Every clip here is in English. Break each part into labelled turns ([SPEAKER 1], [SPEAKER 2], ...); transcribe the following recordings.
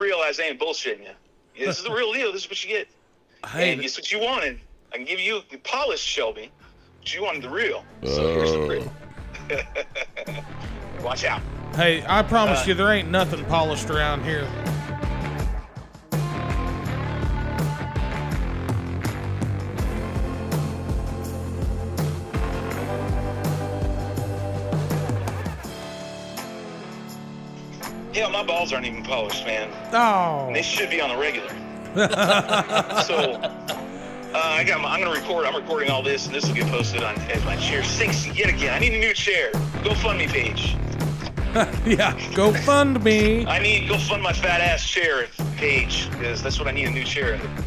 [SPEAKER 1] realize I ain't bullshitting you. Yeah, this is the real deal. This is what you get. and
[SPEAKER 2] I,
[SPEAKER 1] it's what you wanted. I can give you the polished Shelby, but you wanted the real. So here's the real. Watch out.
[SPEAKER 2] hey, I promise
[SPEAKER 1] Uh,
[SPEAKER 2] you, there ain't nothing polished around here.
[SPEAKER 1] Yeah, my balls aren't even polished, man.
[SPEAKER 2] Oh,
[SPEAKER 1] They should be on the regular. so uh, I got. My, I'm gonna record. I'm recording all this, and this will get posted on as my chair sinks yet again. I need a new chair. GoFundMe page.
[SPEAKER 2] yeah. Go fund me.
[SPEAKER 1] I need go fund my fat ass chair page because that's what I need a new chair. The,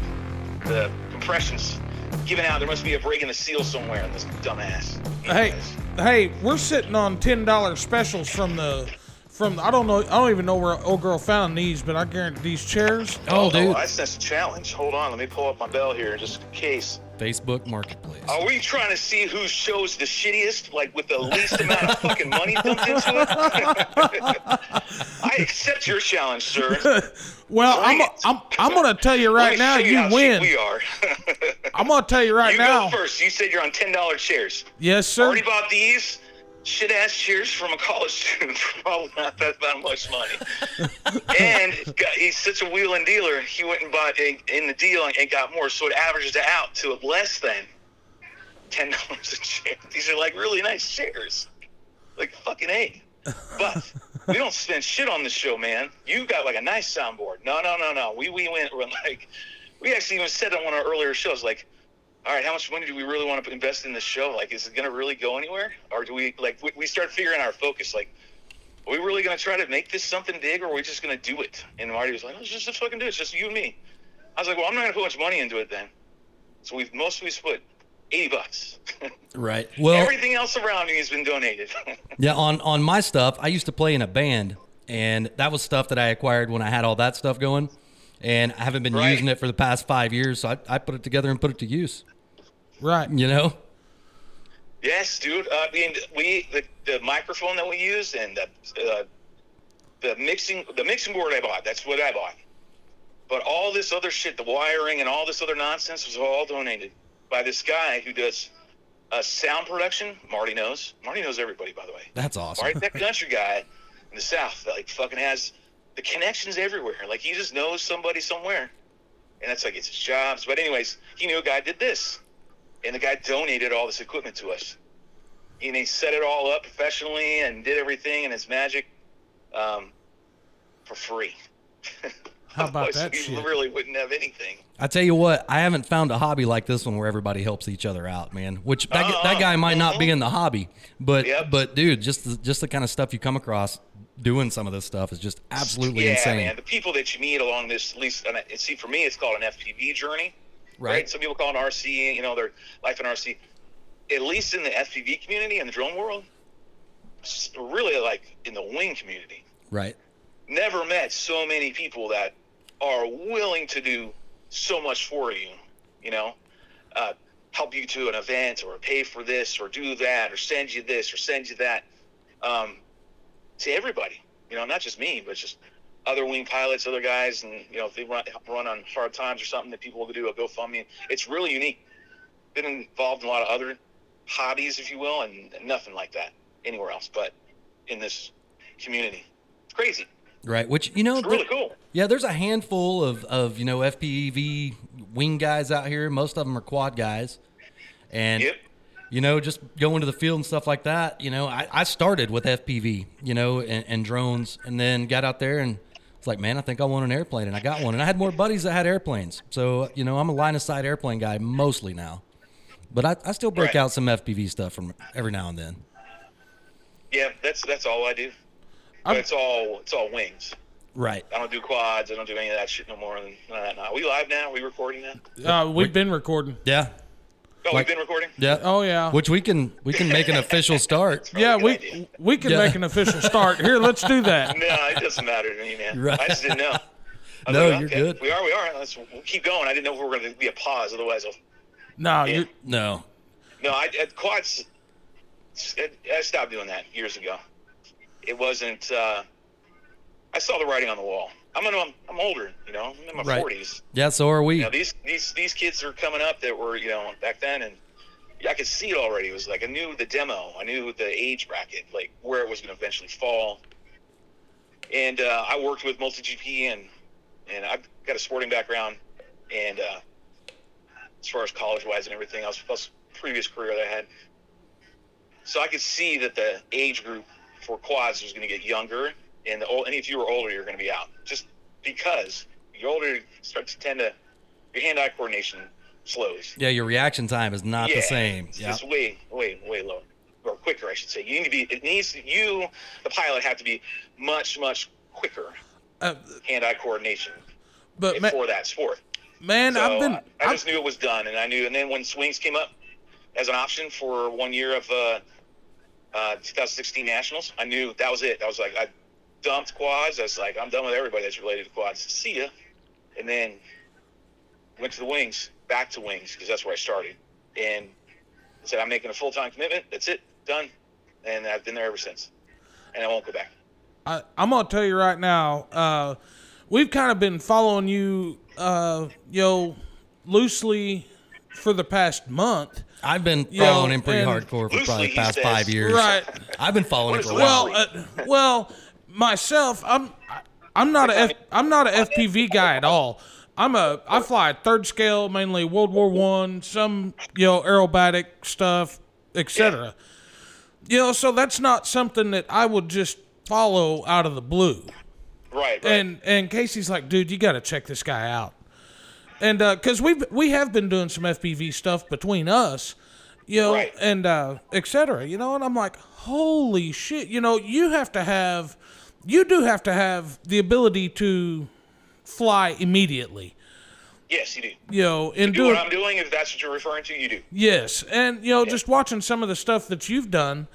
[SPEAKER 1] the compressions giving out. There must be a break in the seal somewhere in this dumbass.
[SPEAKER 2] Hey, Oh,
[SPEAKER 1] Anyways.
[SPEAKER 2] hey, we're sitting on ten dollar specials from the from. The, I don't know. I don't even know where old girl found these, but I guarantee these chairs.
[SPEAKER 3] Oh,
[SPEAKER 1] Oh,
[SPEAKER 3] dude.
[SPEAKER 1] I sense a challenge. Hold on, let me pull up my bell here just in case.
[SPEAKER 3] Facebook Marketplace.
[SPEAKER 1] Are we trying to see who shows the shittiest, like with the least amount of fucking money dumped into it? I accept your challenge, sir.
[SPEAKER 2] Well, I'm
[SPEAKER 1] Great.
[SPEAKER 2] I'm I'm gonna tell you
[SPEAKER 1] Let me
[SPEAKER 2] right now,
[SPEAKER 1] show you,
[SPEAKER 2] you
[SPEAKER 1] how shit
[SPEAKER 2] win.
[SPEAKER 1] We are.
[SPEAKER 2] I'm gonna tell you right
[SPEAKER 1] you
[SPEAKER 2] now.
[SPEAKER 1] go first. You said you're on ten dollar chairs.
[SPEAKER 2] Yes, sir.
[SPEAKER 1] Already bought these shit ass chairs from a college student for probably not that that much money. and got, he's such a wheeling dealer. He went and bought in, in the deal and, and got more, so it averages out to less than ten dollars a chair. These are like really nice chairs, like fucking a. But we don't spend shit on this show, man. You got like a nice soundboard. No, no, no, no. We we went we're like we actually even said on one of our earlier shows like all right, how much money do we really want to invest in this show? Like, is it going to really go anywhere? Or do we, like, we, we start figuring our focus? Like, are we really going to try to make this something big or are we just going to do it? And Marty was like, let's just, just fucking do it. It's just you and me. I was like, well, I'm not going to put much money into it then. So we've mostly split 80 bucks.
[SPEAKER 3] Right. Well,
[SPEAKER 1] Everything else around me has been donated.
[SPEAKER 3] yeah. On on my stuff, I used to play in a band, and that was stuff that I acquired when I had all that stuff going, and I haven't been
[SPEAKER 1] Right.
[SPEAKER 3] using it for the past five years. So I, I put it together and put it to use.
[SPEAKER 2] right.
[SPEAKER 3] You know.
[SPEAKER 1] yes, dude. Uh, we, we the, the microphone that we used and the, uh, the mixing, the mixing board I bought, that's what I bought. But all this other shit, the wiring and all this other nonsense was all donated by this guy who does uh, sound production. Marty knows. Marty knows everybody, by the way.
[SPEAKER 3] That's awesome.
[SPEAKER 1] Marty, that country guy in the South that like fucking has the connections everywhere. Like he just knows somebody somewhere. And that's like it's his jobs. But anyways, he knew a guy did this. And the guy donated all this equipment to us. And he set it all up professionally and did everything and his magic um, for free.
[SPEAKER 2] How about
[SPEAKER 1] Otherwise,
[SPEAKER 2] that
[SPEAKER 1] We
[SPEAKER 2] shit?
[SPEAKER 1] really wouldn't have anything.
[SPEAKER 3] I tell you what, I haven't found a hobby like this one where everybody helps each other out, man. Which that,
[SPEAKER 1] Uh-uh.
[SPEAKER 3] that guy might not be in the hobby, but
[SPEAKER 1] Yep.
[SPEAKER 3] but dude, just the, just the kind of stuff you come across doing some of this stuff is just absolutely
[SPEAKER 1] yeah,
[SPEAKER 3] insane.
[SPEAKER 1] man. The people that you meet along this, at least, and I- see, for me, it's called an FPV journey, right?
[SPEAKER 3] Right.
[SPEAKER 1] Some people call it an RC, you know, their life in RC. At least in the FPV community and the drone world, s- really like in the wing community,
[SPEAKER 3] Right.
[SPEAKER 1] never met so many people that are willing to do so much for you, you know, uh, help you to an event or pay for this or do that or send you this or send you that. Um, to everybody, you know, not just me, but just other wing pilots, other guys, and you know, if they run run on hard times or something, that people will do a GoFundMe. It's really unique. Been involved in a lot of other hobbies, if you will, and nothing like that anywhere else, but in this community, it's crazy.
[SPEAKER 3] Right. Which you know,
[SPEAKER 1] It's really
[SPEAKER 3] there-
[SPEAKER 1] cool.
[SPEAKER 3] yeah, there's a handful of of you know FPV wing guys out here. Most of them are quad guys, and
[SPEAKER 1] Yep.
[SPEAKER 3] you know, just going to the field and stuff like that. You know, I, I started with FPV, you know, and, and drones, and then got out there and it's like, man, I think I want an airplane, and I got one. And I had more buddies that had airplanes, so you know, I'm a line of sight airplane guy mostly now, but I, I still break
[SPEAKER 1] Right.
[SPEAKER 3] out some FPV stuff from every now and then.
[SPEAKER 1] Yeah, that's that's all I do. But
[SPEAKER 2] I'm-
[SPEAKER 1] it's all it's all wings.
[SPEAKER 3] Right.
[SPEAKER 1] I don't do quads. I don't do any of that shit no more. Than, no, no, no. Are we live now? Are we recording now?
[SPEAKER 2] Uh, we've been recording.
[SPEAKER 3] Yeah.
[SPEAKER 1] Oh,
[SPEAKER 3] Like-
[SPEAKER 1] we've been recording.
[SPEAKER 3] Yeah.
[SPEAKER 2] Oh yeah.
[SPEAKER 3] Which we can we can make an official start.
[SPEAKER 2] yeah,
[SPEAKER 1] Probably a Oh, good
[SPEAKER 2] we
[SPEAKER 1] idea.
[SPEAKER 2] we can
[SPEAKER 3] Yeah.
[SPEAKER 2] make an official start here. Let's do that.
[SPEAKER 1] No, it doesn't matter to me, man.
[SPEAKER 3] Right.
[SPEAKER 1] I just didn't know. I was
[SPEAKER 3] No, you're good.
[SPEAKER 1] We are, we are. Let's we'll keep going. I didn't know if we were going to be a pause. Otherwise, I'll,
[SPEAKER 2] No, you
[SPEAKER 3] No.
[SPEAKER 1] no, I, I quads. I, I stopped doing that years ago. It wasn't. Uh, I saw the writing on the wall. I'm gonna, I'm older, you know, I'm in my
[SPEAKER 3] Right.
[SPEAKER 1] 40s.
[SPEAKER 3] Yeah, so are we.
[SPEAKER 1] You know, these these these kids are coming up that were you know back then, and I could see it already. It was like I knew the demo, I knew the age bracket, like where it was gonna eventually fall. And uh, I worked with MultiGP, and and I've got a sporting background, and uh, as far as college wise and everything else, plus previous career that I had. So I could see that the age group for quads was going to get younger, and the old, any if you were older, you're going to be out. Just because you're older, you start to tend to your hand-eye coordination slows.
[SPEAKER 3] yeah, your reaction time is not the same.
[SPEAKER 1] It's
[SPEAKER 3] Yeah.
[SPEAKER 1] just way, way, way lower or quicker, I should say. You need to be. It needs you, the pilot, have to be much, much quicker
[SPEAKER 2] Uh,
[SPEAKER 1] hand-eye coordination
[SPEAKER 2] but man,
[SPEAKER 1] for that sport.
[SPEAKER 2] man
[SPEAKER 1] So
[SPEAKER 2] I've been.
[SPEAKER 1] I- I
[SPEAKER 2] I've-
[SPEAKER 1] just knew it was done, and I knew. And then when swings came up as an option for one year of uh, uh, 2016 Nationals, I knew that was it. I was like, I dumped quads. I was like, I'm done with everybody that's related to quads. See ya. And then went to the wings, back to wings because that's where I started, and said I'm making a full time commitment. That's it, done. And I've been there ever since, and I won't go back.
[SPEAKER 2] I, I'm gonna tell you right now. Uh, we've kind of been following you, uh, yo, loosely for the past month.
[SPEAKER 3] I've been
[SPEAKER 2] You know,
[SPEAKER 3] following him pretty
[SPEAKER 2] and-
[SPEAKER 3] hardcore for
[SPEAKER 1] Loosely,
[SPEAKER 3] probably the
[SPEAKER 1] he
[SPEAKER 3] past
[SPEAKER 1] says.
[SPEAKER 3] five years.
[SPEAKER 2] Right.
[SPEAKER 3] I've been following him for a while.
[SPEAKER 2] Well, uh, well, myself, I'm I- I'm not a F, I'm not a FPV guy at all. I'm a I fly third scale, mainly World War One, some you know aerobatic stuff, etc. You know, so that's not something that I would just follow out of the blue.
[SPEAKER 1] Right. right.
[SPEAKER 2] And and Casey's like, dude, you got to check this guy out. And because we've we have been doing some FPV stuff between us, you know,
[SPEAKER 1] Right.
[SPEAKER 2] and uh, et cetera, you know. And I'm like, holy shit, you know, you have to have, you do have to have the ability to fly immediately,
[SPEAKER 1] yes, you do.
[SPEAKER 2] you know, and
[SPEAKER 1] Do
[SPEAKER 2] do
[SPEAKER 1] what
[SPEAKER 2] it
[SPEAKER 1] I'm doing. If that's what you're referring to, you do.
[SPEAKER 2] Yes, and you know, just watching some of the stuff that you've done,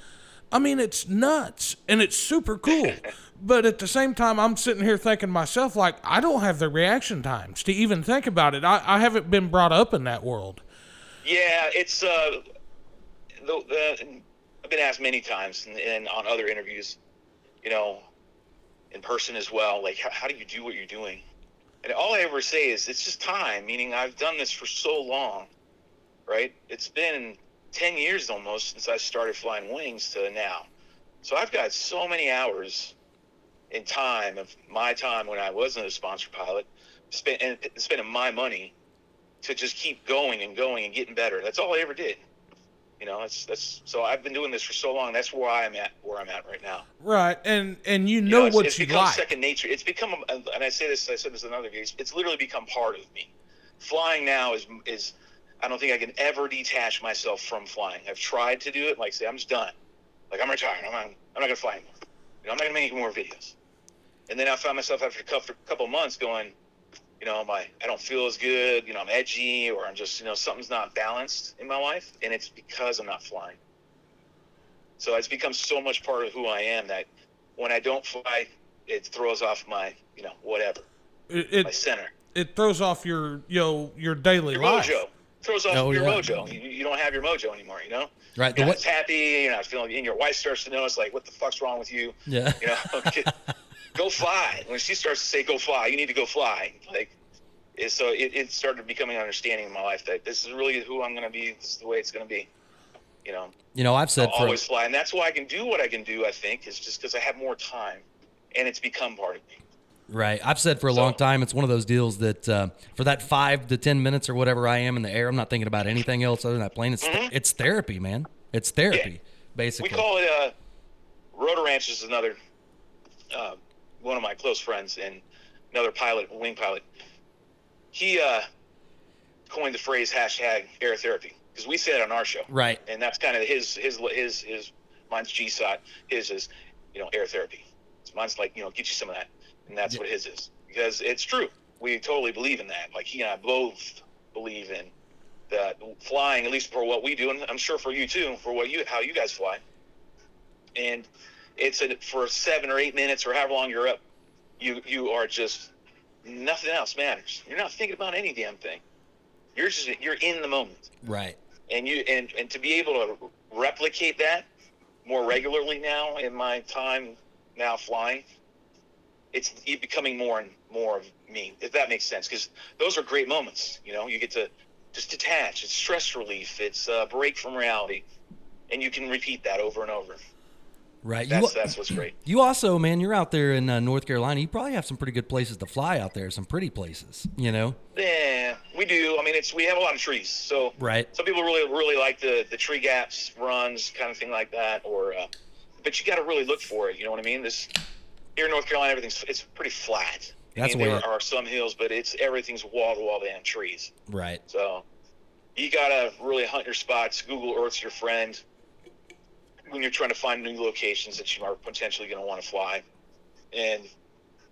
[SPEAKER 2] I mean, it's nuts and it's super cool. but at the same time, I'm sitting here thinking to myself, like, I don't have the reaction times to even think about it. I, I haven't been brought up in that world.
[SPEAKER 1] Yeah, it's uh, the, the, I've been asked many times, and, and on other interviews, you know, in person as well. Like, how, how do you do what you're doing? And all I ever say is, it's just time. Meaning, I've done this for so long, right? It's been ten years almost since I started flying wings to now, so I've got so many hours in time of my time when I wasn't a sponsor pilot, spent and spending my money to just keep going and going and getting better. That's all I ever did. You know, that's that's so I've been doing this for so long. That's where I'm at. Where I'm at right now.
[SPEAKER 2] Right, and and you
[SPEAKER 1] You
[SPEAKER 2] know,
[SPEAKER 1] it's,
[SPEAKER 2] what
[SPEAKER 1] it's
[SPEAKER 2] you
[SPEAKER 1] become
[SPEAKER 2] like.
[SPEAKER 1] second nature. It's become, and I say this, I said this in another video. It's, it's literally become part of me. Flying now is is, I don't think I can ever detach myself from flying. I've tried to do it. Like say, I'm just done. Like I'm retired. I'm not, I'm not gonna fly anymore. You know, I'm not gonna make any more videos. And then I found myself after a couple, couple months going, you know, my I don't feel as good. You know, I'm edgy, or I'm just, you know, something's not balanced in my life, and it's because I'm not flying. So it's become so much part of who I am that when I don't fly, it throws off my, you know, whatever,
[SPEAKER 2] It,
[SPEAKER 1] my
[SPEAKER 2] it
[SPEAKER 1] center.
[SPEAKER 2] it throws off your you know, your daily
[SPEAKER 1] Your
[SPEAKER 2] life.
[SPEAKER 1] mojo. Throws off
[SPEAKER 3] Oh,
[SPEAKER 1] your
[SPEAKER 3] yeah.
[SPEAKER 1] mojo. You, you don't have your mojo anymore, you know?
[SPEAKER 3] Right, the
[SPEAKER 1] You're not
[SPEAKER 3] what-
[SPEAKER 1] as happy, you're not feeling, and your wife starts to notice, like, what the fuck's wrong with you?
[SPEAKER 3] Yeah.
[SPEAKER 1] You know, Get- go fly. When she starts to say, go fly, you need to go fly. Like, it- so it, it started becoming an understanding in my life that this is really who I'm going to be. This is the way it's going to be, you know?
[SPEAKER 3] you know, I've said
[SPEAKER 1] I'll
[SPEAKER 3] for
[SPEAKER 1] always fly, and that's why I can do what I can do. I think is just because I have more time, and it's become part of me.
[SPEAKER 3] Right. I've said for a long time, it's one of those deals that uh, for that five to 10 minutes or whatever I am in the air, I'm not thinking about anything else other than that plane. It's, th- it's therapy, man. It's therapy,
[SPEAKER 1] Mm-hmm. Yeah. We
[SPEAKER 3] basically.
[SPEAKER 1] call it uh, Rotor Ranch is another uh, one of my close friends and another pilot, wing pilot. He uh, coined the phrase hashtag air therapy because we say it on our show,
[SPEAKER 3] Right.
[SPEAKER 1] And that's kind of his his his his mine's G side. His is you know air therapy. So mine's like you know get you some of that, and that's what his is because it's true. We totally believe in that. Like he and I both believe in that flying, at least for what we do, and I'm sure for you too, for what you how you guys fly. And it's a, for seven or eight minutes or however long you're up, you you are just nothing else matters. You're not thinking about any damn thing. You're just you're in the moment,
[SPEAKER 3] Right.
[SPEAKER 1] and you and and to be able to replicate that more regularly now in my time now flying it's you becoming more and more of me, if that makes sense. Because those are great moments. You know, you get to just detach. It's stress relief. It's a break from reality, and you can repeat that over and over.
[SPEAKER 3] Right. You,
[SPEAKER 1] That's that's what's great.
[SPEAKER 3] you also, man, you're out there in uh, North Carolina. You probably have some pretty good places to fly out there, some pretty places, you know?
[SPEAKER 1] Yeah, we do. I mean, it's we have a lot of trees, so
[SPEAKER 3] Right.
[SPEAKER 1] Some people really really like the the tree gaps, runs, kind of thing like that. Or, uh, but you got to really look for it. You know what I mean? This here in North Carolina, everything's it's pretty flat.
[SPEAKER 3] That's
[SPEAKER 1] I mean,
[SPEAKER 3] weird.
[SPEAKER 1] there are some hills, but it's everything's wall to wall damn trees.
[SPEAKER 3] Right.
[SPEAKER 1] So you gotta really hunt your spots. Google Earth's your friend when you're trying to find new locations that you are potentially gonna want to fly, and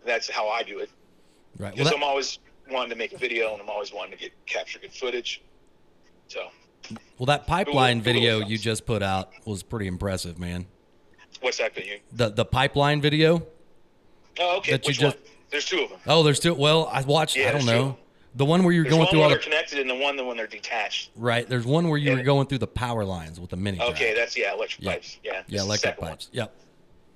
[SPEAKER 1] that's how I do it
[SPEAKER 3] Right. Well,
[SPEAKER 1] because
[SPEAKER 3] that-
[SPEAKER 1] I'm always wanting to make a video and I'm always wanting to get capture good footage. So
[SPEAKER 3] well, that pipeline
[SPEAKER 1] Google- Google
[SPEAKER 3] video
[SPEAKER 1] Docs.
[SPEAKER 3] you just put out was pretty impressive, man.
[SPEAKER 1] what's that been? You?
[SPEAKER 3] The the pipeline video.
[SPEAKER 1] Oh, okay.
[SPEAKER 3] That you
[SPEAKER 1] Which
[SPEAKER 3] just-
[SPEAKER 1] one? There's two of them.
[SPEAKER 3] Oh, there's two. Well, I watched.
[SPEAKER 1] Yeah,
[SPEAKER 3] I don't
[SPEAKER 1] there's
[SPEAKER 3] know.
[SPEAKER 1] two.
[SPEAKER 3] The one where you're
[SPEAKER 1] There's
[SPEAKER 3] going
[SPEAKER 1] one
[SPEAKER 3] through all
[SPEAKER 1] when they're
[SPEAKER 3] the
[SPEAKER 1] connected and the one when they're detached.
[SPEAKER 3] right. There's one where you
[SPEAKER 1] Yeah.
[SPEAKER 3] were going through the power lines with the mini. drive.
[SPEAKER 1] Okay, that's yeah, electric
[SPEAKER 3] Yeah.
[SPEAKER 1] pipes. Yeah,
[SPEAKER 3] Yeah,
[SPEAKER 1] it's the
[SPEAKER 3] electric
[SPEAKER 1] second one.
[SPEAKER 3] pipes. Yep.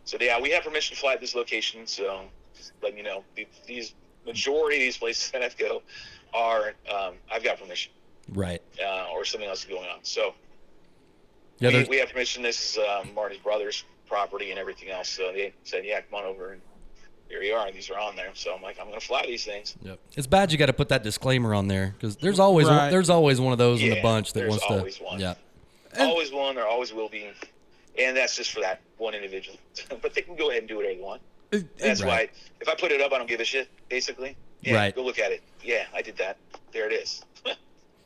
[SPEAKER 1] So yeah, we have permission to fly at this location. So just letting you know, the- these majority of these places that I go are um, I've got permission
[SPEAKER 3] Right.
[SPEAKER 1] uh, or something else is going on. So
[SPEAKER 3] Yeah.
[SPEAKER 1] we,
[SPEAKER 3] There's,
[SPEAKER 1] we have permission. This is um, Marty's brother's property and everything else. So they said, yeah, come on over. And here you are. These are on there. So I'm like, I'm gonna fly these things.
[SPEAKER 3] yep. It's bad you got to put that disclaimer on there because there's always one,
[SPEAKER 2] Right.
[SPEAKER 3] there's always one of those in the
[SPEAKER 1] Yeah,
[SPEAKER 3] bunch that
[SPEAKER 1] there's
[SPEAKER 3] wants
[SPEAKER 1] always
[SPEAKER 3] to.
[SPEAKER 1] one.
[SPEAKER 3] Yeah.
[SPEAKER 1] always one. There always will be. And that's just for that one individual. but they can go ahead and do whatever they want.
[SPEAKER 2] It- it-
[SPEAKER 1] That's
[SPEAKER 3] Right.
[SPEAKER 1] why if I put it up, I don't give a shit. Basically, yeah,
[SPEAKER 3] Right.
[SPEAKER 1] Go look at it. Yeah, I did that. There it is.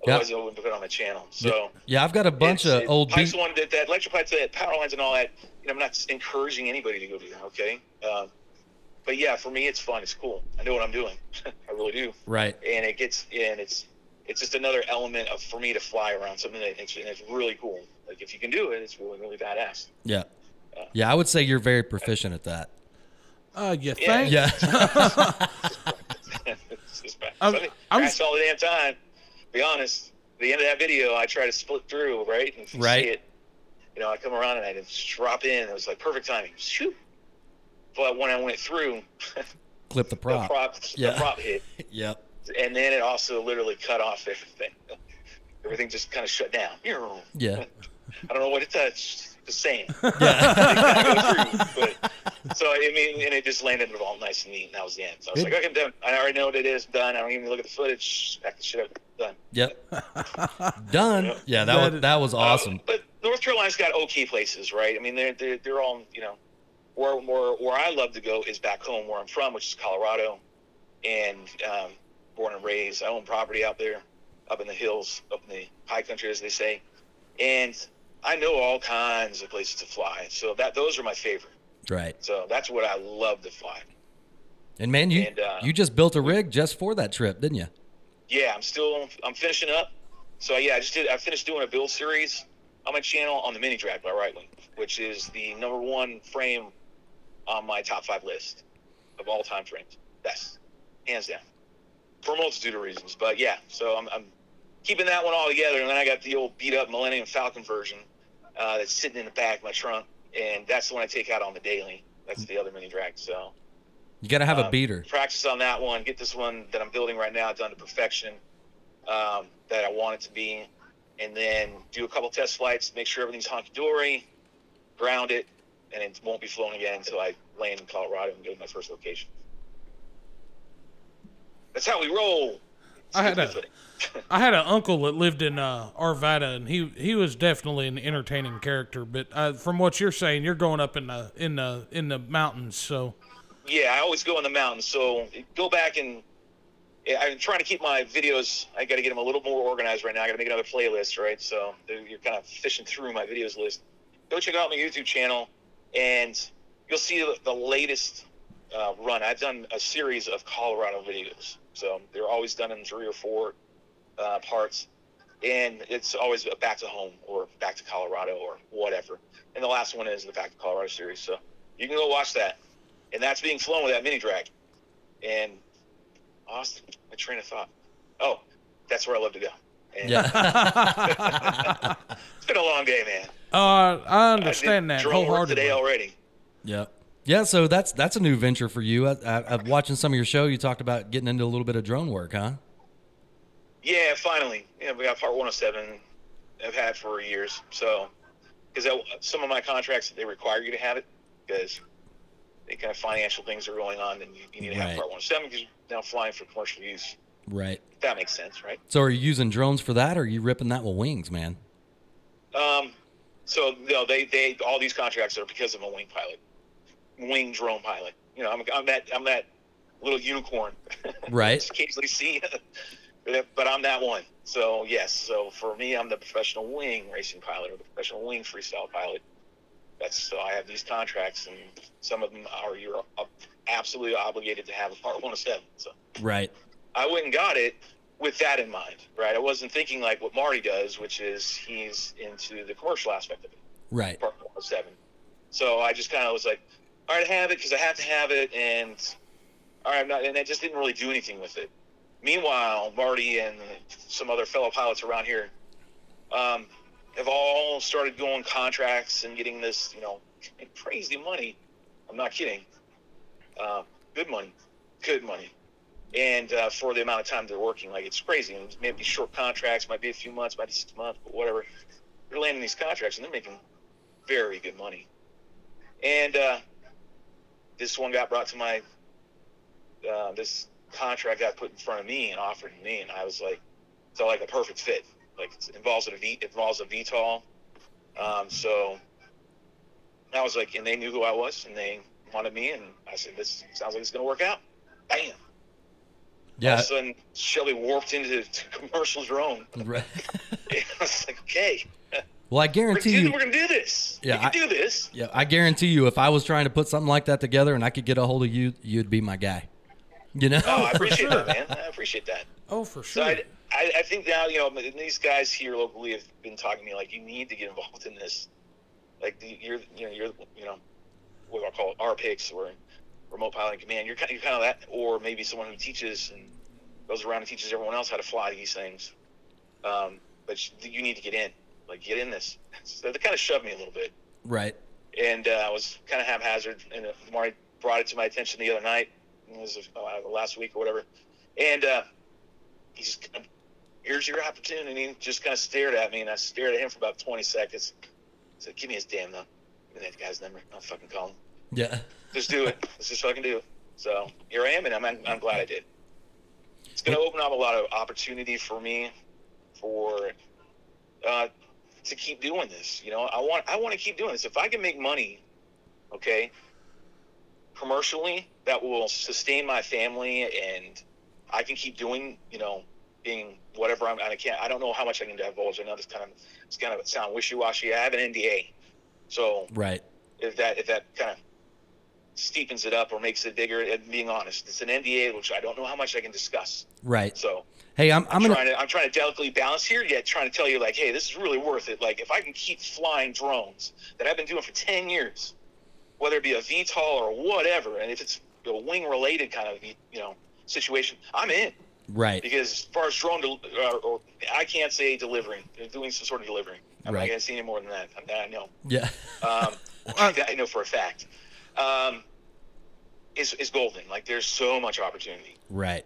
[SPEAKER 3] Yeah.
[SPEAKER 1] Otherwise, I wouldn't put it on my channel. So
[SPEAKER 3] Yeah. I've got a bunch
[SPEAKER 1] it's-
[SPEAKER 3] of
[SPEAKER 1] it-
[SPEAKER 3] old.
[SPEAKER 1] pipes
[SPEAKER 3] beat-
[SPEAKER 1] one did that. Electric pipes did that. Power lines and all that. You know, I'm not encouraging anybody to go do that. Okay. Um, but yeah, for me, it's fun. It's cool. I know what I'm doing. I really do.
[SPEAKER 3] Right.
[SPEAKER 1] And it gets and it's it's just another element of for me to fly around something that it's, and it's really cool. Like if you can do it, it's really really badass.
[SPEAKER 3] Yeah. Yeah. I would say you're very proficient at that.
[SPEAKER 2] uh, you
[SPEAKER 1] Yeah.
[SPEAKER 2] think?
[SPEAKER 3] Yeah.
[SPEAKER 1] It's just bad.
[SPEAKER 2] I'm-
[SPEAKER 1] So I mean,
[SPEAKER 2] I'm-
[SPEAKER 1] practice all the damn time. To be honest, at the end of that video, I try to split through, right? And if you
[SPEAKER 3] Right.
[SPEAKER 1] See it, you know, I come around and I just drop in. It was like perfect timing. Shoot. But when I went through,
[SPEAKER 3] Clip the
[SPEAKER 1] the
[SPEAKER 3] prop.
[SPEAKER 1] prop,
[SPEAKER 3] Yeah.
[SPEAKER 1] the prop hit,
[SPEAKER 3] Yep.
[SPEAKER 1] and then it also literally cut off everything. Everything just kind of shut down. I
[SPEAKER 3] Yeah.
[SPEAKER 1] don't know what it touched. The same.
[SPEAKER 3] Yeah.
[SPEAKER 1] so I mean, and it just landed all nice and neat. And that was the end. So I was
[SPEAKER 3] Good.
[SPEAKER 1] like, okay, I'm done. I already know what it is. Done. I don't even look at the footage. Pack the shit up. Done.
[SPEAKER 3] yep. Done. Yeah. That, was
[SPEAKER 2] That-
[SPEAKER 3] that was awesome.
[SPEAKER 1] Um, but North Carolina's got okay places, right? I mean, they're they're, they're all you know. Where, where where I love to go is back home, where I'm from, which is Colorado, and um, born and raised. I own property out there, up in the hills, up in the high country, as they say, and I know all kinds of places to fly. So that those are my favorite.
[SPEAKER 3] Right.
[SPEAKER 1] So that's what I love to fly.
[SPEAKER 3] And man, you
[SPEAKER 1] And, uh,
[SPEAKER 3] you just built a rig just for that trip, didn't you?
[SPEAKER 1] yeah, I'm still I'm finishing up. So yeah, I just did I finished doing a build series on my channel on the mini drag by Right Wing, which is the number one frame on my top five list of all time frames. Best. Hands down. For a multitude of reasons. But yeah, so I'm, I'm keeping that one all together and then I got the old beat up Millennium Falcon version, uh, that's sitting in the back of my trunk and that's the one I take out on the daily. That's the other mini drag, so
[SPEAKER 3] You got to have a
[SPEAKER 1] um,
[SPEAKER 3] beater.
[SPEAKER 1] Practice on that one. Get this one that I'm building right now done to perfection um, that I want it to be. And then do a couple test flights, make sure everything's honky dory, ground it, and it won't be flown again until I land in Colorado and go to my first location. That's how we roll.
[SPEAKER 2] I had a,
[SPEAKER 1] Stupid.
[SPEAKER 2] I had an uncle that lived in uh, Arvada, and he he was definitely an entertaining character. But uh, from what you're saying, you're going up in the in the in the mountains, so
[SPEAKER 1] Yeah, I always go in the mountains. So go back and yeah, I'm trying to keep my videos. I got to get them a little more organized right now. I got to make another playlist, right? So they're- you're kind of fishing through my videos list. Go check out my YouTube channel, and you'll see the- the latest uh, run. I've done a series of Colorado videos, so they're always done in three or four uh, parts, and it's always a back to home or back to Colorado or whatever. And the last one is the Back to Colorado series, so you can go watch that and that's being flown with that mini drag. And Austin, my train of thought. Oh, that's where I love to go. And
[SPEAKER 3] Yeah.
[SPEAKER 1] it's been a long day, man.
[SPEAKER 2] uh, I
[SPEAKER 1] I did
[SPEAKER 2] uh, understand that
[SPEAKER 1] drone work today
[SPEAKER 2] wholeheartedly.
[SPEAKER 1] already.
[SPEAKER 3] yeah. Yeah, so that's that's a new venture for you. I, I, I'm watching some of your show. You talked about getting into a little bit of drone work, huh?
[SPEAKER 1] Yeah, finally. Yeah, we got Part 107. I've had for years. So, because some of my contracts they require you to have it because they kind of financial things are going on, and you, you need to have
[SPEAKER 3] Right.
[SPEAKER 1] Part 107 because you're now flying for commercial use.
[SPEAKER 3] Right.
[SPEAKER 1] If that makes sense, right?
[SPEAKER 3] So are you using drones for that, or are you ripping that with wings, man?
[SPEAKER 1] Um, so no, they they all these contracts are because of a wing pilot, wing drone pilot. You know, I'm, I'm that I'm that little unicorn.
[SPEAKER 3] Right.
[SPEAKER 1] Just occasionally see, but I'm that one. So yes, so for me, I'm the professional wing racing pilot or the professional wing freestyle pilot. That's so I have these contracts, and some of them are you're ob- absolutely obligated to have a part 107. So.
[SPEAKER 3] Right.
[SPEAKER 1] I went and got it with that in mind, right? I wasn't thinking like what Marty does, which is he's into the commercial aspect of it,
[SPEAKER 3] Right.
[SPEAKER 1] part 107. So I just kind of was like, all right, I have it because I have to have it, and all right, I'm not, and I just didn't really do anything with it. Meanwhile, Marty and some other fellow pilots around here um, have all started going contracts and getting this, you know, crazy money. I'm not kidding. Uh, good money, good money, and uh, for the amount of time they're working, like it's crazy. And it may be short contracts, might be a few months, might be six months, but whatever. They're landing these contracts and they're making very good money. And uh, this one got brought to my uh, this contract got put in front of me and offered to me, and I was like, so like a perfect fit. Like it involves a V, it involves a VTOL. Um, so I was like, and they knew who I was, and they wanted me, and I said, this sounds like it's gonna work out. Bam! All
[SPEAKER 3] Yeah.
[SPEAKER 1] of a sudden, Shelby warped into to commercial drone.
[SPEAKER 3] Right.
[SPEAKER 1] I was like, okay,
[SPEAKER 3] Well, I
[SPEAKER 1] we're
[SPEAKER 3] guarantee
[SPEAKER 1] gonna, do,
[SPEAKER 3] you.
[SPEAKER 1] we're gonna do this.
[SPEAKER 3] Yeah,
[SPEAKER 1] we can
[SPEAKER 3] I-
[SPEAKER 1] do this.
[SPEAKER 3] Yeah, I guarantee you, if I was trying to put something like that together and I could get a hold of you, you'd be my guy. You know?
[SPEAKER 1] Oh, I appreciate
[SPEAKER 2] sure.
[SPEAKER 1] that, man. I appreciate that.
[SPEAKER 2] Oh, for
[SPEAKER 1] So
[SPEAKER 2] sure.
[SPEAKER 1] I, I, I think now, you know, these guys here locally have been talking to me like, you need to get involved in this. Like, the- you're, you know, you're, you know, what I call our picks or remote pilot command. You're kind, you're kind of that, or maybe someone who teaches and goes around and teaches everyone else how to fly these things. Um, but you you need to get in, like, get in this. So they kind of shoved me a little bit
[SPEAKER 3] right.
[SPEAKER 1] and uh, I was kind of haphazard. And uh, Marty brought it to my attention the other night. It was uh, last week or whatever. And uh, he just kind of, here's your opportunity. and he just kind of stared at me, and I stared at him for about 20 seconds. I said, "Give me his damn number. Give me that guy's number. I'll fucking call him.
[SPEAKER 3] Yeah.
[SPEAKER 1] Just do it. Let's just fucking do it." So here I am, and I'm I'm glad I did. It's going to open up a lot of opportunity for me, for uh, to keep doing this. You know, I want I want to keep doing this. If I can make money, okay, commercially, that will sustain my family, and I can keep doing. You know, being whatever I'm. I can't. I don't know how much I can divulge. I know this kind of it's kind of sound wishy washy. I have an NDA, so
[SPEAKER 3] Right.
[SPEAKER 1] if that if that kind of steepens it up or makes it bigger. And being honest, it's an NDA, which I don't know how much I can discuss.
[SPEAKER 3] Right.
[SPEAKER 1] So
[SPEAKER 3] Hey, I'm, I'm
[SPEAKER 1] I'm
[SPEAKER 3] gonna.
[SPEAKER 1] trying to I'm trying to delicately balance here, yet trying to tell you like, hey, this is really worth it. Like if I can keep flying drones that I've been doing for ten years, whether it be a VTOL or whatever, and if it's a wing related kind of you know situation, I'm in
[SPEAKER 3] Right.
[SPEAKER 1] because as far as drone, del- or, or I can't say delivering, They're doing some sort of delivering. I'm
[SPEAKER 3] Right.
[SPEAKER 1] not gonna see any more than that. I'm- I know.
[SPEAKER 3] Yeah.
[SPEAKER 1] Um, that I know for a fact. Um, is, is golden. Like there's so much opportunity.
[SPEAKER 3] Right.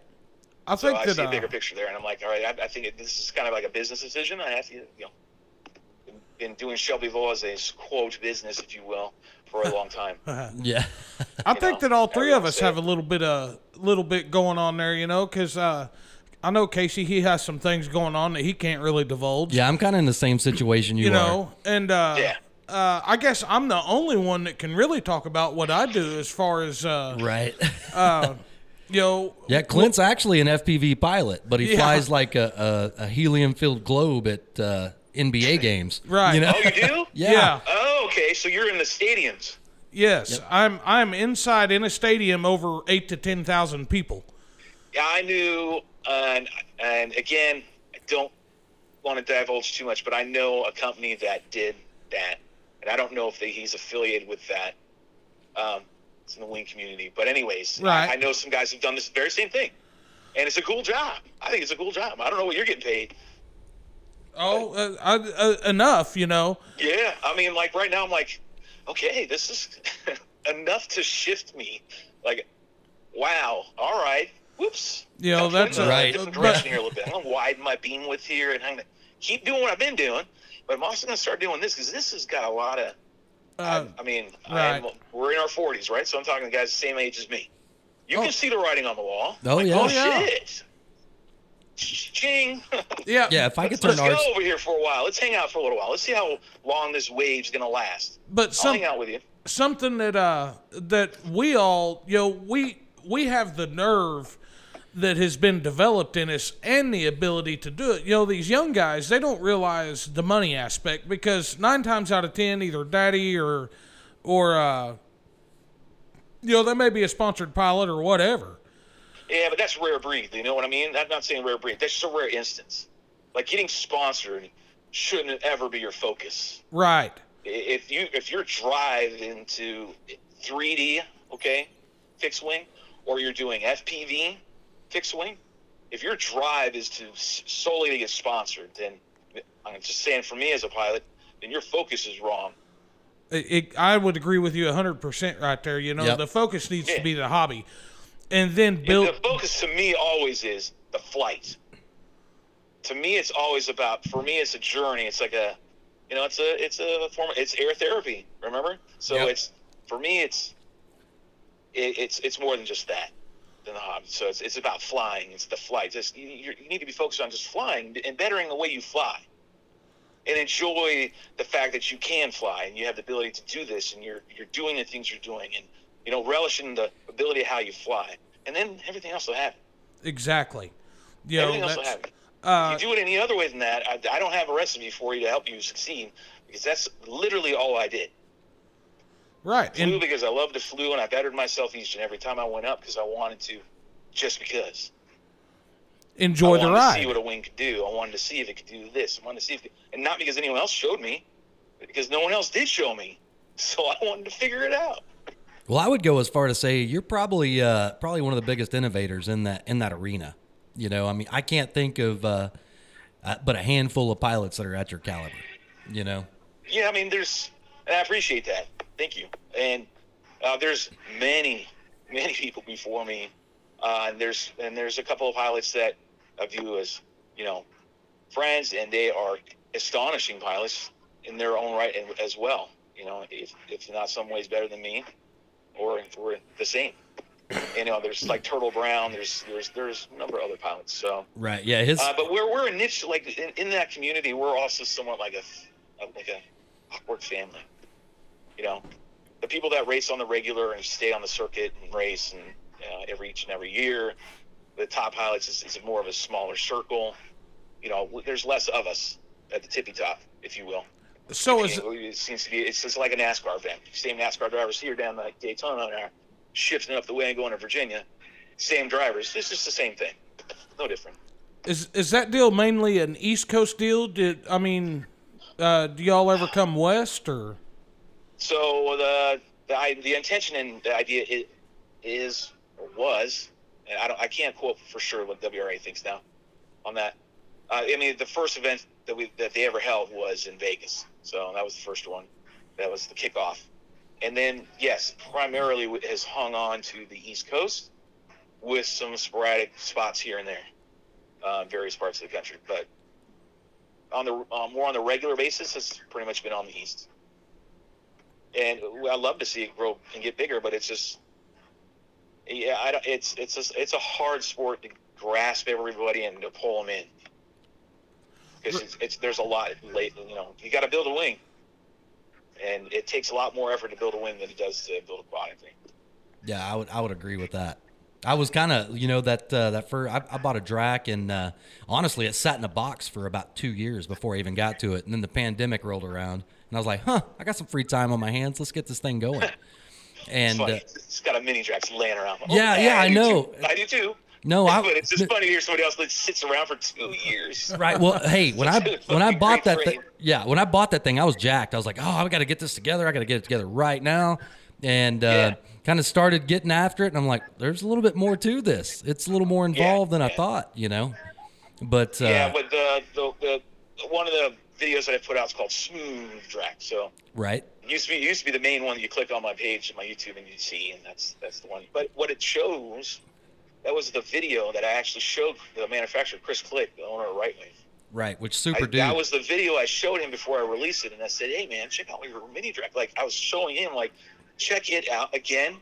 [SPEAKER 2] I
[SPEAKER 1] So
[SPEAKER 2] think
[SPEAKER 1] I
[SPEAKER 2] that
[SPEAKER 1] see a
[SPEAKER 2] uh,
[SPEAKER 1] bigger picture there, and I'm like, all right, I, I think it, this is kind of like a business decision. I have to, you know, been doing Shelbyville as a quote business, if you will, for a long time. Oh,
[SPEAKER 3] Yeah.
[SPEAKER 2] I
[SPEAKER 1] you
[SPEAKER 2] think
[SPEAKER 1] know,
[SPEAKER 2] that all three of
[SPEAKER 1] everyone
[SPEAKER 2] us
[SPEAKER 1] said.
[SPEAKER 2] have a little bit of little bit going on there, you know, because uh, I know Casey he has some things going on that he can't really divulge,
[SPEAKER 3] Yeah. I'm kind of in the same situation you,
[SPEAKER 2] you
[SPEAKER 3] are.
[SPEAKER 2] know, and uh,
[SPEAKER 1] Yeah.
[SPEAKER 2] uh, I guess I'm the only one that can really talk about what I do as far as uh,
[SPEAKER 3] Right.
[SPEAKER 2] you know,
[SPEAKER 3] yeah. Clint's actually an FPV pilot, but he
[SPEAKER 2] Yeah.
[SPEAKER 3] flies like a, a, a helium filled globe at uh, NBA games.
[SPEAKER 2] Right.
[SPEAKER 3] You know?
[SPEAKER 1] Oh, you do?
[SPEAKER 3] Yeah.
[SPEAKER 2] Yeah.
[SPEAKER 1] Oh, okay. So you're in the stadiums.
[SPEAKER 2] yes, I'm I'm inside in a stadium over eight to ten thousand people.
[SPEAKER 1] Yeah, I knew, and and again, I don't want to divulge too much, but I know a company that did that, and I don't know if they, he's affiliated with that. Um, it's in the wing community, but anyways, I-
[SPEAKER 2] Right.
[SPEAKER 1] I, know some guys have done this very same thing, and it's a cool job. I think it's a cool job. I don't know what you're getting paid.
[SPEAKER 2] Oh, uh, I, uh, enough, you know.
[SPEAKER 1] Yeah, I mean, like right now, I'm like, okay, this is enough to shift me. Like, wow, all right, whoops.
[SPEAKER 2] You know,
[SPEAKER 1] I'm
[SPEAKER 2] that's
[SPEAKER 1] going in
[SPEAKER 2] a-
[SPEAKER 3] Right.
[SPEAKER 1] different direction here a little bit. I'm gonna widen my beam width here, and I'm gonna keep doing what I've been doing. But I'm also gonna start doing this because this has got a lot of.
[SPEAKER 2] Uh,
[SPEAKER 1] I mean, I'm,
[SPEAKER 2] right.
[SPEAKER 1] we're in our 40s, right? So I'm talking to guys the same age as me. You
[SPEAKER 2] Oh.
[SPEAKER 1] can see the writing on the wall.
[SPEAKER 3] Oh,
[SPEAKER 1] Like,
[SPEAKER 3] yeah.
[SPEAKER 1] Oh
[SPEAKER 3] Oh,
[SPEAKER 2] yeah.
[SPEAKER 1] shit. Ching.
[SPEAKER 2] yeah,
[SPEAKER 3] Yeah, if I could turn
[SPEAKER 1] Let's
[SPEAKER 3] ours,
[SPEAKER 1] go over here for a while. Let's hang out for a little while. Let's see how long this wave's gonna last.
[SPEAKER 2] But
[SPEAKER 1] I'll
[SPEAKER 2] some
[SPEAKER 1] hang out with you.
[SPEAKER 2] something that uh that we all you know we we have the nerve that has been developed in us and the ability to do it. You know, these young guys, they don't realize the money aspect because nine times out of ten, either daddy or or uh you know, they may be a sponsored pilot or whatever.
[SPEAKER 1] Yeah, but that's rare breed. You know what I mean? I'm not saying rare breed. That's just a rare instance. Like getting sponsored shouldn't ever be your focus.
[SPEAKER 2] Right.
[SPEAKER 1] if you if you're drive into 3D, okay, fixed wing, or you're doing FPV, fixed wing, if your drive is to s- solely to get sponsored, then I'm just saying for me as a pilot, then your focus is wrong.
[SPEAKER 2] It, it- I would agree with you 100% right there. You know,
[SPEAKER 3] Yep.
[SPEAKER 2] the focus needs to be the hobby. And then build.
[SPEAKER 1] the focus to me always is the flight. To me, it's always about. For me, it's a journey. It's like a, you know, it's a it's a form. It's air therapy. Remember? So
[SPEAKER 3] Yep.
[SPEAKER 1] it's for me. It's it, it's it's more than just that than the hobby. So it's it's about flying. It's the flight. It's, you, you you need to be focused on just flying and bettering the way you fly. And enjoy the fact that you can fly and you have the ability to do this, and you're you're doing the things you're doing, and you know relishing the ability of how you fly, and then everything else will happen.
[SPEAKER 2] exactly. You know,
[SPEAKER 1] Everything else will
[SPEAKER 2] that's-
[SPEAKER 1] happen.
[SPEAKER 2] uh,
[SPEAKER 1] if you do it any other way than that, I, I don't have a recipe for you to help you succeed because that's literally all I did.
[SPEAKER 2] right.
[SPEAKER 1] Flew
[SPEAKER 2] And
[SPEAKER 1] because I loved the flu and I bettered myself each and every time I went up because I wanted to, just because.
[SPEAKER 2] enjoy
[SPEAKER 1] I
[SPEAKER 2] the
[SPEAKER 1] wanted
[SPEAKER 2] ride.
[SPEAKER 1] to see what a wing could do. I wanted to see if it could do this. I wanted to see if, it, and not because anyone else showed me, but because no one else did show me. So I wanted to figure it out.
[SPEAKER 3] well, I would go as far to say you're probably uh, probably one of the biggest innovators in that in that arena. You know, I mean, I can't think of uh, uh, but a handful of pilots that are at your caliber. You know,
[SPEAKER 1] Yeah, I mean, there's, and I appreciate that. Thank you. And uh, there's many, many people before me. Uh, and there's and there's a couple of pilots that I view as, you know, friends, and they are astonishing pilots in their own right and- as well. You know, if if not some ways better than me, or if we're the same. You know, there's like Turtle Brown. There's there's there's a number of other pilots. So
[SPEAKER 3] right? Yeah, his
[SPEAKER 1] uh, but we're we're a niche like in, in that community. We're also somewhat like a like a awkward family. You know, the people that race on the regular and stay on the circuit and race and uh, every each and every year. The top pilots is, is more of a smaller circle. You know, w- there's less of us at the tippy top, if you will.
[SPEAKER 2] So is
[SPEAKER 1] And we- it seems to be it's just like a NASCAR event. Same NASCAR drivers here down like Daytona and are shifting up the way and going to Virginia. Same drivers. It's just the same thing. No different.
[SPEAKER 2] is is that deal mainly an East Coast deal? Did I mean, uh, do y'all ever come west or?
[SPEAKER 1] So the the, I, the intention and the idea is, is or was, and I don't I can't quote for sure what WRA thinks now on that. Uh, I mean, the first event that we that they ever held was in Vegas, so that was the first one. That was the kickoff, and then yes, primarily it has hung on to the East Coast with some sporadic spots here and there, uh, in various parts of the country, but. On the uh, more on the regular basis, it's pretty much been on the east and I love to see it grow and get bigger, but it's just, yeah, I don't, it's it's just, it's a hard sport to grasp everybody and to pull them in because it's, it's there's a lot late, you know, you got to build a wing, and it takes a lot more effort to build a wing than it does to build a quad. I think.
[SPEAKER 3] Yeah, I would I would agree with that. I was kind of you know that uh, that fur I, I bought a drac and uh, honestly it sat in a box for about two years before I even got to it and then the pandemic rolled around and I was like huh I got some free time on my hands let's get this thing going
[SPEAKER 1] It's
[SPEAKER 3] and
[SPEAKER 1] funny.
[SPEAKER 3] uh,
[SPEAKER 1] it's got a mini Drax laying around.
[SPEAKER 3] Yeah, yeah, I
[SPEAKER 1] do
[SPEAKER 3] know.
[SPEAKER 1] too. I do too.
[SPEAKER 3] no I
[SPEAKER 1] but it's just funny to hear somebody else that sits around for two years.
[SPEAKER 3] right well hey when I
[SPEAKER 1] It's a
[SPEAKER 3] when I
[SPEAKER 1] fucking
[SPEAKER 3] bought
[SPEAKER 1] great
[SPEAKER 3] that thing
[SPEAKER 1] frame.
[SPEAKER 3] yeah when I bought that thing I was jacked I was like oh I got to get this together I got to get it together right now and uh,
[SPEAKER 1] Yeah.
[SPEAKER 3] kind of started getting after it and I'm like there's a little bit more to this it's a little more involved than I
[SPEAKER 1] yeah.
[SPEAKER 3] thought you know but uh,
[SPEAKER 1] yeah, but the, the the one of the videos that I put out is called Smooth Drax. So
[SPEAKER 3] right
[SPEAKER 1] used to be used to be the main one that you click on my page, my YouTube, and you see, and that's that's the one. But what it shows, that was the video that I actually showed the manufacturer, Chris Click, the owner of Right Wing.
[SPEAKER 3] Right, which
[SPEAKER 1] I-
[SPEAKER 3] super dude.
[SPEAKER 1] that was the video I showed him before I released it, and I said, "Hey, man, check out your mini drag." Like I was showing him, like, check it out again.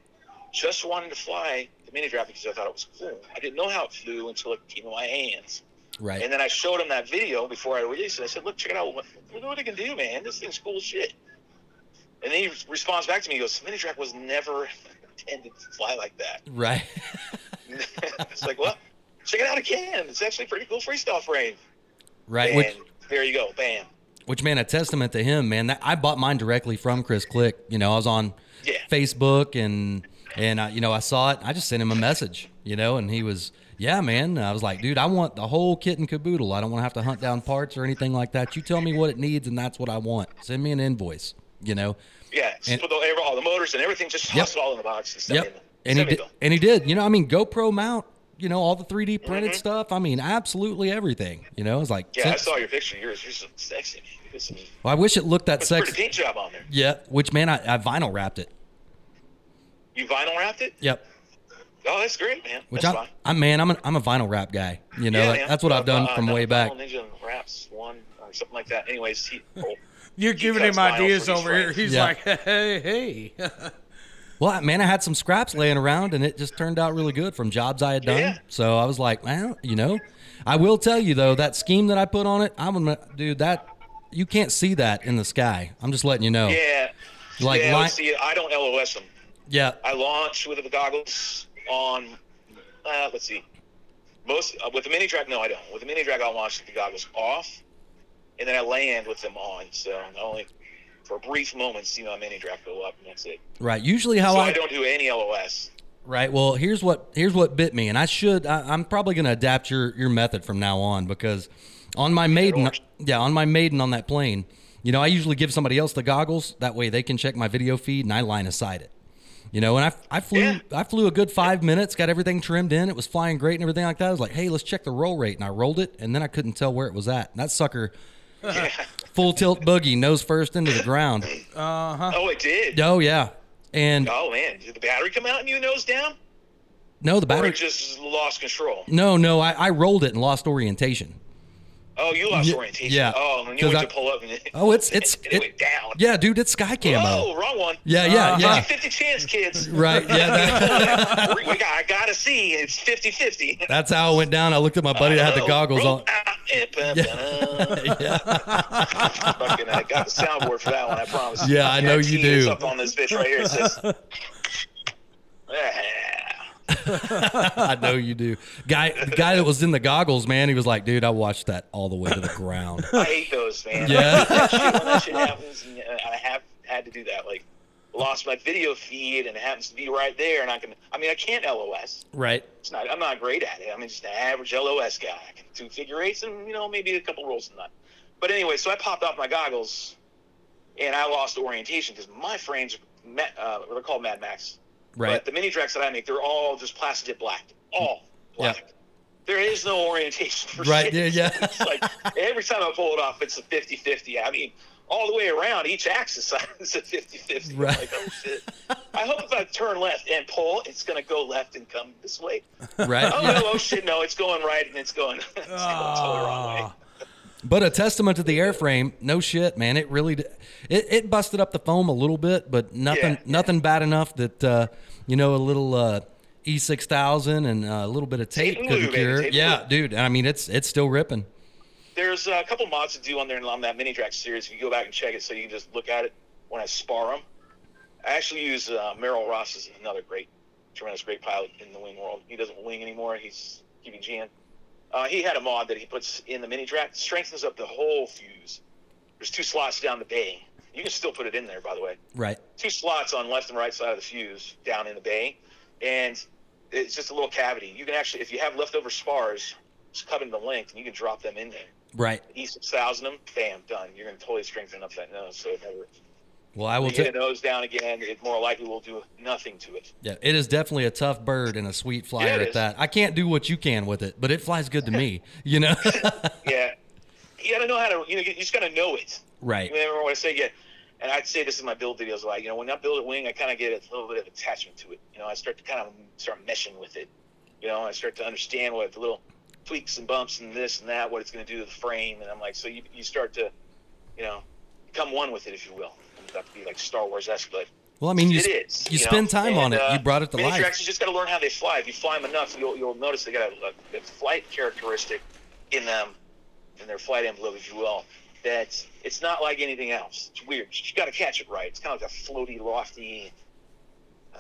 [SPEAKER 1] Just wanted to fly the mini drag because I thought it was cool. I didn't know how it flew until it came in my hands,
[SPEAKER 3] right.
[SPEAKER 1] and then I showed him that video before I released it. I said, "Look, check it out. What- Look what it can do, man. This thing's cool as shit." And then he responds back to me. He goes, "Mini drag was never intended to fly like that."
[SPEAKER 3] right.
[SPEAKER 1] it's like, well, check it out again. It's actually a pretty cool freestyle frame.
[SPEAKER 3] Right.
[SPEAKER 1] And
[SPEAKER 3] Which
[SPEAKER 1] there you go. Bam.
[SPEAKER 3] which man a testament to him man that i bought mine directly from chris click you know i was on
[SPEAKER 1] Yeah.
[SPEAKER 3] facebook and and I, you know i saw it i just sent him a message you know and he was yeah man i was like dude i want the whole kit and caboodle i don't want to have to hunt down parts or anything like that you tell me what it needs and that's what i want send me an invoice you know
[SPEAKER 1] Yeah, just
[SPEAKER 3] And-
[SPEAKER 1] put the, every- all the motors and everything, just
[SPEAKER 3] Yep.
[SPEAKER 1] toss it all in the box and send me
[SPEAKER 3] Yep.
[SPEAKER 1] the- send
[SPEAKER 3] And he
[SPEAKER 1] me
[SPEAKER 3] did,
[SPEAKER 1] the-
[SPEAKER 3] and he did. You know, I mean, GoPro mount. You know, all the 3D printed stuff. I mean, absolutely everything. You know, it's like
[SPEAKER 1] Mm-hmm. Yeah, I
[SPEAKER 3] since-
[SPEAKER 1] saw your picture. Yours, yours is sexy. man. You did some-
[SPEAKER 3] well, I wish it looked that
[SPEAKER 1] That's a pretty
[SPEAKER 3] sexy.
[SPEAKER 1] paint job on there.
[SPEAKER 3] Yeah. Which man, I, I vinyl wrapped it.
[SPEAKER 1] You vinyl wrapped it?
[SPEAKER 3] Yep.
[SPEAKER 1] Oh, that's great, man.
[SPEAKER 3] Which
[SPEAKER 1] that's
[SPEAKER 3] I,
[SPEAKER 1] fine.
[SPEAKER 3] I'm man, I'm a, I'm a vinyl rap guy. You know,
[SPEAKER 1] Yeah,
[SPEAKER 3] like,
[SPEAKER 1] man.
[SPEAKER 3] that's what I've done
[SPEAKER 1] Uh,
[SPEAKER 3] from
[SPEAKER 1] uh,
[SPEAKER 3] way
[SPEAKER 1] Vinyl
[SPEAKER 3] back.
[SPEAKER 1] Ninja wraps one or something like that. Anyways, he, oh,
[SPEAKER 2] You're
[SPEAKER 1] he
[SPEAKER 2] giving
[SPEAKER 1] cuts
[SPEAKER 2] him
[SPEAKER 1] vinyl for
[SPEAKER 2] ideas
[SPEAKER 1] his
[SPEAKER 2] over here.
[SPEAKER 1] friends.
[SPEAKER 2] He's
[SPEAKER 3] Yeah.
[SPEAKER 2] like, hey, hey.
[SPEAKER 3] Well, I- man, I had some scraps laying around, and it just turned out really good from jobs I had done.
[SPEAKER 1] Yeah.
[SPEAKER 3] So I was like, well, you know, I will tell you though that scheme that I put on it, I'm gonna, dude, that you can't see that in the sky. I'm just letting you know.
[SPEAKER 1] Yeah.
[SPEAKER 3] Like
[SPEAKER 1] yeah,
[SPEAKER 3] li-
[SPEAKER 1] let's see, I don't LOS them.
[SPEAKER 3] yeah.
[SPEAKER 1] I launch with the goggles on. Uh, let's see. Most uh, with the mini drag, no, I don't. With the mini drag, I'll launch with the goggles off, and then I land with them on. So I only for brief moments see my mini drag go up, and that's it.
[SPEAKER 3] Right. Usually, how
[SPEAKER 1] so
[SPEAKER 3] Oh, I,
[SPEAKER 1] I don't do any LOS.
[SPEAKER 3] Right. Well, here's what here's what bit me, and I should I, I'm probably going to adapt your your method from now on because on my maiden,
[SPEAKER 1] works.
[SPEAKER 3] yeah, on my maiden on that plane, you know, I usually give somebody else the goggles that way they can check my video feed and I line aside it. You know, and I, I flew
[SPEAKER 1] Yeah.
[SPEAKER 3] I flew a good five minutes, got everything trimmed in, it was flying great and everything like that. I was like, hey, let's check the roll rate, and I rolled it, and then I couldn't tell where it was at. And that sucker, full tilt boogie, nose first into the ground.
[SPEAKER 2] Uh-huh.
[SPEAKER 1] Oh, it did.
[SPEAKER 3] Oh yeah, and
[SPEAKER 1] Oh man, did the battery come out and you nose down,
[SPEAKER 3] no,
[SPEAKER 1] or
[SPEAKER 3] the battery.
[SPEAKER 1] it just lost control?
[SPEAKER 3] No, no, I, I rolled it and lost orientation.
[SPEAKER 1] Oh, you lost
[SPEAKER 3] Ye-
[SPEAKER 1] orientation.
[SPEAKER 3] yeah.
[SPEAKER 1] Oh, and you
[SPEAKER 3] 'Cause
[SPEAKER 1] went
[SPEAKER 3] I-
[SPEAKER 1] to pull up and
[SPEAKER 3] Oh, it's it's
[SPEAKER 1] and it, went down.
[SPEAKER 3] Yeah, dude, it's sky camo.
[SPEAKER 1] Oh, wrong one.
[SPEAKER 3] Yeah, yeah, yeah.
[SPEAKER 1] 50 chance, kids.
[SPEAKER 3] Right, yeah. that-
[SPEAKER 1] we, we got, I gotta see. It's 50-50.
[SPEAKER 3] that's how it went down. I looked at my buddy that had the goggles on. Yeah,
[SPEAKER 1] Fucking, I got the soundboard for that one. I promise.
[SPEAKER 3] Yeah, I know you
[SPEAKER 1] Guarantee It's
[SPEAKER 3] do.
[SPEAKER 1] up on this bitch right here. It says.
[SPEAKER 3] I know you do. Guy, the guy that was in the goggles, man, he was like, dude, I watched that all the way to the ground.
[SPEAKER 1] I hate those, man.
[SPEAKER 3] Yeah.
[SPEAKER 1] That shit, when that shit happens, and uh, I have had to do that. Like, lost my video feed, and it happens to be right there. And I can, I mean, I can't LOS.
[SPEAKER 3] Right.
[SPEAKER 1] It's not. I'm not great at it. I'm just an average LOS guy. I can do figure eights and you know maybe a couple rolls and that. But anyway, so I popped off my goggles, and I lost orientation because my frames, are ma- uh, they're called Mad Max.
[SPEAKER 3] Right.
[SPEAKER 1] But the mini tracks that I make, they're all just plastic dip black. All
[SPEAKER 3] Yeah.
[SPEAKER 1] black. There is no orientation for
[SPEAKER 3] Right,
[SPEAKER 1] shit.
[SPEAKER 3] yeah, yeah.
[SPEAKER 1] it's like every time I pull it off, it's a 50-50. I mean, all the way around, each axis is a 50-50. I'm
[SPEAKER 3] Right.
[SPEAKER 1] Like, oh, shit. I hope if I turn left and pull, it's going to go left and come this way.
[SPEAKER 3] Right.
[SPEAKER 1] Oh,
[SPEAKER 3] Yeah.
[SPEAKER 1] no, oh, shit, no, it's going right and it's going, it's going totally wrong way.
[SPEAKER 3] But a testament to the airframe. No shit, man. It really d- it, it busted up the foam a little bit, but nothing
[SPEAKER 1] Yeah, yeah.
[SPEAKER 3] nothing bad enough that uh, you know a little uh, E six thousand and uh, a little bit of tape
[SPEAKER 1] Tape
[SPEAKER 3] couldn't
[SPEAKER 1] glue, baby,
[SPEAKER 3] cure. it.
[SPEAKER 1] tape
[SPEAKER 3] Yeah,
[SPEAKER 1] glue.
[SPEAKER 3] dude. I mean, it's it's still ripping.
[SPEAKER 1] There's a couple mods to do on there on that mini track series. If you go back and check it, so you can just look at it when I spar them. I actually use uh, Merrill Ross is another great, tremendous great pilot in the wing world. He doesn't wing anymore. He's QBGN. Uh, he had a mod that he puts in the mini track, strengthens up the whole fuse. There's two slots down the bay. You can still put it in there, by the way
[SPEAKER 3] Right.
[SPEAKER 1] two slots on left and right side of the fuse down in the bay, and it's just a little cavity. You can actually, if you have leftover spars, just cut them to length, and you can drop them in there.
[SPEAKER 3] Right.
[SPEAKER 1] E six thousand them, bam, done. You're gonna totally strengthen up that nose, so it never.
[SPEAKER 3] Well, I will.
[SPEAKER 1] If you hit
[SPEAKER 3] T-
[SPEAKER 1] a nose down again, it more likely will do nothing to it.
[SPEAKER 3] yeah, it is definitely a tough bird and a sweet flyer
[SPEAKER 1] it
[SPEAKER 3] at
[SPEAKER 1] is.
[SPEAKER 3] that. I can't do what you can with it, but it flies good to me. You know.
[SPEAKER 1] Yeah, you gotta know how to. You know, you just gotta know it.
[SPEAKER 3] right.
[SPEAKER 1] You remember what I say? Yeah, and I'd say this in my build videos, like you know, when I build a wing, I kind of get a little bit of attachment to it. You know, I start to kind of start meshing with it. You know, I start to understand what the little tweaks and bumps and this and that, what it's going to do to the frame, and I'm like, so you, you start to, you know, become one with it, if you will. Not to be like Star Wars esque, but
[SPEAKER 3] Well, I mean, you
[SPEAKER 1] it
[SPEAKER 3] s-
[SPEAKER 1] is,
[SPEAKER 3] you
[SPEAKER 1] know?
[SPEAKER 3] spend time on
[SPEAKER 1] And,
[SPEAKER 3] it.
[SPEAKER 1] uh,
[SPEAKER 3] you brought it to
[SPEAKER 1] miniature
[SPEAKER 3] life.
[SPEAKER 1] actors, You just got to learn how they fly. If you fly them enough, you'll, you'll notice they got a, a flight characteristic in them, in their flight envelope, if you will. That it's not like anything else. It's weird. You got to catch it right. It's kind of like a floaty, lofty.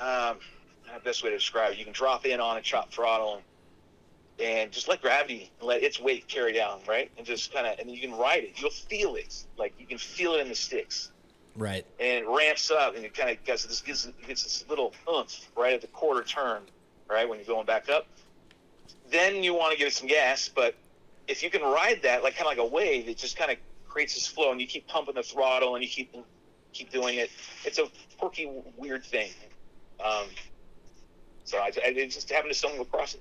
[SPEAKER 1] Um, the best way to describe it. You can drop in on a chop throttle, and just let gravity let its weight carry down, right? And just kind of, and you can ride it. You'll feel it. Like you can feel it in the sticks
[SPEAKER 3] Right.
[SPEAKER 1] and it ramps up and it kind of gets this gives gets this little oomph right at the quarter turn, right when you're going back up. Then you want to give it some gas, but if you can ride that like kind of like a wave, it just kind of creates this flow, and you keep pumping the throttle and you keep keep doing it. It's a quirky, weird thing. Um, so I, I it just happened to stumble across it,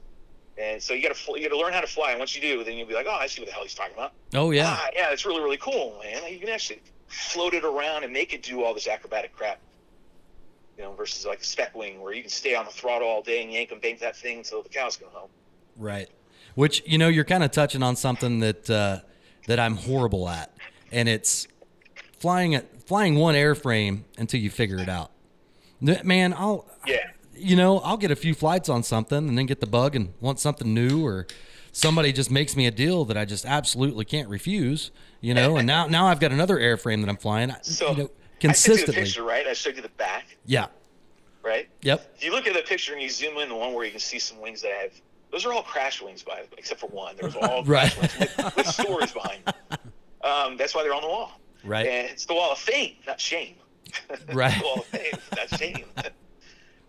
[SPEAKER 1] and so you got to you got to learn how to fly. And once you do, then you'll be like, oh, I see what the hell he's talking about
[SPEAKER 3] Oh yeah.
[SPEAKER 1] ah, yeah, it's really really cool, man. You can actually float it around and make it do all this acrobatic crap. You know, versus like a spec wing where you can stay on the throttle all day and yank and bank that thing until the cows come home.
[SPEAKER 3] Right. Which you know you're kind of touching on something that uh, that I'm horrible at, and it's flying at flying one airframe until you figure it out. Th- Man, I'll
[SPEAKER 1] Yeah.
[SPEAKER 3] you know I'll get a few flights on something and then get the bug and want something new or somebody just makes me a deal that I just absolutely can't refuse. You know, and now now I've got another airframe that I'm flying. I-
[SPEAKER 1] So
[SPEAKER 3] you know,
[SPEAKER 1] I sent you the
[SPEAKER 3] consistently.
[SPEAKER 1] picture, right? I showed you the back,
[SPEAKER 3] Yeah.
[SPEAKER 1] right?
[SPEAKER 3] Yep.
[SPEAKER 1] If you look at the picture and you zoom in the one where you can see some wings that I have. Those are all crash wings, by the way, except for one. There was all
[SPEAKER 3] Right.
[SPEAKER 1] crash wings with, with stories behind. them. Um, that's why they're on the wall.
[SPEAKER 3] Right.
[SPEAKER 1] And it's the wall of fame, not shame.
[SPEAKER 3] Right.
[SPEAKER 1] Wall of Fame. That's shame.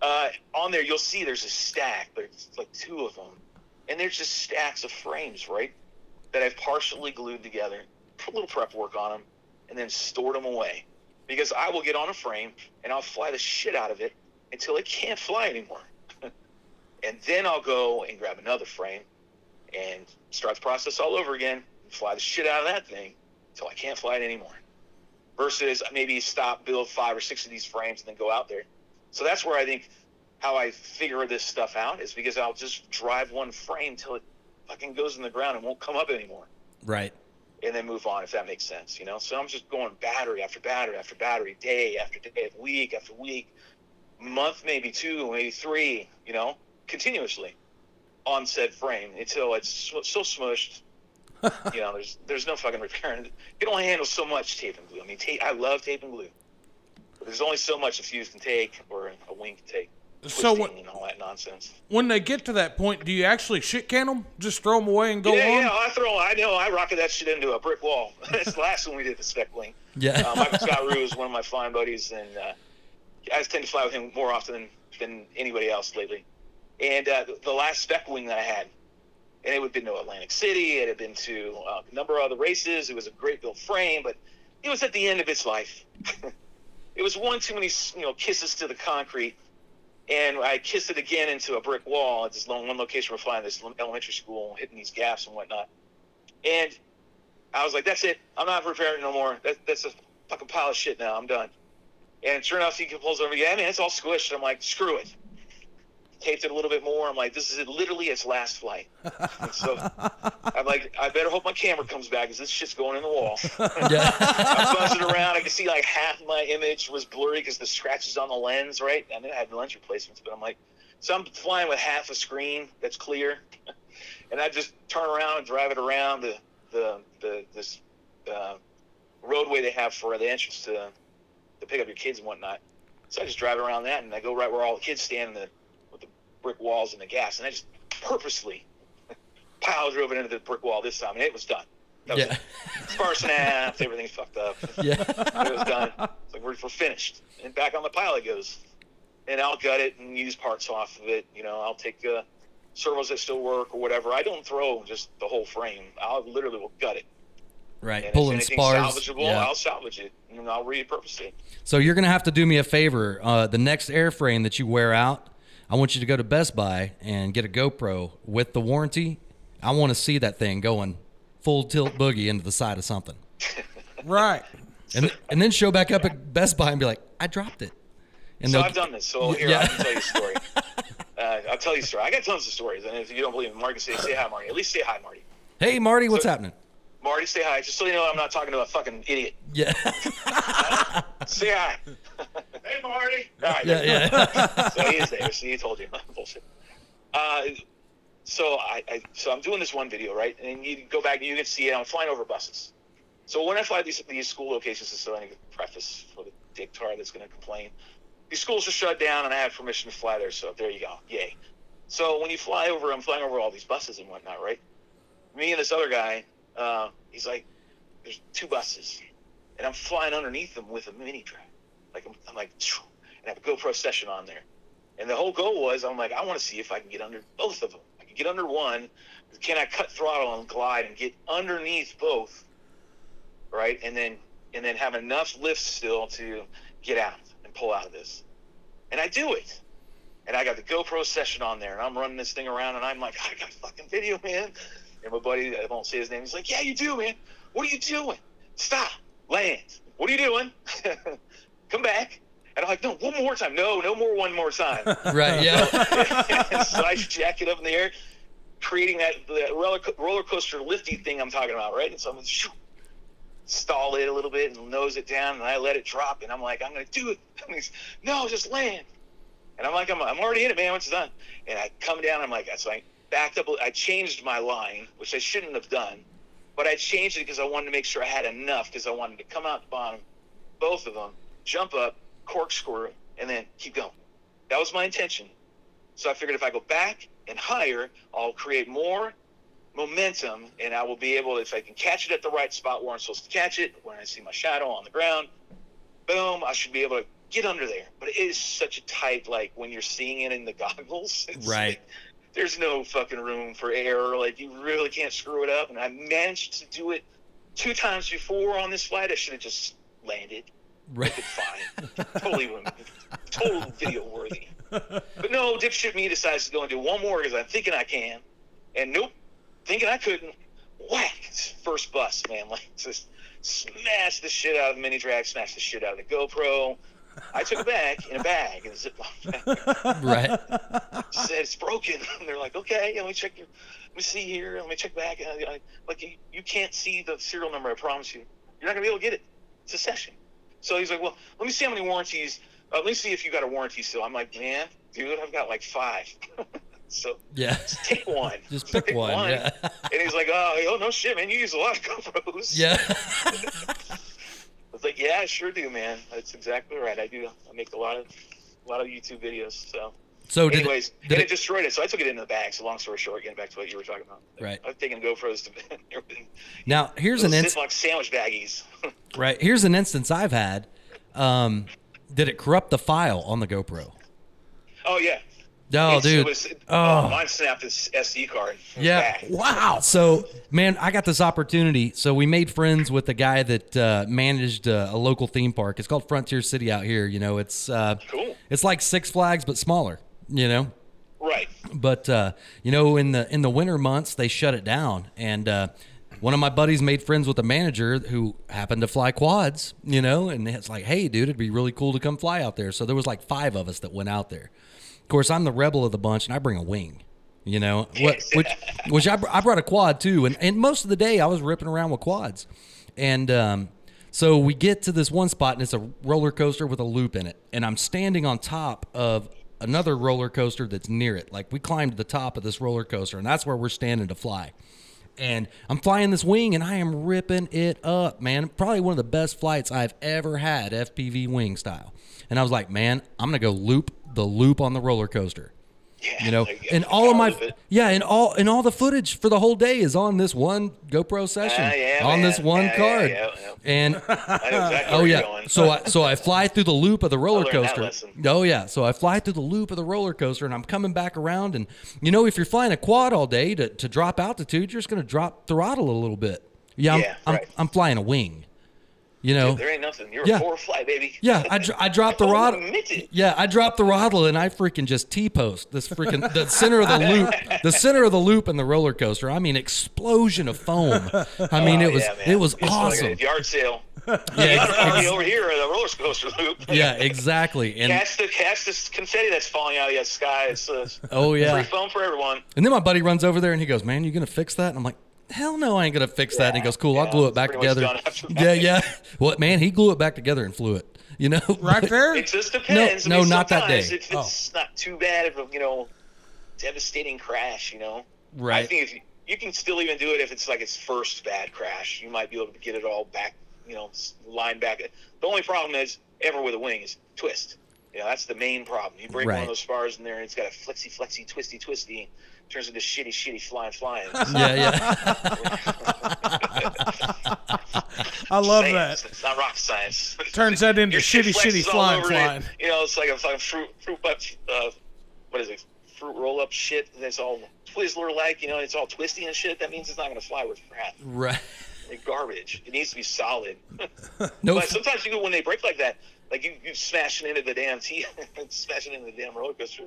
[SPEAKER 1] uh, on there, you'll see there's a stack. There's like two of them, and there's just stacks of frames, right? That I've partially glued together, put a little prep work on them, and then stored them away. Because I will get on a frame and I'll fly the shit out of it until it can't fly anymore, and then I'll go and grab another frame and start the process all over again. And fly the shit out of that thing until I can't fly it anymore versus maybe stop, build five or six of these frames, and then go out there. So that's where I think how I figure this stuff out is because I'll just drive one frame till it fucking goes in the ground and won't come up anymore,
[SPEAKER 3] Right.
[SPEAKER 1] and then move on if that makes sense, you know. So I'm just going battery after battery after battery, day after day, week after week, month maybe two, maybe three, you know, continuously on said frame until it's so, so smushed you know, there's there's no fucking repairing. You don't handle so much tape and glue. I mean, tape, I love tape and glue, but there's only so much a fuse can take or a wing can take.
[SPEAKER 2] So
[SPEAKER 1] Twisting
[SPEAKER 2] what-
[SPEAKER 1] and all that nonsense.
[SPEAKER 2] When they get to that point, do you actually shit can them? Just throw them away and go
[SPEAKER 1] yeah,
[SPEAKER 2] on?
[SPEAKER 1] yeah, I throw. I know. I rocketed that shit into a brick wall. That's the last one we did the spec wing.
[SPEAKER 3] Yeah.
[SPEAKER 1] Uh, Michael Scott Rue is one of my flying buddies, and uh, I tend to fly with him more often than, than anybody else lately. And uh, the- the last spec wing that I had, and it had been to Atlantic City, it had been to uh, a number of other races. It was a great built frame, but it was at the end of its life. it was one too many, you know, kisses to the concrete. And I kissed it again into a brick wall at this lone one location we're flying this elementary school, hitting these gaps and whatnot. And I was like, that's it. I'm not preparing no more. That, that's a fucking pile of shit now. I'm done. And sure enough, he pulls over. Yeah, man, it's all squished. I'm like, screw it. Taped it a little bit more. I'm like, this is it, literally its last flight. And so I'm like, I better hope my camera comes back because this shit's going in the wall.
[SPEAKER 3] Yeah.
[SPEAKER 1] I buzzed it around. I could see like half my image was blurry because the scratches on the lens, right? I knew I had lens replacements, but I'm like, so I'm flying with half a screen that's clear, and I just turn around and drive it around the the, the this uh, roadway they have for the entrance to to pick up your kids and whatnot. So I just drive around that, and I go right where all the kids stand in the, with the brick walls and the gas, and I just purposely pow drove it into the brick wall this time, and it was done. That was
[SPEAKER 3] Yeah.
[SPEAKER 1] it. Sparse naps, everything's fucked up
[SPEAKER 3] Yeah.
[SPEAKER 1] it was done. It's like we're, we're finished. And back on the pile it goes. And I'll gut it and use parts off of it. You know, I'll take uh, servos that still work or whatever. I don't throw just the whole frame. I'll literally will gut it.
[SPEAKER 3] Right.
[SPEAKER 1] And
[SPEAKER 3] Pulling
[SPEAKER 1] if anything's
[SPEAKER 3] spars.
[SPEAKER 1] salvageable, I'll salvage it and I'll repurpose it.
[SPEAKER 3] So you're gonna have to do me a favor. Uh, the next airframe that you wear out, I want you to go to Best Buy and get a GoPro with the warranty. I want to see that thing going full tilt boogie into the side of something.
[SPEAKER 2] Right.
[SPEAKER 3] and and then show back up at Best Buy and be like, I dropped it. And
[SPEAKER 1] So
[SPEAKER 3] they'll-
[SPEAKER 1] I've done this. So here,
[SPEAKER 3] Yeah.
[SPEAKER 1] I can tell you a story. uh, I'll tell you a story. I got tons of stories. And if you don't believe me, Marty, say, say hi, Marty. At least say hi, Marty.
[SPEAKER 3] Hey Marty, what's
[SPEAKER 1] So-
[SPEAKER 3] happening?
[SPEAKER 1] Marty, say hi. Just so you know, I'm not talking to a fucking idiot.
[SPEAKER 3] Yeah,
[SPEAKER 1] Say hi. hey, Marty. All right.
[SPEAKER 3] yeah, yeah.
[SPEAKER 1] so he is there. See, he told you. Bullshit. Uh, so I, I, so I'm doing this one video, right? And you go back and you can see it. I'm flying over buses. So when I fly these these school locations, this is what I need to preface for the dictar that's going to complain. These schools are shut down, and I have permission to fly there. So there you go. Yay. So when you fly over, I'm flying over all these buses and whatnot, right? Me and this other guy, uh, he's like, there's two buses, and I'm flying underneath them with a mini drone. Like I'm, I'm like, "Phew," and I have a GoPro session on there. And the whole goal was, I'm like, I want to see if I can get under both of them. I can get under one. Can I cut throttle and glide and get underneath both? Right, and then and then have enough lift still to get out and pull out of this. And I do it. And I got the GoPro session on there, and I'm running this thing around, and I'm like, I got a fucking video, man. And my buddy, I won't say his name, he's like, Yeah, you do, man. What are you doing? Stop. Land. What are you doing? Come back. And I'm like, No, one more time. No, no more. One more time.
[SPEAKER 3] right, yeah.
[SPEAKER 1] so I jack it up in the air, creating that, that roller, co- roller coaster lifty thing I'm talking about, right? And so I'm gonna shoo, stall it a little bit and nose it down, and I let it drop, and I'm like, I'm gonna do it. And he's, no, just land. And I'm like, I'm, I'm already in it, man. What's done? And I come down. I'm like, so I backed up. I changed my line, which I shouldn't have done, but I changed it because I wanted to make sure I had enough because I wanted to come out the bottom, both of them, jump up, corkscrew, and then keep going. That was my intention. So I figured if I go back and higher, I'll create more momentum and I will be able, if I can catch it at the right spot where I'm supposed to catch it, when I see my shadow on the ground, boom, I should be able to get under there. But it is such a tight, like when you're seeing it in the goggles. It's
[SPEAKER 3] Right.
[SPEAKER 1] like, there's no fucking room for error. Like you really can't screw it up. And I managed to do it two times before on this flight. I should have just landed
[SPEAKER 3] Right.
[SPEAKER 1] fine. totally, total video worthy. But no, dipshit me decides to go and do one more because I'm thinking I can, and nope, thinking I couldn't. Whack! First bus, man. Like just smash the shit out of the mini drag, smash the shit out of the GoPro. I took it back in a bag and zip bag
[SPEAKER 3] Right.
[SPEAKER 1] said it's broken. And they're like, okay, let me check your, let me see here, let me check back. And I, I, like, you, you can't see the serial number. I promise you, you're not gonna be able to get it. It's a session. So he's like, well, let me see how many warranties. Uh, let me see if you got a warranty still. I'm like, man, dude, I've got like five. so
[SPEAKER 3] Yeah.
[SPEAKER 1] just take one.
[SPEAKER 3] Just pick one. Yeah.
[SPEAKER 1] And he's like, oh, oh no shit, man, you use a lot of GoPros.
[SPEAKER 3] Yeah.
[SPEAKER 1] I was like, yeah, I sure do, man. That's exactly right. I do. I make a lot of, a lot of YouTube videos. So.
[SPEAKER 3] So did
[SPEAKER 1] Anyways,
[SPEAKER 3] it, did
[SPEAKER 1] and it,
[SPEAKER 3] it-
[SPEAKER 1] destroyed it, so I took it into the bag. So long story short, getting back to what you were talking about.
[SPEAKER 3] Right.
[SPEAKER 1] I've taken GoPros to
[SPEAKER 3] now here's an
[SPEAKER 1] those
[SPEAKER 3] instance.
[SPEAKER 1] Ziploc sandwich baggies.
[SPEAKER 3] Right. Here's an instance I've had. Um, did it corrupt the file on the GoPro?
[SPEAKER 1] oh yeah.
[SPEAKER 3] No,
[SPEAKER 1] It's-
[SPEAKER 3] dude.
[SPEAKER 1] It was,
[SPEAKER 3] oh.
[SPEAKER 1] mine snapped its SD card. It was
[SPEAKER 3] Yeah.
[SPEAKER 1] bad.
[SPEAKER 2] Wow.
[SPEAKER 3] So, man, I got this opportunity. So we made friends with a guy that uh, managed uh, a local theme park. It's called Frontier City out here. You know, it's uh,
[SPEAKER 1] Cool.
[SPEAKER 3] It's like Six Flags but smaller. You know,
[SPEAKER 1] Right.
[SPEAKER 3] but uh, you know in the in the winter months they shut it down and uh, one of my buddies made friends with a manager who happened to fly quads you know and it's like hey dude it'd be really cool to come fly out there so there was like five of us that went out there of course i'm the rebel of the bunch and i bring a wing you know what which which I, br- I brought a quad too and, and most of the day i was ripping around with quads and um, so we get to this one spot and it's a roller coaster with a loop in it and i'm standing on top of another roller coaster that's near it. Like we climbed the top of this roller coaster, and that's where we're standing to fly. And I'm flying this wing, and I am ripping it up, man. Probably one of the best flights I've ever had, FPV wing style. And I was like, man, I'm gonna go loop the loop on the roller coaster.
[SPEAKER 1] Yeah.
[SPEAKER 3] You know,
[SPEAKER 1] like,
[SPEAKER 3] and all of
[SPEAKER 1] proud
[SPEAKER 3] my
[SPEAKER 1] it.
[SPEAKER 3] yeah, and all and all the footage for the whole day is on this one GoPro session,
[SPEAKER 1] Ah, yeah,
[SPEAKER 3] on this
[SPEAKER 1] man.
[SPEAKER 3] one
[SPEAKER 1] Yeah, yeah,
[SPEAKER 3] card,
[SPEAKER 1] yeah, yeah.
[SPEAKER 3] and
[SPEAKER 1] I know exactly
[SPEAKER 3] Oh
[SPEAKER 1] where you're
[SPEAKER 3] yeah.
[SPEAKER 1] going.
[SPEAKER 3] So I so I fly through the loop of the roller
[SPEAKER 1] learned that
[SPEAKER 3] coaster.
[SPEAKER 1] lesson.
[SPEAKER 3] Oh yeah. So I fly through the loop of the roller coaster and I'm coming back around and you know if you're flying a quad all day to, to drop altitude, you're just gonna drop throttle a little bit. Yeah, I'm,
[SPEAKER 1] Yeah,
[SPEAKER 3] I'm,
[SPEAKER 1] right.
[SPEAKER 3] I'm flying a wing. You know?
[SPEAKER 1] there ain't nothing. You're
[SPEAKER 3] Yeah.
[SPEAKER 1] a four fly baby.
[SPEAKER 3] Yeah, I, dr- I dropped the
[SPEAKER 1] Totally
[SPEAKER 3] rod.
[SPEAKER 1] minted.
[SPEAKER 3] Yeah, I dropped the throttle and I freaking just T post this freaking the center of the loop, the center of the loop in the roller coaster. I mean, explosion of foam. I mean,
[SPEAKER 1] Oh,
[SPEAKER 3] it was
[SPEAKER 1] yeah, man.
[SPEAKER 3] it was
[SPEAKER 1] It's like a
[SPEAKER 3] awesome.
[SPEAKER 1] yard sale. I don't know
[SPEAKER 3] yeah,
[SPEAKER 1] how
[SPEAKER 3] ex-
[SPEAKER 1] to over here or the roller coaster loop.
[SPEAKER 3] yeah, exactly. And
[SPEAKER 1] Catch the catch this confetti that's falling out of the sky. It's uh,
[SPEAKER 3] oh
[SPEAKER 1] free
[SPEAKER 3] yeah.
[SPEAKER 1] phone for everyone.
[SPEAKER 3] And then my buddy runs over there and he goes, "Man, you gonna fix that?" And I'm like, "Hell no, I ain't gonna fix that." And he goes, "Cool, I'll
[SPEAKER 1] yeah,
[SPEAKER 3] glue it
[SPEAKER 1] it's
[SPEAKER 3] back
[SPEAKER 1] pretty much
[SPEAKER 3] together."
[SPEAKER 1] done after that.
[SPEAKER 3] Yeah, yeah. Well, man, he glue it back together and flew it. You know,
[SPEAKER 2] right
[SPEAKER 3] But-
[SPEAKER 2] there.
[SPEAKER 1] It just depends.
[SPEAKER 3] no,
[SPEAKER 1] I mean,
[SPEAKER 3] not that
[SPEAKER 1] sometimes
[SPEAKER 3] day. Oh.
[SPEAKER 1] If it's not too bad of a you know devastating crash, you know. I
[SPEAKER 3] Right.
[SPEAKER 1] think if you, you can still even do it if it's like its first bad crash, you might be able to get it all back, you know, s- line back. The only problem is ever with a wing is twist. You know, that's the main problem. You break one
[SPEAKER 3] Right.
[SPEAKER 1] of those spars in there, and it's got a flexy, flexy, twisty, twisty, turns into shitty, shitty, flying, flying.
[SPEAKER 3] Yeah, yeah.
[SPEAKER 2] I love
[SPEAKER 1] Science.
[SPEAKER 2] that.
[SPEAKER 1] It's not rocket science.
[SPEAKER 2] Turns that into
[SPEAKER 1] Your shit
[SPEAKER 2] shitty,
[SPEAKER 1] flexes
[SPEAKER 2] shitty
[SPEAKER 1] all
[SPEAKER 2] flying,
[SPEAKER 1] over it.
[SPEAKER 2] flying.
[SPEAKER 1] You know, it's like a fucking fruit, fruit, butt, uh, what is it? Fruit roll up shit. That's all Twizzler like. You know, it's all twisty and shit. That means it's not gonna fly with crap.
[SPEAKER 3] Right.
[SPEAKER 1] Like garbage. It needs to be solid.
[SPEAKER 3] No.
[SPEAKER 1] but sometimes you go when they break like that, like you you smashing into the damn T, smashing into the damn roller coaster.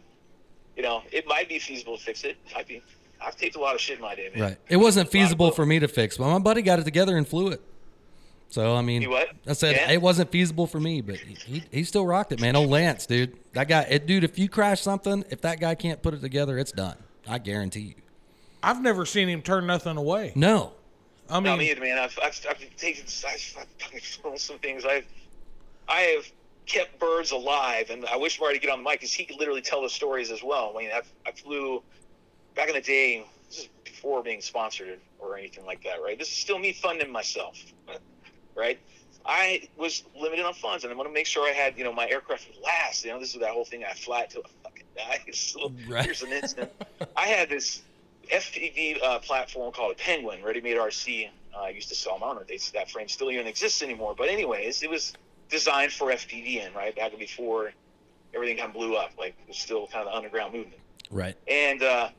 [SPEAKER 1] You know, it might be feasible to fix it. Might be. I've taped a lot of shit in my day, man.
[SPEAKER 3] Right. It wasn't feasible for me to fix, but my buddy got it together and flew it. So I mean,
[SPEAKER 1] You what?
[SPEAKER 3] I said
[SPEAKER 1] Yeah?
[SPEAKER 3] it wasn't feasible for me, but he, he, he still rocked it, man. Oh, Lance, dude, that guy, it, dude. If you crash something, if that guy can't put it together, it's done. I guarantee you.
[SPEAKER 2] I've never seen him turn nothing away.
[SPEAKER 3] No,
[SPEAKER 2] I
[SPEAKER 1] Not
[SPEAKER 2] mean,
[SPEAKER 1] either, man. I've, I've, I've taken I've fucking thrown some things. I've I have kept birds alive, and I wish Marty could get on the mic because he could literally tell the stories as well. I mean, I've, I flew back in the day. This is before being sponsored or anything like that, right? This is still me funding myself, right? I was limited on funds, and I want to make sure I had you know my aircraft would last. You know, this is that whole thing. I fly till I fucking die. So
[SPEAKER 3] Right.
[SPEAKER 1] here's an incident. I had this FPV uh, platform called Penguin, ready made RC. Uh, I used to sell them. I don't know if they- that frame still even exists anymore. But anyways, it was designed for FPV in right back before everything kind of blew up. Like it was still kind of the underground movement.
[SPEAKER 3] right.
[SPEAKER 1] And uh,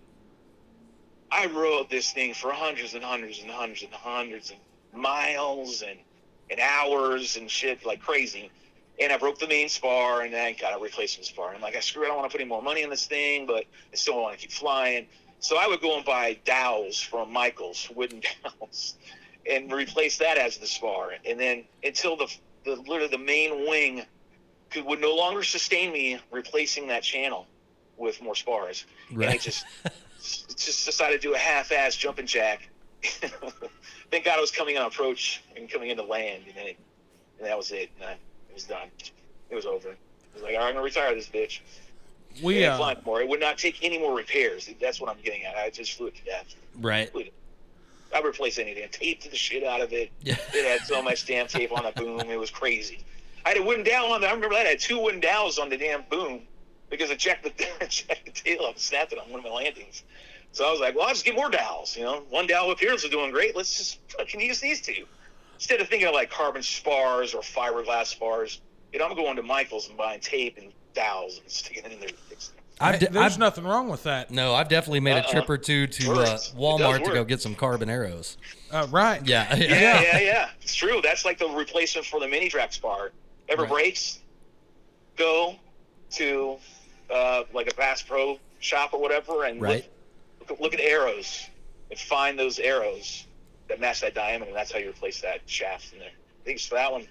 [SPEAKER 1] I rode this thing for hundreds and hundreds and hundreds and hundreds of miles and, and hours and shit like crazy. And I broke the main spar and then I got a replacement spar. And I'm like, I screw it, I don't want to put any more money in this thing, but I still want to keep flying. So I would go and buy dowels from Michaels, wooden dowels, and replace that as the spar. And then until the, the literally the main wing could, would no longer sustain me replacing that channel with more spars. And I
[SPEAKER 3] Right.
[SPEAKER 1] just just decided to do a half-ass jumping jack. Thank God I was coming on approach and coming into land, and then it, and that was it. And I, it was done. It was over. I was like, all right, I'm gonna retire this bitch.
[SPEAKER 2] we
[SPEAKER 1] Yeah.
[SPEAKER 2] uh,
[SPEAKER 1] more. It would not take any more repairs. That's what I'm getting at. I just flew it to death.
[SPEAKER 3] Right.
[SPEAKER 1] Flew it. I replaced anything. I taped the shit out of it.
[SPEAKER 3] Yeah.
[SPEAKER 1] It had so much damn tape on the boom. It was crazy. I had a wooden dowel on there. I remember that. I had two wooden dowels on the damn boom because I checked the, checked the tail up and snapped it on one of my landings. So I was like, well, I'll just get more dowels. You know, one dowel appears is doing great. Let's just fucking use these two. Instead of thinking of like carbon spars or fiberglass spars, you know, I'm going to Michael's and buying tape and dowels and sticking it in there. to fix it.
[SPEAKER 3] I've, de-
[SPEAKER 2] there's
[SPEAKER 3] I've
[SPEAKER 2] nothing wrong with that.
[SPEAKER 3] no, I've definitely made a trip or two to uh,
[SPEAKER 1] Uh-uh. Works. It does
[SPEAKER 3] Walmart to go
[SPEAKER 1] work.
[SPEAKER 3] get some carbon arrows.
[SPEAKER 2] Uh, right.
[SPEAKER 3] Yeah.
[SPEAKER 1] Yeah, yeah, yeah. It's true. That's like the replacement for the mini Drax bar. Ever
[SPEAKER 3] Right.
[SPEAKER 1] breaks, go to uh, like a Bass Pro shop or whatever, and look-
[SPEAKER 3] Right.
[SPEAKER 1] look, look at arrows and find those arrows that match that diameter. And that's how you replace that shaft in there. I think it's for that one.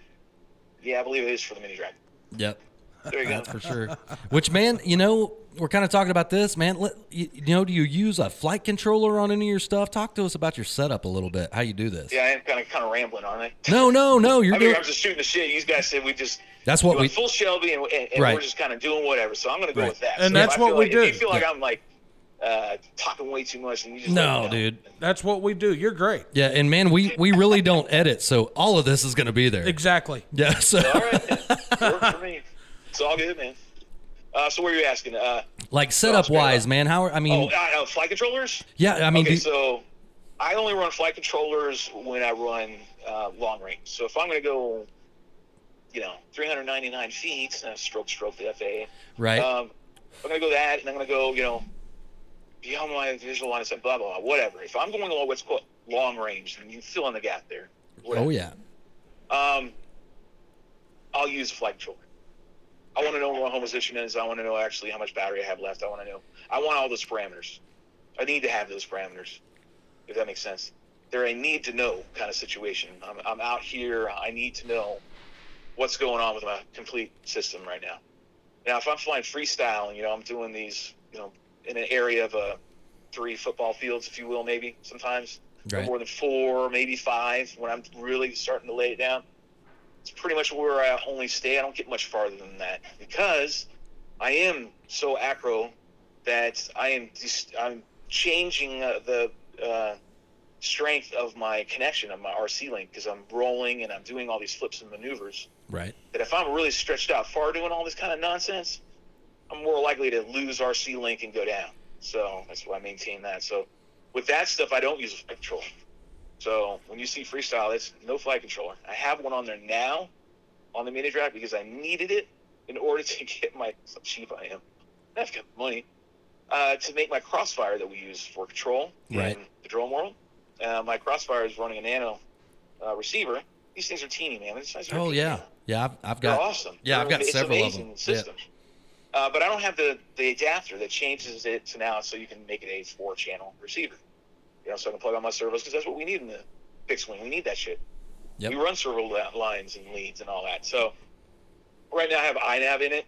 [SPEAKER 1] Yeah, I believe it is for the mini Drax.
[SPEAKER 3] Yep.
[SPEAKER 1] There you go.
[SPEAKER 3] for sure. Which man, you know, we're kind of talking about this, man. Let, you, you know, do you use a flight controller on any of your stuff? Talk to us about your setup a little bit. How you do this?
[SPEAKER 1] Yeah, I am kind of kind of rambling, aren't I?
[SPEAKER 3] No, no, no. You're
[SPEAKER 1] I mean,
[SPEAKER 3] doing.
[SPEAKER 1] I'm just shooting the shit. You guys said we just
[SPEAKER 3] That's what
[SPEAKER 1] doing
[SPEAKER 3] we-
[SPEAKER 1] full Shelby, and, and, and
[SPEAKER 3] Right.
[SPEAKER 1] we're just kind of doing whatever. So I'm going to go
[SPEAKER 3] Right.
[SPEAKER 1] with that.
[SPEAKER 2] And
[SPEAKER 1] So if
[SPEAKER 2] that's
[SPEAKER 1] I feel
[SPEAKER 2] what we
[SPEAKER 1] like, If you
[SPEAKER 2] do.
[SPEAKER 1] feel like I'm like uh, talking way too much, and you just let me
[SPEAKER 3] No,
[SPEAKER 1] know.
[SPEAKER 3] dude.
[SPEAKER 2] That's what we do. You're great.
[SPEAKER 3] Yeah, and man, we we really don't edit, so all of this is going to be there.
[SPEAKER 2] Exactly.
[SPEAKER 3] Yeah. So,
[SPEAKER 1] All right, man. works for me. It's all good, man. Uh, so what are you asking? Uh,
[SPEAKER 3] like setup wise, man. How? are- I
[SPEAKER 1] oh,
[SPEAKER 3] mean,
[SPEAKER 1] uh, uh, flight controllers.
[SPEAKER 3] yeah. I mean,
[SPEAKER 1] Okay,
[SPEAKER 3] do-
[SPEAKER 1] so I only run flight controllers when I run uh, long range. So if I'm going to go, you know, 399 feet, uh, stroke, stroke the FAA.
[SPEAKER 3] right.
[SPEAKER 1] Um, I'm gonna go that, and I'm gonna go, you know, beyond my visual line of sight, blah blah blah, whatever. If I'm going along what's called long range, and you fill in the gap there.
[SPEAKER 3] oh
[SPEAKER 1] whatever,
[SPEAKER 3] yeah.
[SPEAKER 1] Um, I'll use flight controller. I want to know where my home position is. I want to know actually how much battery I have left. I want to know. I want all those parameters. I need to have those parameters, if that makes sense. they're a need to know kind of situation. I'm, I'm out here. I need to know what's going on with my complete system right now. Now, if I'm flying freestyle, and, you know, I'm doing these, you know, in an area of uh, three football fields, if you will, maybe sometimes no
[SPEAKER 3] Right.
[SPEAKER 1] more than four, maybe five. When I'm really starting to lay it down, it's pretty much where I only stay. I don't get much farther than that because I am so acro that I am dis- I'm changing uh, the uh, strength of my connection of my RC link because I'm rolling and I'm doing all these flips and maneuvers.
[SPEAKER 3] Right.
[SPEAKER 1] That if I'm really stretched out far doing all this kind of nonsense, I'm more likely to lose RC link and go down. So that's why I maintain that. So with that stuff, I don't use a flight controller. So when you see freestyle, it's no flight controller. I have one on there now on the mini drive because I needed it in order to get my so cheap I am. I've got money uh, to make my crossfire that we use for control
[SPEAKER 3] Right.
[SPEAKER 1] in the drone world. Uh, my crossfire is running a nano uh, receiver. These things are teeny, man. This size
[SPEAKER 3] Oh yeah. Yeah. I've, I've got.
[SPEAKER 1] they're awesome.
[SPEAKER 3] Yeah, I've
[SPEAKER 1] They're-
[SPEAKER 3] got several of
[SPEAKER 1] it's amazing
[SPEAKER 3] them.
[SPEAKER 1] System. Uh, but I don't have the, the adapter that changes it to now so you can make it a four channel receiver. You know, so I can plug on my servos because that's what we need in the fixed wing. We need that shit.
[SPEAKER 3] Yep.
[SPEAKER 1] We run servo li- lines and leads and all that. So right now I have iNav in it,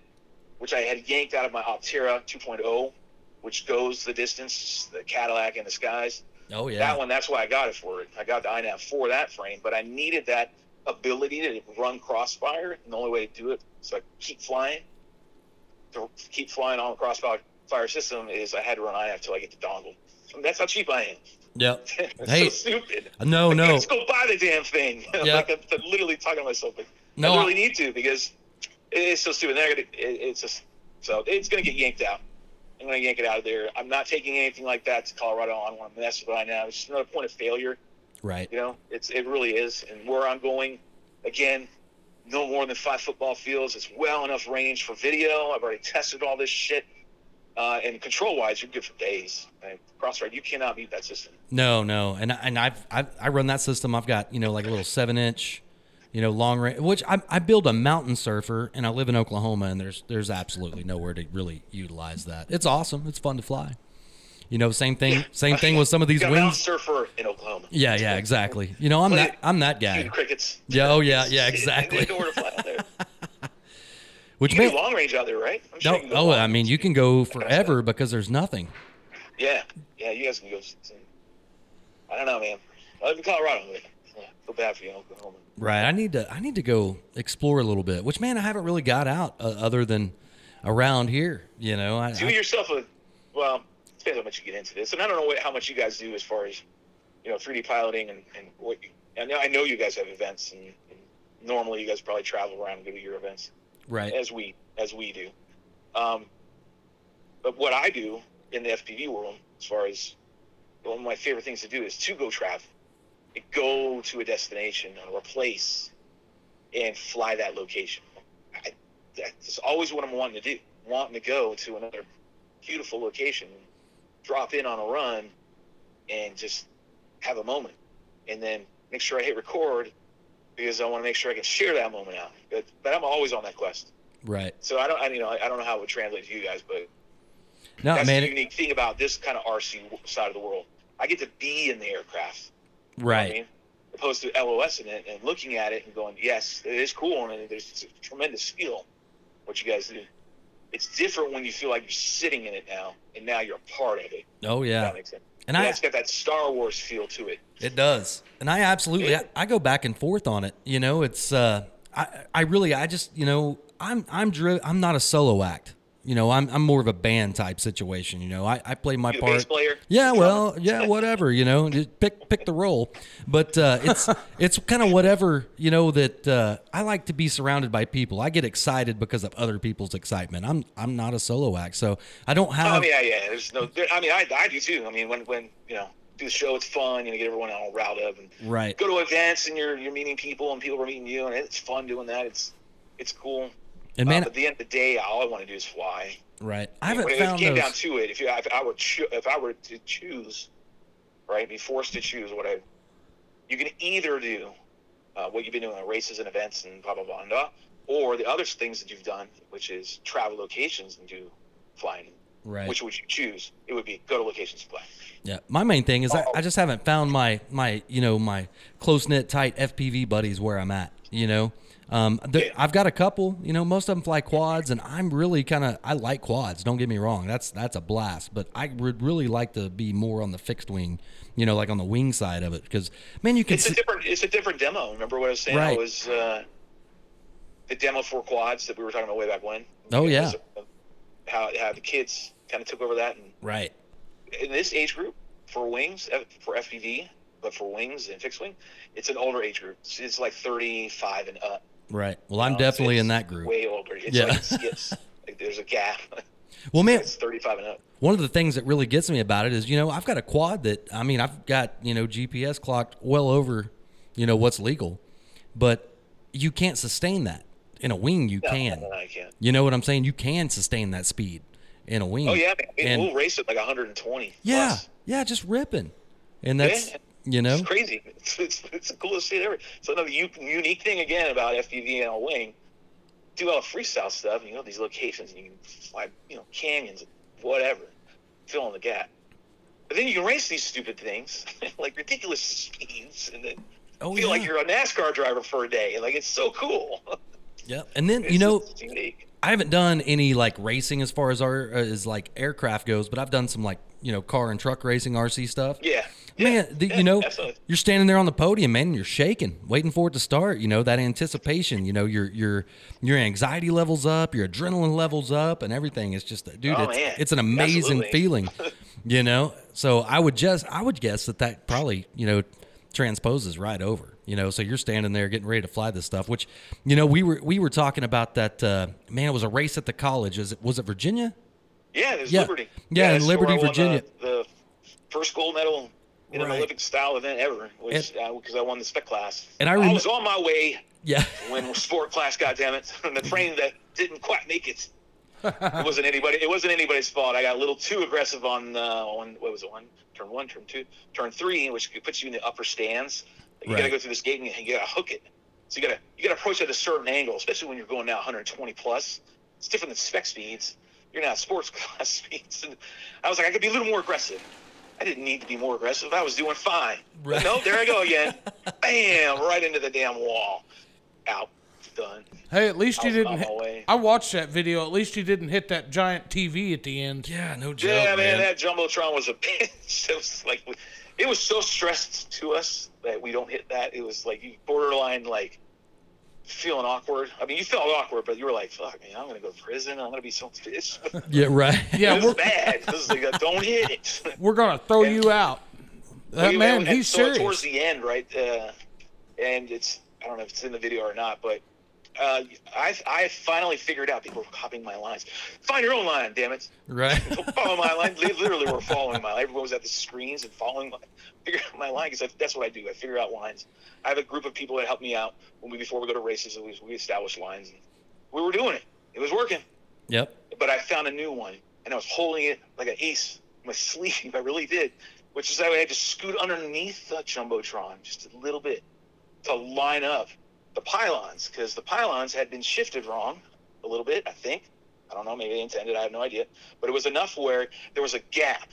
[SPEAKER 1] which I had yanked out of my Optera 2.0, oh, which goes the distance, the Cadillac in the skies.
[SPEAKER 3] Yeah. Oh yeah.
[SPEAKER 1] That one, that's why I got it for it. I got the INAV for that frame, but I needed that ability to run crossfire. And the only way to do it, so I keep flying, to keep flying on the crossfire fire system, is I had to run INAV till I get the dongle. And that's how cheap I am.
[SPEAKER 3] Yep.
[SPEAKER 1] That's
[SPEAKER 3] Hey.
[SPEAKER 1] so stupid.
[SPEAKER 3] Oh, No.
[SPEAKER 1] Like,
[SPEAKER 3] No.
[SPEAKER 1] Let's go buy the damn thing.
[SPEAKER 3] Yeah.
[SPEAKER 1] like I'm, I'm literally talking to myself. Like,
[SPEAKER 3] No,
[SPEAKER 1] I
[SPEAKER 3] I-
[SPEAKER 1] really need to because it- it's so stupid. They're gonna, it, it's just so it's gonna get yanked out. I'm gonna yank it out of there. I'm not taking anything like that to Colorado. I don't want to mess with it right now. It's just another point of failure.
[SPEAKER 3] Right.
[SPEAKER 1] You know, it's it really is. And where I'm going, again, no more than five football fields. It's well enough range for video. I've already tested all this shit. Uh, and control wise, you're good for days. Right? Crossfire, you cannot beat that system.
[SPEAKER 3] No, no, and I- and I've, I've I run that system. I've got you know like a little seven inch, you know long range. Which I, I build a mountain surfer, and I live in Oklahoma, and there's there's absolutely nowhere to really utilize that. It's awesome. It's fun to fly. You know, same thing. Same thing with some of these
[SPEAKER 1] Got a mountain
[SPEAKER 3] winds.
[SPEAKER 1] surfer in Oklahoma.
[SPEAKER 3] Yeah, yeah, exactly. You know, I'm
[SPEAKER 1] Play
[SPEAKER 3] that I'm that
[SPEAKER 1] Dude,
[SPEAKER 3] guy.
[SPEAKER 1] crickets.
[SPEAKER 3] Yeah, oh yeah, yeah,
[SPEAKER 1] They
[SPEAKER 3] exactly.
[SPEAKER 1] know where to fly out there.
[SPEAKER 3] Which
[SPEAKER 1] You can
[SPEAKER 3] may,
[SPEAKER 1] do long range out there, right? I'm sure
[SPEAKER 3] no,
[SPEAKER 1] you can go
[SPEAKER 3] oh,
[SPEAKER 1] long
[SPEAKER 3] I mean,
[SPEAKER 1] range.
[SPEAKER 3] you can go forever because there's nothing.
[SPEAKER 1] Yeah, yeah, you guys can go. I don't know, man. I live in Colorado. but, Yeah, feel bad for you, Oklahoma.
[SPEAKER 3] Right. I need to I need to go explore a little bit. Which man, I haven't really got out uh, other than around here. You know, I,
[SPEAKER 1] Do
[SPEAKER 3] I-
[SPEAKER 1] yourself a well. Depends how much you get into this, and I don't know what, how much you guys do as far as you know 3D piloting and, and what. You, I know I know you guys have events, and, and normally you guys probably travel around and go to your events.
[SPEAKER 3] right.
[SPEAKER 1] as we as we do. Um, but what I do in the FPV world, as far as one of my favorite things to do is to go travel, go to a destination or a place, and fly that location. I, that's always what I'm wanting to do. Wanting to go to another beautiful location, drop in on a run, and just have a moment, and then make sure I hit record because I want to make sure I can share that moment out. But, but I'm always on that quest.
[SPEAKER 3] Right.
[SPEAKER 1] So I don't, I, you know, I I don't know how it would translate to you guys, but
[SPEAKER 3] No,
[SPEAKER 1] that's
[SPEAKER 3] man.
[SPEAKER 1] the
[SPEAKER 3] It,
[SPEAKER 1] unique thing about this kind of RC w- side of the world. I get to be in the aircraft. you know what I
[SPEAKER 3] right.
[SPEAKER 1] mean, opposed to LOS in it and looking at it and going, yes, it is cool and there's tremendous skill. What you guys do. It's different when you feel like you're sitting in it now and now you're a part of it. if
[SPEAKER 3] Oh yeah.
[SPEAKER 1] That makes sense.
[SPEAKER 3] And
[SPEAKER 1] yeah,
[SPEAKER 3] I
[SPEAKER 1] it's got that Star Wars feel to it.
[SPEAKER 3] it does. And I absolutely I, I go back and forth on it. You know, it's uh I I really I just, you know, I'm I'm dri- I'm not a solo act. You know, I'm I'm more of a band type situation, you know. I, I play my
[SPEAKER 1] You the
[SPEAKER 3] part.
[SPEAKER 1] bass player?
[SPEAKER 3] Yeah,
[SPEAKER 1] Drummer?
[SPEAKER 3] well, yeah, whatever, you know, just pick pick the role. But uh, it's it's kind of whatever, you know, that uh, I like to be surrounded by people. I get excited because of other people's excitement. I'm I'm not a solo act, so I don't
[SPEAKER 1] Oh
[SPEAKER 3] have
[SPEAKER 1] yeah, yeah. There's no. There, I mean, I, I do too. I mean, when when you know do the show, it's fun. You know, get everyone all riled up and
[SPEAKER 3] Right.
[SPEAKER 1] Go to events and you're you're meeting people and people are meeting you and it's fun doing that. It's it's cool.
[SPEAKER 3] And man,
[SPEAKER 1] uh, but at the end of the day, all I want to do is fly.
[SPEAKER 3] right. I
[SPEAKER 1] When
[SPEAKER 3] haven't
[SPEAKER 1] it
[SPEAKER 3] found
[SPEAKER 1] came
[SPEAKER 3] those.
[SPEAKER 1] down to it, if you, if I were cho- if I were to choose, right, be forced to choose what I, you can either do uh, what you've been doing on races and events and blah blah blah blah, or the other things that you've done, which is travel locations and do flying
[SPEAKER 3] Right.
[SPEAKER 1] Which would you choose? It would be go to location supply.
[SPEAKER 3] Yeah, my main thing is I,
[SPEAKER 1] Oh.
[SPEAKER 3] I just haven't found my my you know my close knit tight FPV buddies where I'm at. You know, um, the,
[SPEAKER 1] Yeah.
[SPEAKER 3] I've got a couple. You know, most of them fly quads, and I'm really kind of I like quads. Don't get me wrong, that's that's a blast. But I would really like to be more on the fixed wing. You know, like on the wing side of it, because man, you can
[SPEAKER 1] It's a
[SPEAKER 3] see,
[SPEAKER 1] different. It's a different demo. Remember what I was saying?
[SPEAKER 3] Right.
[SPEAKER 1] It was uh, the demo for quads that we were talking about way back when.
[SPEAKER 3] Oh,
[SPEAKER 1] It
[SPEAKER 3] yeah.
[SPEAKER 1] was, uh, How how the kids kind of took over that, and
[SPEAKER 3] right.
[SPEAKER 1] in this age group for wings F- for FPV, but for wings and fixed wing, it's an older age group. It's, it's like 35 and up.
[SPEAKER 3] Right. Well, I'm
[SPEAKER 1] Um,
[SPEAKER 3] definitely
[SPEAKER 1] it's
[SPEAKER 3] in that group.
[SPEAKER 1] Way older. It's
[SPEAKER 3] Yeah.
[SPEAKER 1] like it skips. like there's a gap.
[SPEAKER 3] Well, man,
[SPEAKER 1] it's 35 and up.
[SPEAKER 3] one of the things that really gets me about it is, you know, I've got a quad that I mean, I've got, you know, GPS clocked well over, you know, what's legal, but you can't sustain that. In a wing you
[SPEAKER 1] No,
[SPEAKER 3] can.
[SPEAKER 1] no, no, I can't.
[SPEAKER 3] You know what I'm saying? You can sustain that speed in a wing.
[SPEAKER 1] Oh yeah, man. We-
[SPEAKER 3] And-
[SPEAKER 1] we'll race it like 120.
[SPEAKER 3] yeah.
[SPEAKER 1] plus.
[SPEAKER 3] Yeah, just ripping. And that's
[SPEAKER 1] Yeah.
[SPEAKER 3] you know,
[SPEAKER 1] It's crazy. It's, it's, it's the coolest shit ever. So another u- unique thing again about FPV and a wing, do all the freestyle stuff. And you know these locations, and you can fly, you know, canyons, whatever, fill in the gap. But then you can race these stupid things, like ridiculous speeds, and then
[SPEAKER 3] Oh,
[SPEAKER 1] feel like
[SPEAKER 3] yeah.
[SPEAKER 1] you're a NASCAR driver for a day. Like it's so cool.
[SPEAKER 3] yeah. And then, you
[SPEAKER 1] It's-
[SPEAKER 3] know,
[SPEAKER 1] it's unique.
[SPEAKER 3] I haven't done any like racing as far as our uh, as like aircraft goes, but I've done some like, you know, car and truck racing RC stuff.
[SPEAKER 1] Yeah,
[SPEAKER 3] man, the,
[SPEAKER 1] yeah,
[SPEAKER 3] you know,
[SPEAKER 1] absolutely.
[SPEAKER 3] you're standing there on the podium, man, and you're shaking, waiting for it to start. You know that anticipation. You know your your your anxiety levels up, your adrenaline levels up, and everything. It's just, dude,
[SPEAKER 1] Oh, man.
[SPEAKER 3] it's, it's an amazing
[SPEAKER 1] Absolutely.
[SPEAKER 3] feeling. You know, so I would just I would guess that that probably you know transposes right over. You know, so you're standing there getting ready to fly this stuff, which you know we were we were talking about that. Uh, man, it was a race at the college. Is it was it Virginia?
[SPEAKER 1] Yeah, there's
[SPEAKER 3] Yeah.
[SPEAKER 1] Liberty.
[SPEAKER 3] Yeah, in
[SPEAKER 1] that's where
[SPEAKER 3] Liberty,
[SPEAKER 1] I won the-
[SPEAKER 3] Virginia.
[SPEAKER 1] The, first gold medal in an
[SPEAKER 3] Right.
[SPEAKER 1] Olympic style event ever, which because I won the spec class.
[SPEAKER 3] And I rem-
[SPEAKER 1] was on my way
[SPEAKER 3] Yeah.
[SPEAKER 1] when sport class, goddammit, and the train that didn't quite make it. it wasn't anybody. It wasn't anybody's fault. I got a little too aggressive on uh, on what was it? One turn one, turn two, turn three, which puts you in the upper stands. Like, you got
[SPEAKER 3] Right.
[SPEAKER 1] to go through this gate and you got to hook it. So you got to you got to approach at a certain angle, especially when you're going now 120 plus. It's different than spec speeds. You're not sports class speeds. And I was like, I could be a little more aggressive. I didn't need to be more aggressive. I was doing fine. But
[SPEAKER 3] Right.
[SPEAKER 1] no, there I go again. Bam! Right into the damn wall. Out. Done.
[SPEAKER 2] Hey, at least you
[SPEAKER 1] was
[SPEAKER 2] didn't.
[SPEAKER 1] on
[SPEAKER 2] hit-
[SPEAKER 1] my way.
[SPEAKER 2] I watched that video. At least you didn't hit that giant TV at the end.
[SPEAKER 3] Yeah, no joke,
[SPEAKER 1] Yeah, man,
[SPEAKER 3] man.
[SPEAKER 1] that jumbotron was a bitch. It was like, it was so stressed to us that we don't hit that. It was like you borderline like feeling awkward. I mean, you felt awkward, but you were like, "Fuck, man, I'm gonna go to prison. I'm gonna be so it's
[SPEAKER 3] yeah, right.
[SPEAKER 2] Yeah,
[SPEAKER 1] it
[SPEAKER 2] we're
[SPEAKER 1] was bad. It was like, "Uh, don't hit it.
[SPEAKER 2] we're gonna throw you out. That
[SPEAKER 1] Well,
[SPEAKER 2] man,
[SPEAKER 1] and- and
[SPEAKER 2] he's
[SPEAKER 1] so
[SPEAKER 2] serious.
[SPEAKER 1] Towards the end, right? Uh, and it's I don't know if it's in the video or not, but uh, I I finally figured out people were copying my lines. Find your own line, damn it.
[SPEAKER 3] right.
[SPEAKER 1] follow my line. They literally were following my line. Everyone was at the screens and following my figure out my line because that's what I do. I figure out lines. I have a group of people that help me out when we before we go to races. and We, we establish lines. And we were doing it. It was working.
[SPEAKER 3] Yep.
[SPEAKER 1] But I found a new one, and I was holding it like an ace in my sleeve. I really did. Which is that I had to scoot underneath the jumbotron just a little bit to line up the pylons because the pylons had been shifted wrong a little bit. I think. I don't know. Maybe they intended. I have no idea. But it was enough where there was a gap,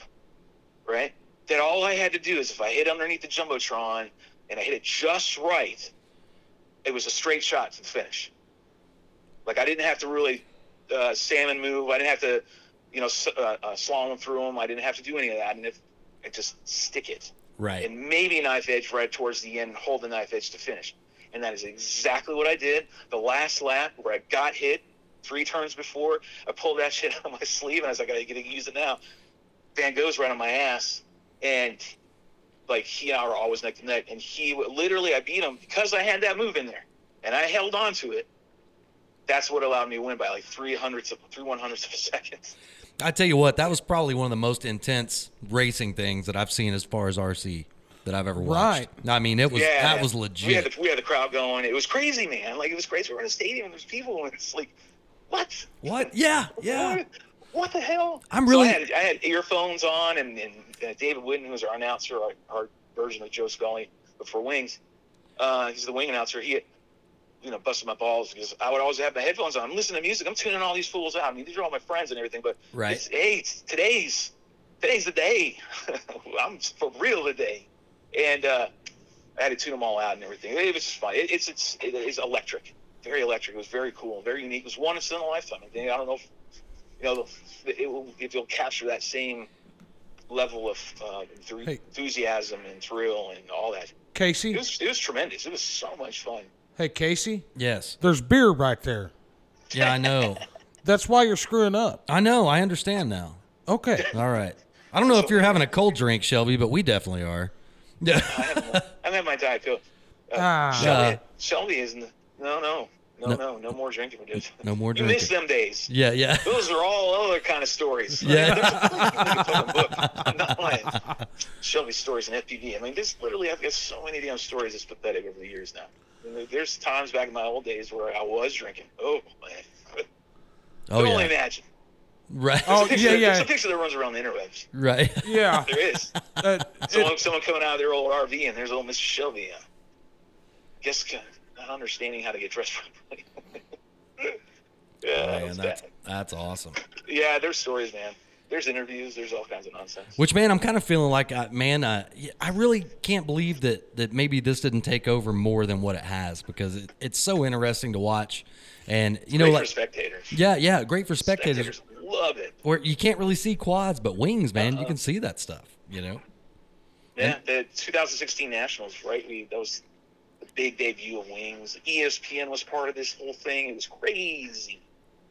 [SPEAKER 1] right? That all I had to do is if I hit underneath the jumbotron and I hit it just right, it was a straight shot to the finish. Like I didn't have to really uh, salmon move. I didn't have to, you know, s- uh, uh, slalom through them. I didn't have to do any of that. And if I just stick it
[SPEAKER 3] Right.
[SPEAKER 1] and maybe a knife edge right towards the end, and hold the knife edge to finish. And that is exactly what I did. The last lap where I got hit three turns before, I pulled that shit out of my sleeve and I was like, I gotta get to use it now. Van Gogh's right on my ass. And like he and I were always neck to neck. And he w- literally, I beat him because I had that move in there and I held on to it. That's what allowed me to win by like three hundredths of three one hundredths of a second.
[SPEAKER 3] I tell you what, that was probably one of the most intense racing things that I've seen as far as RC that I've ever watched. I mean, it was that was
[SPEAKER 1] We had,
[SPEAKER 3] legit.
[SPEAKER 1] the, we had the crowd going. It was crazy, man. Like it was crazy. We're in a stadium and there's people and it's like, what?
[SPEAKER 3] what? Yeah, yeah.
[SPEAKER 1] What, what the hell?
[SPEAKER 3] I'm
[SPEAKER 1] So
[SPEAKER 3] really-
[SPEAKER 1] I, had, I had earphones on, and, and uh, David Wooden, who's our announcer, our, our version of Joe Scully, but for Wings, uh, he's the wing announcer. He you know, busting my balls because I would always have my headphones on. I'm listening to music. I'm tuning all these fools out. I mean, these are all my friends and everything. But
[SPEAKER 3] Right.
[SPEAKER 1] it's, hey, it's- today's today's the day. I'm for real today, and uh, I had to tune them all out and everything. It was just fun. It, it's it's it is electric, very electric. It was very cool, very unique. It was once in a lifetime. I think I don't know if you know it will, if you'll capture that same level of uh, enthu-
[SPEAKER 2] Hey.
[SPEAKER 1] enthusiasm and thrill and all that. It
[SPEAKER 2] Casey.
[SPEAKER 1] was it was tremendous. It was so much fun.
[SPEAKER 2] Hey, Casey.
[SPEAKER 3] Yes.
[SPEAKER 2] There's beer right there.
[SPEAKER 3] Yeah, I know.
[SPEAKER 2] That's why you're screwing up.
[SPEAKER 3] I know. I understand now.
[SPEAKER 2] Okay.
[SPEAKER 3] All right. I don't know if you're having a cold drink, Shelby, but we definitely are. Yeah.
[SPEAKER 1] I'm at my diet pill. Uh,
[SPEAKER 2] Ah.
[SPEAKER 1] Shelby,
[SPEAKER 3] Uh.
[SPEAKER 1] Shelby isn't. No, no, no,
[SPEAKER 3] No.
[SPEAKER 1] no, no, more drinking. Dude.
[SPEAKER 3] No more
[SPEAKER 1] You miss
[SPEAKER 3] drinking.
[SPEAKER 1] them days.
[SPEAKER 3] Yeah, yeah.
[SPEAKER 1] Those are all other kind of stories.
[SPEAKER 3] Yeah.
[SPEAKER 1] There's a freaking fucking book. I'm not lying. Shelby's stories and FPV. I mean, this literally, I've got so many damn stories. It's pathetic over the years now. And there- There's times back in my old days where I was drinking. Oh man,
[SPEAKER 3] Oh
[SPEAKER 1] can only
[SPEAKER 3] yeah.
[SPEAKER 1] imagine.
[SPEAKER 3] Right.
[SPEAKER 2] Oh
[SPEAKER 1] Picture,
[SPEAKER 2] yeah,
[SPEAKER 1] There's
[SPEAKER 2] yeah,
[SPEAKER 1] a picture that runs around the interwebs.
[SPEAKER 3] Right.
[SPEAKER 2] yeah.
[SPEAKER 1] There is.
[SPEAKER 2] Uh, it-
[SPEAKER 1] someone, someone coming out of their old RV, and there's old Mr. Shelby. Uh, guess uh, not understanding how to get dressed properly. yeah, that
[SPEAKER 3] Man,
[SPEAKER 1] was
[SPEAKER 3] that's
[SPEAKER 1] bad.
[SPEAKER 3] that's awesome.
[SPEAKER 1] yeah, there's stories, man. There's interviews. There's all kinds of nonsense.
[SPEAKER 3] Which man, I'm kind of feeling like, I, man, I, I really can't believe that that maybe this didn't take over more than what it has because it, it's so interesting to watch, and you know,
[SPEAKER 1] Great for
[SPEAKER 3] like,
[SPEAKER 1] spectators.
[SPEAKER 3] yeah, yeah, great for spectators.
[SPEAKER 1] Spectators love it.
[SPEAKER 3] Where you can't really see quads, but wings, man,
[SPEAKER 1] Uh-huh.
[SPEAKER 3] you can see that stuff. You know.
[SPEAKER 1] Yeah, the 2016 Nationals, right? We that was the big debut of Wings. E ESPN was part of this whole thing. It was crazy.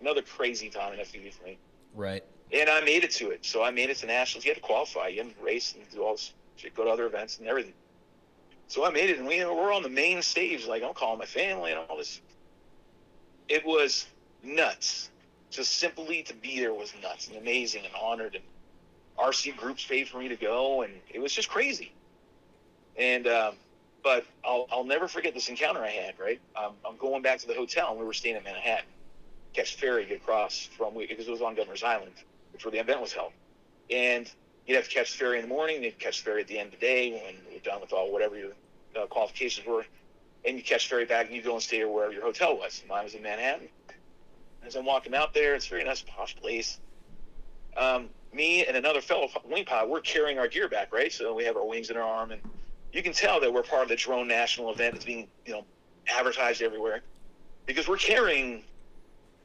[SPEAKER 1] Another crazy time in FPV for me.
[SPEAKER 3] Right.
[SPEAKER 1] And I made it to it. So I made it to nationals. You had to qualify. You had to race and do all this shit, go to other events and everything. So I made it, and we were on the main stage. Like I'm calling my family and all this. It was nuts. Just simply to be there was nuts and amazing and honored. And RC groups paid for me to go, and it was just crazy. And um, but I'll I'll never forget this encounter I had. Right, um, I'm going back to the hotel, and we were staying in Manhattan catch ferry get across from because it was on Governor's Island, which where the event was held. And you'd have to catch ferry in the morning, you'd catch ferry at the end of the day when you're done with all whatever your uh, qualifications were, and you catch ferry back and you go and stay wherever your hotel was. Mine was in Manhattan. As I'm walking out there, it's a very nice posh place. Um, me and another fellow wing pilot, we're carrying our gear back, right? So we have our wings in our arm, and you can tell that we're part of the drone national event that's being, you know, advertised everywhere because we're carrying,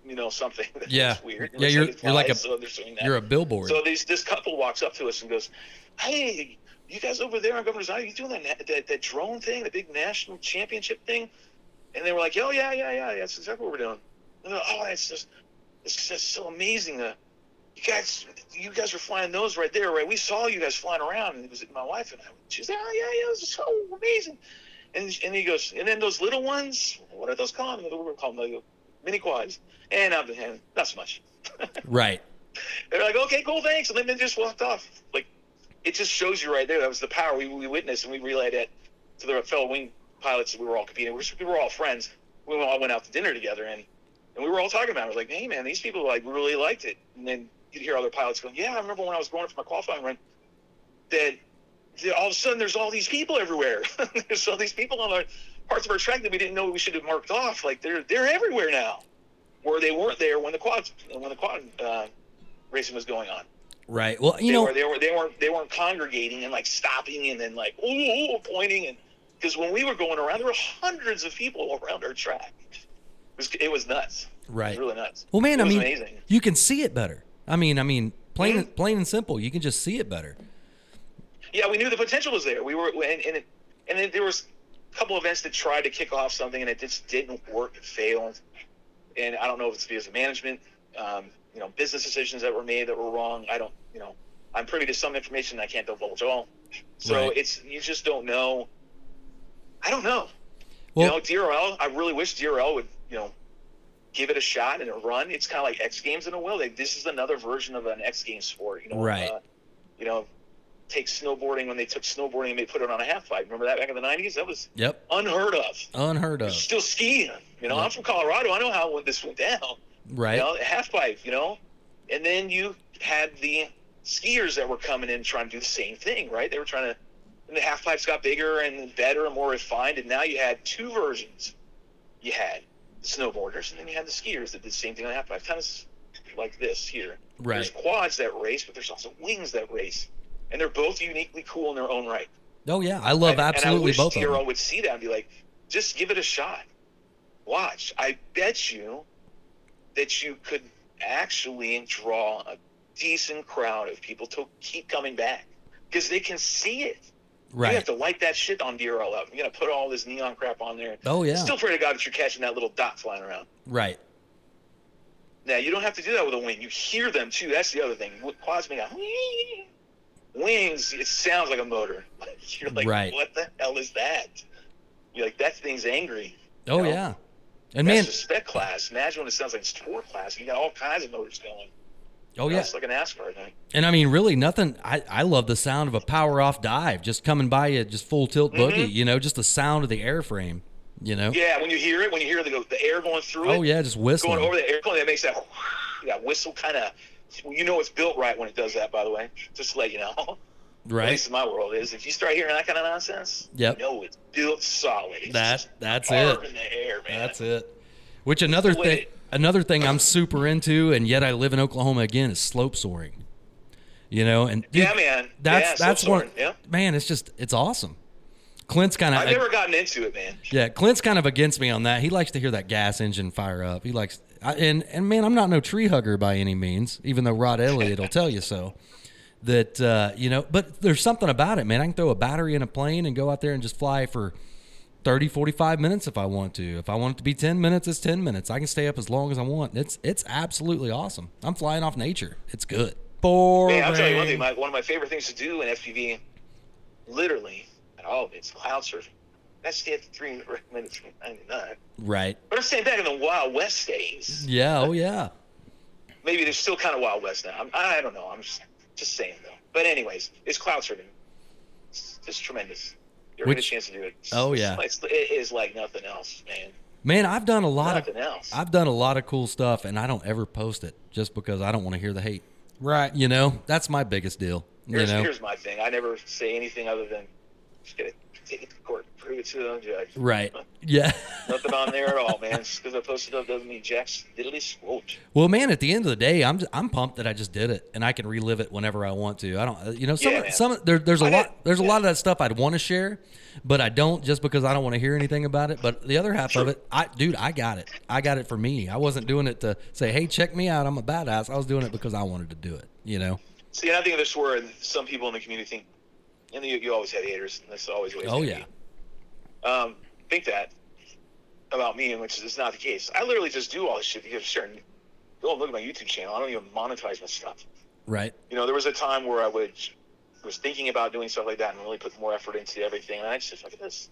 [SPEAKER 1] you know, something that's
[SPEAKER 3] Yeah.
[SPEAKER 1] weird.
[SPEAKER 3] Yeah, you're- you're like a-
[SPEAKER 1] so they're doing that.
[SPEAKER 3] You're a billboard.
[SPEAKER 1] So these, this couple walks up to us and goes, "Hey, you guys over there on Governor's Island, you doing that, na- that that drone thing, the big national championship thing?" And they were like, "Oh yeah, yeah, yeah, that's exactly what we're doing." And they're like, "Oh, that's just it's just so amazing. Uh, you guys, you guys were flying those right there, right? We saw you guys flying around, and it was my wife and I. She's like, "Oh yeah, yeah, it was so amazing." And and he goes, and then those little ones, what are those called? We're gonna call them like, mini quads. And I'm and not so much.
[SPEAKER 3] right.
[SPEAKER 1] They're like, okay, cool, thanks, and then they just walked off. Like, it just shows you right there. That was the power we, we witnessed, and we relayed that to the fellow wing pilots. that We were all competing. We were, we were all friends. We all went out to dinner together, and and we were all talking about. it. I was like, hey, man, these people like really liked it. And then you'd hear other pilots going, yeah, I remember when I was growing up for my qualifying run, that, that all of a sudden there's all these people everywhere. there's all these people on our parts of our track that we didn't know we should have marked off. Like they're they're everywhere now, where they weren't there when the quad when the quad. Uh, racing was going on.
[SPEAKER 3] Right. Well, you
[SPEAKER 1] They,
[SPEAKER 3] know.
[SPEAKER 1] were, they were they weren't they weren't congregating and like stopping and then like ooh, ooh pointing and because when we were going around there were hundreds of people around our track. It was, it was nuts. It
[SPEAKER 3] Right.
[SPEAKER 1] was really nuts.
[SPEAKER 3] Well, man,
[SPEAKER 1] it
[SPEAKER 3] I
[SPEAKER 1] was
[SPEAKER 3] mean,
[SPEAKER 1] amazing. Mm-hmm.
[SPEAKER 3] you can see it better. I mean, I mean, plain plain and simple, you can just see it better.
[SPEAKER 1] Yeah, we knew the potential was there. We were and and, it, and then there was a couple events that tried to kick off something and it just didn't work. It failed. And I don't know if it's because of management, um, you know, business decisions that were made that were wrong. I don't, you know, I'm privy to some information I can't divulge all. So
[SPEAKER 3] Right.
[SPEAKER 1] it's you just don't know. I don't know.
[SPEAKER 3] Well,
[SPEAKER 1] you know, DRL. I really wish DRL would, you know, give it a shot and a run. It's kind of like X Games in a way. Like this is another version of an X Games sport. You know,
[SPEAKER 3] Right.
[SPEAKER 1] Uh, you know, take snowboarding when they took snowboarding and they put it on a half pipe. Remember that back in the '90s? That was
[SPEAKER 3] yep,
[SPEAKER 1] unheard of.
[SPEAKER 3] unheard of.
[SPEAKER 1] Still skiing. You know, I'm from Colorado. I know how when this went down
[SPEAKER 3] Right.
[SPEAKER 1] you know, half pipe, you know, and then you had the skiers that were coming in trying to do the same thing, right? They were trying to, and the half pipes got bigger and better and more refined, and now you had two versions you had the snowboarders, and then you had the skiers that did the same thing on half pipe. Kind of like this here.
[SPEAKER 3] Right.
[SPEAKER 1] There's quads that race, but there's also wings that race, and they're both uniquely cool in their own right.
[SPEAKER 3] Oh yeah, I love
[SPEAKER 1] And- and I
[SPEAKER 3] absolutely
[SPEAKER 1] wish
[SPEAKER 3] both of
[SPEAKER 1] Tiro
[SPEAKER 3] them.
[SPEAKER 1] would see that and be like, just give it a shot. Watch. I bet you that you could actually draw a decent crowd of people to keep coming back because they can see it. You have
[SPEAKER 3] Right.
[SPEAKER 1] to light that shit on DRL up. You're gonna put all this neon crap on there.
[SPEAKER 3] Oh yeah.
[SPEAKER 1] Still pray to God that you're catching that little dot flying around.
[SPEAKER 3] Right.
[SPEAKER 1] Now you don't have to do that with a wing. You hear them too. That's the other thing. With quads make a wings, it sounds like a motor. You're like,
[SPEAKER 3] Right.
[SPEAKER 1] what the hell is that? You're like, that thing's angry.
[SPEAKER 3] Oh
[SPEAKER 1] know?
[SPEAKER 3] yeah. And
[SPEAKER 1] That's
[SPEAKER 3] man,
[SPEAKER 1] just spec class. Imagine when it sounds like sport class. You got all kinds of motors going.
[SPEAKER 3] oh
[SPEAKER 1] You know,
[SPEAKER 3] yeah.
[SPEAKER 1] It's like an NASCAR thing.
[SPEAKER 3] And I mean, really, nothing. I, I love the sound of a power off dive just coming by you, just full tilt boogie, you know, just the sound of the airframe, you know?
[SPEAKER 1] Mm-hmm. Yeah, when you hear it, when you hear the, the air going through it,
[SPEAKER 3] Oh, yeah, just whistling.
[SPEAKER 1] going over the airplane, that makes that that whistle kind of. You know it's built right when it does that. By the way, just to let you know. At least
[SPEAKER 3] right?
[SPEAKER 1] in my world is if you start hearing that kind of nonsense.
[SPEAKER 3] Yep.
[SPEAKER 1] You know it's built solid. It's
[SPEAKER 3] That,
[SPEAKER 1] just
[SPEAKER 3] that's
[SPEAKER 1] carved
[SPEAKER 3] it.
[SPEAKER 1] in the air, man.
[SPEAKER 3] That's it. Which another
[SPEAKER 1] Wait.
[SPEAKER 3] thing, another thing I'm super into, and yet I live in Oklahoma again, is slope soaring. You know, and dude,
[SPEAKER 1] Yeah, man. Yeah,
[SPEAKER 3] that's
[SPEAKER 1] slope
[SPEAKER 3] that's one.
[SPEAKER 1] soaring, yeah.
[SPEAKER 3] Man, it's just it's awesome. Clint's kind of
[SPEAKER 1] I've never gotten into it, man.
[SPEAKER 3] Yeah, Clint's kind of against me on that. He likes to hear that gas engine fire up. He likes, I, and and man, I'm not no tree hugger by any means, even though Rod Elliott will tell you so. That uh, you know, but there's something about it, man. I can throw a battery in a plane and go out there and just fly for 30, 45 minutes if I want to. If I want it to be 10 minutes, it's 10 minutes. I can stay up as long as I want. It's it's absolutely awesome. I'm flying off nature. It's good.
[SPEAKER 2] Boring.
[SPEAKER 1] Man, I'll tell you one thing. My, one of my favorite things to do in FPV, literally, and all of it, is cloud surfing. That's the three recommended three ninety nine.
[SPEAKER 3] Right.
[SPEAKER 1] But I'm saying back in the Wild West days,
[SPEAKER 3] Yeah. Oh yeah.
[SPEAKER 1] maybe they're still kind of Wild West now. I'm, I don't know. I'm just just saying though. But anyways, it's cloud surfing. It's just tremendous. You're get a
[SPEAKER 3] Which-
[SPEAKER 1] chance to do it. It's-
[SPEAKER 3] oh,
[SPEAKER 1] it's
[SPEAKER 3] yeah.
[SPEAKER 1] like- it is like nothing else, man.
[SPEAKER 3] Man, I've done a lot
[SPEAKER 1] Nothing
[SPEAKER 3] of
[SPEAKER 1] else.
[SPEAKER 3] I've done a lot of cool stuff, and I don't ever post it just because I don't want to hear the hate.
[SPEAKER 2] Right.
[SPEAKER 3] You know, that's my biggest deal. You
[SPEAKER 1] Here's,
[SPEAKER 3] know,
[SPEAKER 1] here's my thing. I never say anything other than just get it, take it to court, prove it to the judge.
[SPEAKER 3] right? Yeah.
[SPEAKER 1] Nothing on there at all, man. Just because I posted up doesn't mean jack's diddly squat.
[SPEAKER 3] well, man, at the end of the day, I'm I'm pumped that I just did it, and I can relive it whenever I want to. I don't, uh, you know, some
[SPEAKER 1] Yeah, man.
[SPEAKER 3] some there, there's a
[SPEAKER 1] I
[SPEAKER 3] lot
[SPEAKER 1] did-
[SPEAKER 3] there's a
[SPEAKER 1] yeah.
[SPEAKER 3] lot of that stuff I'd want to share, but I don't just because I don't want to hear anything about it. But the other half of it, I dude, I got it. I got it for me. I wasn't doing it to say, hey, check me out, I'm a badass. I was doing it because I wanted to do it. You know.
[SPEAKER 1] See, and I think there's where some people in the community think, and you, you always had haters, and that's always the way it's
[SPEAKER 3] Oh
[SPEAKER 1] gonna
[SPEAKER 3] yeah.
[SPEAKER 1] be. Um, think that about me, which is not the case. I literally just do all this shit because, sure, go and look at my YouTube channel. I don't even monetize my stuff.
[SPEAKER 3] Right.
[SPEAKER 1] you know, there was a time where I would was thinking about doing stuff like that and really put more effort into everything. And I just look at this.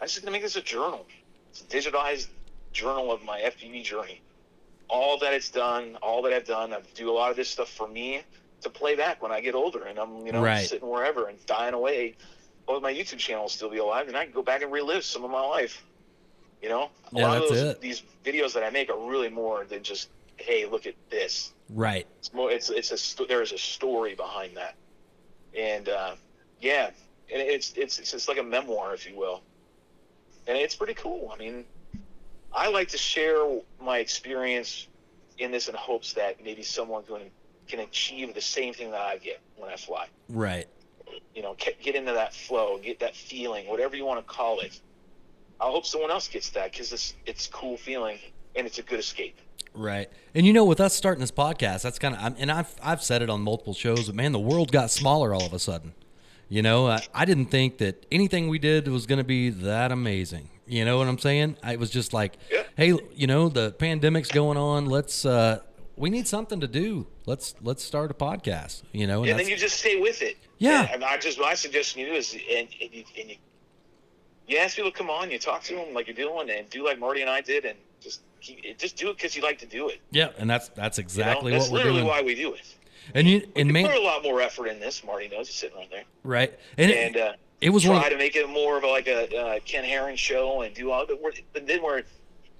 [SPEAKER 1] I'm just gonna make this a journal. It's a digitized journal of my FPV journey. All that it's done, all that I've done, I do a lot of this stuff for me to play back when I get older and I'm, you know,
[SPEAKER 3] Right.
[SPEAKER 1] sitting wherever and dying away. Well, my YouTube channel will still be alive, and I can go back and relive some of my life. You know, a
[SPEAKER 3] Yeah,
[SPEAKER 1] lot of
[SPEAKER 3] that's
[SPEAKER 1] those,
[SPEAKER 3] it.
[SPEAKER 1] these videos that I make are really more than just, hey, look at this
[SPEAKER 3] Right.
[SPEAKER 1] it's more it's it's a sto- there is a story behind that and uh, yeah and it's it's it's just like a memoir if you will and it's pretty cool i mean i like to share my experience in this in hopes that maybe someone can can achieve the same thing that i get when i fly
[SPEAKER 3] Right.
[SPEAKER 1] you know get, get into that flow get that feeling whatever you want to call it i hope someone else gets that because it's it's a cool feeling and it's a good escape
[SPEAKER 3] Right. And you know, with us starting this podcast, that's kind of, and I've, I've said it on multiple shows, but man, the world got smaller all of a sudden. You know, I, I didn't think that anything we did was going to be that amazing. You know what I'm saying? I, it was just like,
[SPEAKER 1] Yeah.
[SPEAKER 3] hey, you know, the pandemic's going on. Let's, uh, we need something to do. Let's, let's start a podcast, you know? And
[SPEAKER 1] and then
[SPEAKER 3] that's-
[SPEAKER 1] you just stay with it.
[SPEAKER 3] Yeah.
[SPEAKER 1] And, and I just my suggestion to you is, and, and, you, and you, you ask people to come on, you talk to them like you're doing, and do like Marty and I did, and just keep, just do it because you like to do it.
[SPEAKER 3] yeah. And that's, that's
[SPEAKER 1] you know?
[SPEAKER 3] exactly
[SPEAKER 1] That's
[SPEAKER 3] what we're
[SPEAKER 1] literally
[SPEAKER 3] doing.
[SPEAKER 1] why we do it.
[SPEAKER 3] and you, and
[SPEAKER 1] Put
[SPEAKER 3] man,
[SPEAKER 1] a lot more effort in this. Marty knows he's sitting right there,
[SPEAKER 3] right. And, it-
[SPEAKER 1] and uh,
[SPEAKER 3] it was one
[SPEAKER 1] try
[SPEAKER 3] of-
[SPEAKER 1] to make it more of like a uh, Ken Heron show, and do all. But, we're, but then we're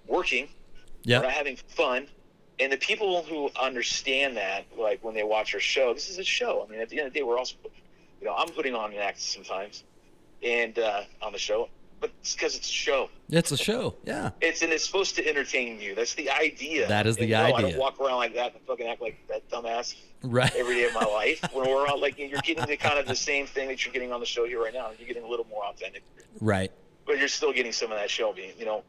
[SPEAKER 1] working, we're
[SPEAKER 3] yeah,
[SPEAKER 1] not having fun. And the people who understand that, like when they watch our show, this is a show. I mean, at the end of the day, we're also, you know, I'm putting on an act sometimes, and uh, on the show, but it's because it's a show.
[SPEAKER 3] It's a show. Yeah.
[SPEAKER 1] It's and it's supposed to entertain you. That's the idea.
[SPEAKER 3] That is the
[SPEAKER 1] And no, I
[SPEAKER 3] idea.
[SPEAKER 1] don't walk around like that and fucking act like that dumbass
[SPEAKER 3] Right.
[SPEAKER 1] every day of my life. When we're all like, you're getting the kind of the same thing that you're getting on the show here right now. You're getting a little more authentic,
[SPEAKER 3] Right.
[SPEAKER 1] but you're still getting some of that Shelby. You know,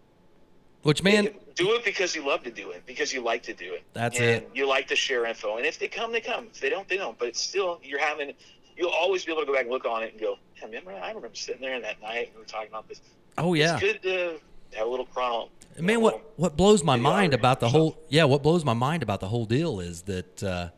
[SPEAKER 3] Which man,
[SPEAKER 1] do it because you love to do it, because you like to do it.
[SPEAKER 3] That's
[SPEAKER 1] and
[SPEAKER 3] it.
[SPEAKER 1] You like to share info, and if they come, they come. If they don't, they don't. But it's still, you're having, you'll always be able to go back and look on it and go, I remember, I remember sitting there that night and we were talking about this.
[SPEAKER 3] oh yeah.
[SPEAKER 1] It's good to have a little chrono.
[SPEAKER 3] Man, what what blows my
[SPEAKER 1] video
[SPEAKER 3] mind
[SPEAKER 1] already
[SPEAKER 3] about
[SPEAKER 1] or
[SPEAKER 3] the whole yeah, what blows my mind about the whole deal is that, uh,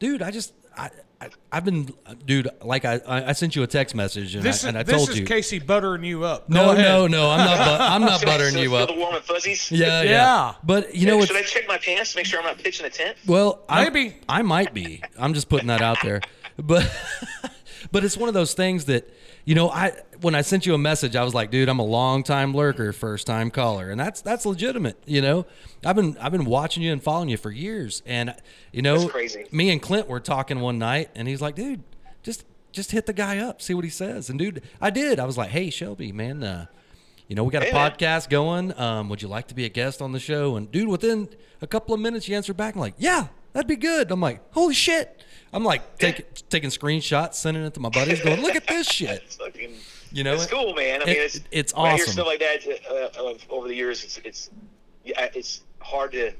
[SPEAKER 3] dude, I just I, I I've been dude like I I I sent you a text message and
[SPEAKER 2] This is
[SPEAKER 3] I, and I
[SPEAKER 2] this
[SPEAKER 3] told
[SPEAKER 2] is
[SPEAKER 3] you
[SPEAKER 2] Casey buttering you up. Go
[SPEAKER 3] no
[SPEAKER 2] ahead.
[SPEAKER 3] no no I'm not but, I'm not
[SPEAKER 1] Should I-
[SPEAKER 3] buttering
[SPEAKER 1] should I
[SPEAKER 3] you
[SPEAKER 1] feel
[SPEAKER 3] up
[SPEAKER 1] The warm and fuzzies.
[SPEAKER 3] yeah yeah
[SPEAKER 2] Yeah.
[SPEAKER 3] but you know it's
[SPEAKER 1] should I check my pants to make sure I'm not pitching a tent?
[SPEAKER 3] Well, I-
[SPEAKER 2] Maybe.
[SPEAKER 3] I, might be. I'm just putting that out there, but but it's one of those things that you know. I when I sent you a message, I was like, dude, I'm a long time lurker, first time caller, and that's that's legitimate. You know, I've been I've been watching you and following you for years, and you know,
[SPEAKER 1] That's crazy.
[SPEAKER 3] me and Clint were talking one night, and he's like, dude, just just hit the guy up, see what he says, and dude, I did. I was like, hey, Shelby, man. Uh, you know, we got a
[SPEAKER 1] Hey, man.
[SPEAKER 3] podcast going. Um, would you like to be a guest on the show? And dude, within a couple of minutes, you answer back and like, yeah, that'd be good. I'm like, holy shit. I'm like taking taking screenshots, sending it to my buddies, going, look at this shit.
[SPEAKER 1] It's fucking,
[SPEAKER 3] You know,
[SPEAKER 1] it's
[SPEAKER 3] it-
[SPEAKER 1] cool, man. I mean,
[SPEAKER 3] it-
[SPEAKER 1] it's
[SPEAKER 3] it's
[SPEAKER 1] when I hear
[SPEAKER 3] awesome.
[SPEAKER 1] stuff like that uh, of, over the years. It's it's yeah, it's hard to. It,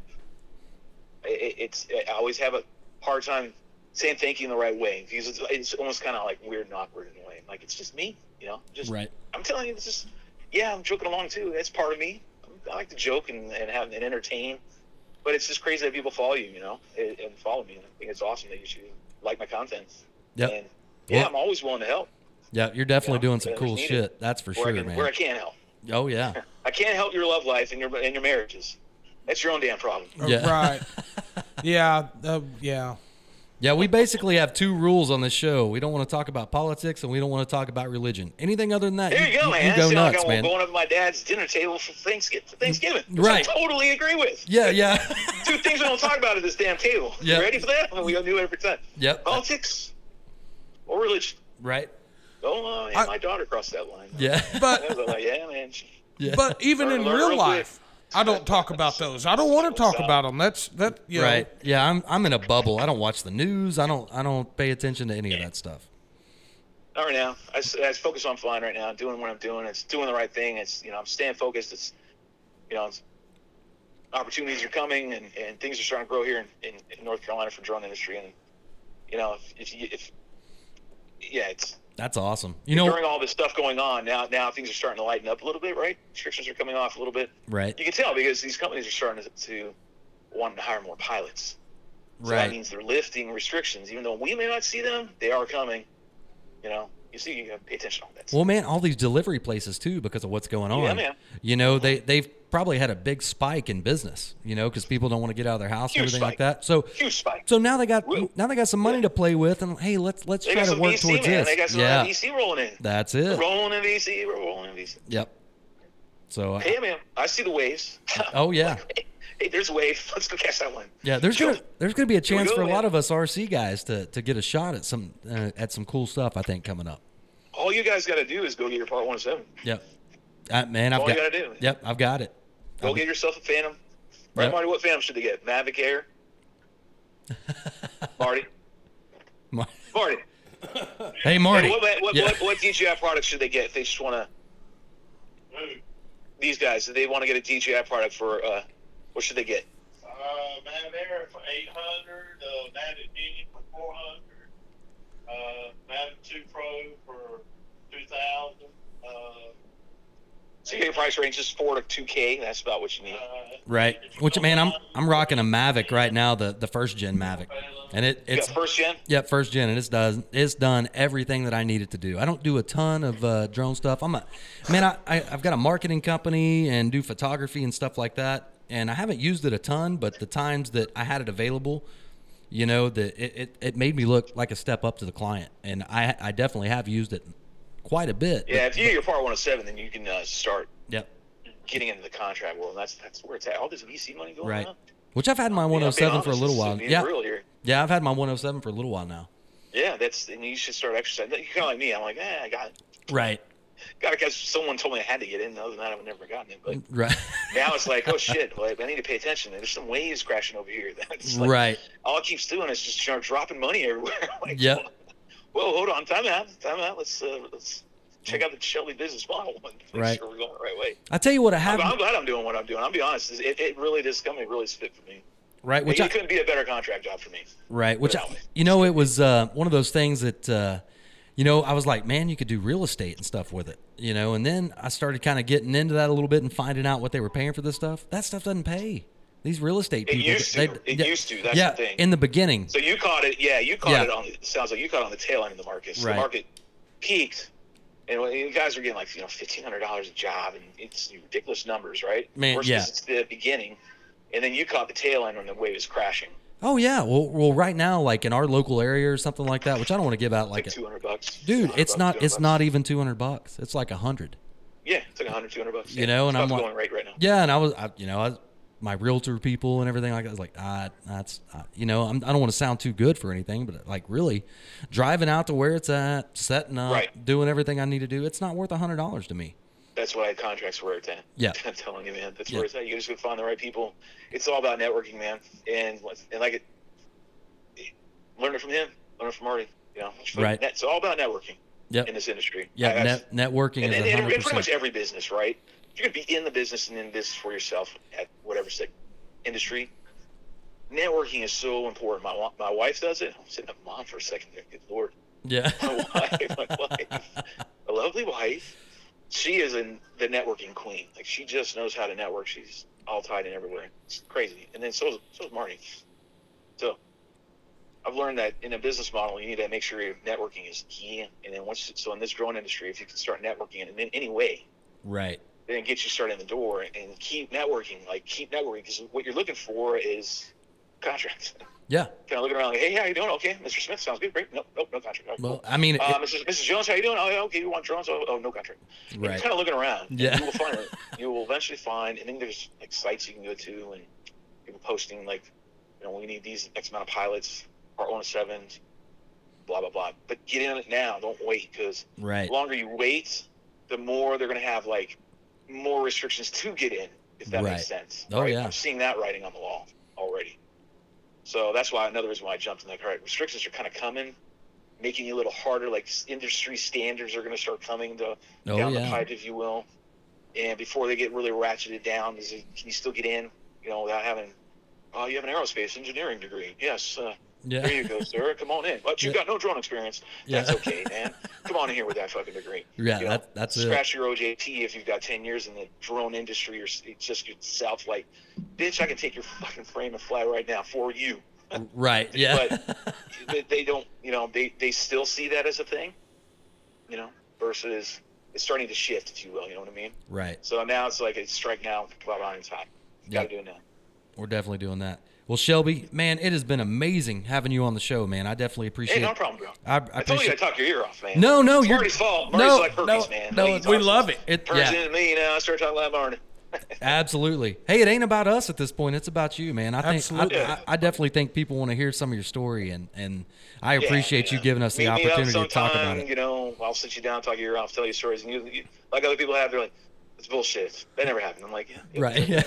[SPEAKER 1] it's I always have a hard time saying thank you in the right way because it's, it's almost kind of like weird and awkward in a way. Like it's just me, you know. Just
[SPEAKER 3] Right.
[SPEAKER 1] I'm telling you, it's just yeah, I'm joking along too. That's part of me. I like to joke and, and have and entertain, but it's just crazy that people follow you, you know, and, and follow me. And I think it's awesome that you should like my content.
[SPEAKER 3] Yep.
[SPEAKER 1] And, yeah,
[SPEAKER 3] Yeah.
[SPEAKER 1] I'm always willing to help
[SPEAKER 3] Yeah, you're definitely
[SPEAKER 1] Yeah,
[SPEAKER 3] doing some
[SPEAKER 1] it's
[SPEAKER 3] cool
[SPEAKER 1] needed.
[SPEAKER 3] shit. That's for
[SPEAKER 1] where
[SPEAKER 3] sure,
[SPEAKER 1] I can, where I
[SPEAKER 3] man.
[SPEAKER 1] can help.
[SPEAKER 3] Oh yeah,
[SPEAKER 1] I can't help your love life and your and your marriages. That's your own damn problem.
[SPEAKER 2] Oh,
[SPEAKER 3] Yeah.
[SPEAKER 2] Right. yeah. Uh, yeah.
[SPEAKER 3] yeah. We basically have two rules on this show. We don't want to talk about politics, and we don't want to talk about religion. Anything other than that,
[SPEAKER 1] There you, go, man.
[SPEAKER 3] You go
[SPEAKER 1] Sound like
[SPEAKER 3] nuts,
[SPEAKER 1] I'm
[SPEAKER 3] man.
[SPEAKER 1] going up to my dad's dinner table for Thanksgiving. For Thanksgiving. which
[SPEAKER 3] Right.
[SPEAKER 1] I totally agree with.
[SPEAKER 3] Yeah, yeah.
[SPEAKER 1] Two things we don't talk about at this damn table.
[SPEAKER 3] Yeah.
[SPEAKER 1] You ready for that? We do it every time.
[SPEAKER 3] Yep.
[SPEAKER 1] Politics or religion.
[SPEAKER 3] right.
[SPEAKER 1] Oh, uh, and
[SPEAKER 2] I-
[SPEAKER 1] my daughter crossed that line.
[SPEAKER 3] Yeah.
[SPEAKER 1] I
[SPEAKER 2] But
[SPEAKER 1] was like, yeah, man. she-
[SPEAKER 3] yeah.
[SPEAKER 2] but even in
[SPEAKER 1] Learn real
[SPEAKER 2] real
[SPEAKER 1] quick.
[SPEAKER 2] life, I don't talk about those. I don't want to talk about them. That's that. You know,
[SPEAKER 3] Right. Yeah, I'm I'm in a bubble. I don't watch the news. I don't I don't pay attention to any of that stuff.
[SPEAKER 1] All right, now I, s- I focus on flying right now. doing what I'm doing. It's doing the right thing. It's you know I'm staying focused. It's you know it's, opportunities are coming and, and things are starting to grow here in, in, in North Carolina for drone industry. And you know if if, you, if yeah, it's
[SPEAKER 3] That's awesome. You know,
[SPEAKER 1] during all this stuff going on now. Now things are starting to lighten up a little bit, right? Restrictions are coming off a little bit.
[SPEAKER 3] right,
[SPEAKER 1] You can tell because these companies are starting to, to want to hire more pilots. So that
[SPEAKER 3] right.
[SPEAKER 1] means they're lifting restrictions, even though we may not see them. They are coming. You know, you see, you gotta pay attention to all that.
[SPEAKER 3] Well, man, all these delivery places too, because of what's going on.
[SPEAKER 1] man.
[SPEAKER 3] You know, they they've probably had a big spike in business. You know, because people don't want to get out of their house and
[SPEAKER 1] Huge
[SPEAKER 3] everything like
[SPEAKER 1] spike.
[SPEAKER 3] that. So
[SPEAKER 1] huge spike.
[SPEAKER 3] so now they got
[SPEAKER 1] Woo.
[SPEAKER 3] now they got some money to play with, and hey, let's let's
[SPEAKER 1] They
[SPEAKER 3] try
[SPEAKER 1] got
[SPEAKER 3] to
[SPEAKER 1] some
[SPEAKER 3] work
[SPEAKER 1] VC,
[SPEAKER 3] towards
[SPEAKER 1] man. They got
[SPEAKER 3] this.
[SPEAKER 1] some
[SPEAKER 3] Yeah,
[SPEAKER 1] VC rolling in.
[SPEAKER 3] that's it.
[SPEAKER 1] Rolling in VC, rolling in VC.
[SPEAKER 3] Yep. So I-
[SPEAKER 1] Hey, man, I see the waves.
[SPEAKER 3] oh yeah.
[SPEAKER 1] hey, there's a wave. Let's go catch that one.
[SPEAKER 3] Yeah, there's gonna there's gonna be a chance
[SPEAKER 1] go,
[SPEAKER 3] for a
[SPEAKER 1] man.
[SPEAKER 3] lot of us RC guys to, to get a shot at some uh, at some cool stuff. I think coming up.
[SPEAKER 1] All you guys got to do is go get your part 107.
[SPEAKER 3] Yep. Uh, man, I've
[SPEAKER 1] all
[SPEAKER 3] got.
[SPEAKER 1] you gotta do.
[SPEAKER 3] Yep, I've got it.
[SPEAKER 1] Go get yourself a Phantom. Right,
[SPEAKER 3] Yep.
[SPEAKER 1] Marty, what Phantom should they get? Mavic Air? Marty?
[SPEAKER 3] Mar-
[SPEAKER 1] Marty.
[SPEAKER 3] Hey, Marty.
[SPEAKER 1] What, what, what,
[SPEAKER 3] Yeah.
[SPEAKER 1] what, what DJI product should they get if they just want to...
[SPEAKER 4] Uh,
[SPEAKER 1] These guys, if they want to get a DJI product for... Uh, what should they get?
[SPEAKER 4] Uh, Mad Air for 800, uh, Mad Mini for 400, uh, Mad 2 Pro for 2000. Uh,
[SPEAKER 1] So your price range is 4 to 2K. That's about what you need.
[SPEAKER 4] uh,
[SPEAKER 3] Right. Which man, I'm I'm rocking a Mavic right now, the the first gen Mavic, and it
[SPEAKER 1] You
[SPEAKER 3] it's
[SPEAKER 1] got first gen?
[SPEAKER 3] yeah first gen, and it's done it's done everything that I need it to do. I don't do a ton of uh, drone stuff. I'm a man. I, I I've got a marketing company and do photography and stuff like that, and I haven't used it a ton, but the times that I had it available. You know that it, it, it made me look like a step up to the client, and I I definitely have used it quite a bit. but-
[SPEAKER 1] Yeah, if you get your part 107, then you can uh, start
[SPEAKER 3] Yep.
[SPEAKER 1] getting into the contract world. And that's that's where it's at. All this VC money going
[SPEAKER 3] Right.
[SPEAKER 1] on.
[SPEAKER 3] Which I've had my
[SPEAKER 1] You know, being
[SPEAKER 3] 107 for a
[SPEAKER 1] honest,
[SPEAKER 3] little
[SPEAKER 1] this is
[SPEAKER 3] while.
[SPEAKER 1] being
[SPEAKER 3] Yeah.
[SPEAKER 1] real here.
[SPEAKER 3] Yeah, I've had my 107 for a little while now.
[SPEAKER 1] Yeah, that's and you should start exercising. You're kind of like me. I'm like, eh, I got it.
[SPEAKER 3] Right.
[SPEAKER 1] God, because someone told me I had to get in the other night. I've never gotten it, but
[SPEAKER 3] Right.
[SPEAKER 1] now it's like, oh shit, like, I need to pay attention. There's some waves crashing over here. That's like,
[SPEAKER 3] right.
[SPEAKER 1] All it keeps doing is just you know, dropping money everywhere. like,
[SPEAKER 3] Yep.
[SPEAKER 1] Whoa, hold on, time out, time out. Let's uh, let's check out the Shelby business model and make
[SPEAKER 3] Right.
[SPEAKER 1] sure we're going the right way.
[SPEAKER 3] I tell you what, I
[SPEAKER 1] I'm, I'm
[SPEAKER 3] haven't.
[SPEAKER 1] glad I'm doing what I'm doing. I'll be honest. It, it really this company really is fit for me.
[SPEAKER 3] Right. Which
[SPEAKER 1] it
[SPEAKER 3] I,
[SPEAKER 1] couldn't be a better contract job for me.
[SPEAKER 3] Right. Which,
[SPEAKER 1] that
[SPEAKER 3] I,
[SPEAKER 1] way.
[SPEAKER 3] you know, it was uh, one of those things that, uh, you know, I was like, man, you could do real estate and stuff with it, you know. And then I started kind of getting into that a little bit and finding out what they were paying for this stuff. That stuff doesn't pay. These real estate
[SPEAKER 1] It
[SPEAKER 3] people.
[SPEAKER 1] used to. It
[SPEAKER 3] yeah,
[SPEAKER 1] used to. That's
[SPEAKER 3] yeah,
[SPEAKER 1] the thing.
[SPEAKER 3] in the beginning.
[SPEAKER 1] so you caught it. Yeah, you caught
[SPEAKER 3] Yeah.
[SPEAKER 1] it on. It sounds like you caught it on the tail end of the market. So
[SPEAKER 3] Right.
[SPEAKER 1] The market peaked, and when- you guys were getting like you know fifteen hundred dollars a job, and it's ridiculous numbers, right?
[SPEAKER 3] Man,
[SPEAKER 1] Worst
[SPEAKER 3] yeah.
[SPEAKER 1] case, it's the beginning, and then you caught the tail end when the wave is crashing,
[SPEAKER 3] Oh yeah. Well, well, right now, like in our local area or something like that, which I don't want to give out
[SPEAKER 1] like
[SPEAKER 3] like, a
[SPEAKER 1] two hundred bucks.
[SPEAKER 3] dude.
[SPEAKER 1] 100
[SPEAKER 3] It's
[SPEAKER 1] bucks,
[SPEAKER 3] not.
[SPEAKER 1] 200
[SPEAKER 3] It's
[SPEAKER 1] bucks.
[SPEAKER 3] not even two hundred bucks. It's like a hundred.
[SPEAKER 1] Yeah, it's like 100, 200 bucks.
[SPEAKER 3] You
[SPEAKER 1] Yeah,
[SPEAKER 3] know, and
[SPEAKER 1] it's
[SPEAKER 3] I'm
[SPEAKER 1] about
[SPEAKER 3] like-
[SPEAKER 1] going right right now.
[SPEAKER 3] Yeah, and I was, I, you know, I, my realtor people and everything like that. I was like, ah, that's, ah, you know, I'm, I don't want to sound too good for anything, but uh, like really, driving out to where it's at, setting up,
[SPEAKER 1] Right.
[SPEAKER 3] doing everything I need to do, it's not worth a hundred dollars to me.
[SPEAKER 1] That's why contracts where it's at.
[SPEAKER 3] Yeah.
[SPEAKER 1] I'm telling you, man. That's
[SPEAKER 3] Yeah.
[SPEAKER 1] where it's at. You just gotta find the right people. It's all about networking, man. And and like, it, learn it from him. Learn it from Marty. You know, It's-
[SPEAKER 3] Right.
[SPEAKER 1] It's all about networking
[SPEAKER 3] Yep.
[SPEAKER 1] in this industry. I-
[SPEAKER 3] Yeah.
[SPEAKER 1] I-
[SPEAKER 3] Net, networking
[SPEAKER 1] and, and,
[SPEAKER 3] is a
[SPEAKER 1] and
[SPEAKER 3] hundred
[SPEAKER 1] pretty much
[SPEAKER 3] percent.
[SPEAKER 1] every business, right? If you're gonna be in the business and in this for yourself at whatever sec- industry, networking is so important. My wa- my wife does it. I'm sitting at mom for a second there. Good lord
[SPEAKER 3] Yeah.
[SPEAKER 1] my wife, my wife, a lovely wife. She is in the networking queen. Like she just knows how to network. She's all tied in everywhere. It's crazy. And then so is, so is Marty. So I've learned that in a business model, you need to make sure your networking is key. And then once so in this growing industry, if you can start networking in any way,
[SPEAKER 3] right.
[SPEAKER 1] then it gets you started in the door and keep networking. Like keep networking because what you're looking for is contracts.
[SPEAKER 3] Yeah.
[SPEAKER 1] kind of looking around like, hey, how you doing? Okay, Mr. Smith sounds good. Great. Nope, nope, no contract. All right, cool.
[SPEAKER 3] Well, I mean, it-
[SPEAKER 1] Uh, Mrs. Mrs. Jones, how you doing? Oh, yeah, okay. You want drones? Oh, oh no contract. And You're
[SPEAKER 3] Right.
[SPEAKER 1] kind of looking around. and
[SPEAKER 3] Yeah.
[SPEAKER 1] You will find. you will eventually find, and then there's like sites you can go to, and people posting like, you know, we need these X amount of pilots, part one of seven, blah blah blah. But get in it now. Don't wait because
[SPEAKER 3] right.
[SPEAKER 1] the longer you wait, the more they're going to have like more restrictions to get in, if that
[SPEAKER 3] Right.
[SPEAKER 1] makes sense.
[SPEAKER 3] Oh, yeah.
[SPEAKER 1] I'm seeing that writing on the wall already. So that's why another reason why I jumped in like, all right, restrictions are kind of coming, making it a little harder. Like s- industry standards are going to start coming to,
[SPEAKER 3] Oh,
[SPEAKER 1] down the
[SPEAKER 3] yeah.
[SPEAKER 1] pipe, if you will. And before they get really ratcheted down, is it, can you still get in, you know, without having, oh, you have an aerospace engineering degree. Yes. Uh, there
[SPEAKER 3] Yeah.
[SPEAKER 1] you go, sir. Come on in. But you've
[SPEAKER 3] Yeah.
[SPEAKER 1] got no drone experience.
[SPEAKER 3] Yeah.
[SPEAKER 1] That's okay, man. Come on in here with that fucking degree.
[SPEAKER 3] Yeah.
[SPEAKER 1] You know,
[SPEAKER 3] That, that's it.
[SPEAKER 1] Scratch your OJT if you've got 10 years in the drone industry or s- it's just yourself. Like, bitch, I can take your fucking frame and fly right now for you.
[SPEAKER 3] Right. Yeah.
[SPEAKER 1] They- they don't, you know, they, they still see that as a thing, you know, versus it's starting to shift, if you will. You know what I mean?
[SPEAKER 3] right.
[SPEAKER 1] So now it's like it's strike now, blah, blah, and time. You got
[SPEAKER 3] Yep.
[SPEAKER 1] to do it now.
[SPEAKER 3] We're definitely doing that. Well, Shelby, man, it has been amazing having you on the show, man. I definitely appreciate
[SPEAKER 1] Hey, no
[SPEAKER 3] it.
[SPEAKER 1] problem, bro.
[SPEAKER 3] I, I
[SPEAKER 1] I told you I
[SPEAKER 3] appreciate
[SPEAKER 1] talk your ear off, man.
[SPEAKER 3] No, no,
[SPEAKER 1] it's
[SPEAKER 3] you're-
[SPEAKER 1] Marty's fault.
[SPEAKER 3] no,
[SPEAKER 1] Marty's like herpes,
[SPEAKER 3] no,
[SPEAKER 1] man.
[SPEAKER 3] no,
[SPEAKER 1] He talks
[SPEAKER 2] we
[SPEAKER 1] to
[SPEAKER 2] love
[SPEAKER 1] us.
[SPEAKER 2] it.
[SPEAKER 3] it.
[SPEAKER 1] Turns
[SPEAKER 3] Yeah.
[SPEAKER 1] into me, you know. I start talking loud about it.
[SPEAKER 3] Absolutely. Hey, it ain't about us at this point. It's about you, man. I think
[SPEAKER 2] Absolutely.
[SPEAKER 3] I, I, I definitely think people want to hear some of your story, and and I
[SPEAKER 1] Yeah,
[SPEAKER 3] appreciate you
[SPEAKER 1] yeah.
[SPEAKER 3] giving us the
[SPEAKER 1] Meet me up
[SPEAKER 3] opportunity to talk
[SPEAKER 1] sometime,
[SPEAKER 3] about it.
[SPEAKER 1] You know, I'll sit you down, talk your ear off, tell you stories, and you, you like other people have. They're like, "It's bullshit. That never happened." I'm like, "Yeah, yeah,
[SPEAKER 3] Right.
[SPEAKER 1] it's
[SPEAKER 3] Yeah.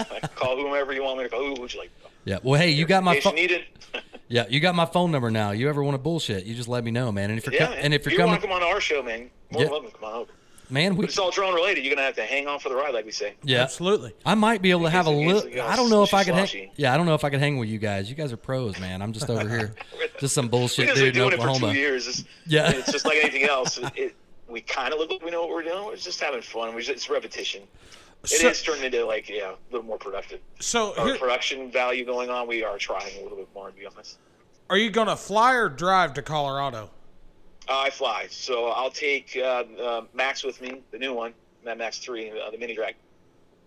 [SPEAKER 1] okay. Like, call whomever you want me to call. Who would you like?" To call?
[SPEAKER 3] yeah. Well, hey, you got my
[SPEAKER 1] If you
[SPEAKER 3] phone.
[SPEAKER 1] need it,
[SPEAKER 3] Yeah, you got my phone number now. You ever want to bullshit? You just let me know, man. And if you're
[SPEAKER 1] yeah.
[SPEAKER 3] com-
[SPEAKER 1] man.
[SPEAKER 3] and if you're
[SPEAKER 1] you
[SPEAKER 3] coming,
[SPEAKER 1] want to come on our show, man, more
[SPEAKER 3] Yeah.
[SPEAKER 1] than welcome. to Come on over.
[SPEAKER 3] man, we
[SPEAKER 1] It's all drone related. You're gonna have to hang on for the ride, like we say.
[SPEAKER 3] yeah.
[SPEAKER 2] Absolutely.
[SPEAKER 3] I might be able to have a
[SPEAKER 1] Usually-
[SPEAKER 3] little.
[SPEAKER 1] usually
[SPEAKER 3] I don't know if I could. Hang-
[SPEAKER 1] sloshy.
[SPEAKER 3] yeah, I don't know if I could hang with you guys. You guys are pros, man. I'm just over here, just some
[SPEAKER 1] We're
[SPEAKER 3] bullshit
[SPEAKER 1] just been
[SPEAKER 3] dude in
[SPEAKER 1] doing it for two
[SPEAKER 3] Oklahoma.
[SPEAKER 1] years. It's,
[SPEAKER 3] Yeah.
[SPEAKER 1] it's just like anything else. It, it, we kind of look like we know what we're doing. We're just having fun. We just, it's repetition. It is
[SPEAKER 2] So-
[SPEAKER 1] turning into like yeah, a little more productive.
[SPEAKER 2] So
[SPEAKER 1] Our
[SPEAKER 2] here,
[SPEAKER 1] production value going on. We are trying a little bit more to be honest.
[SPEAKER 2] are you gonna fly or drive to Colorado?
[SPEAKER 1] I fly, so I'll take uh, uh, Max with me, the new one, Mad Max Three, uh, the mini drag.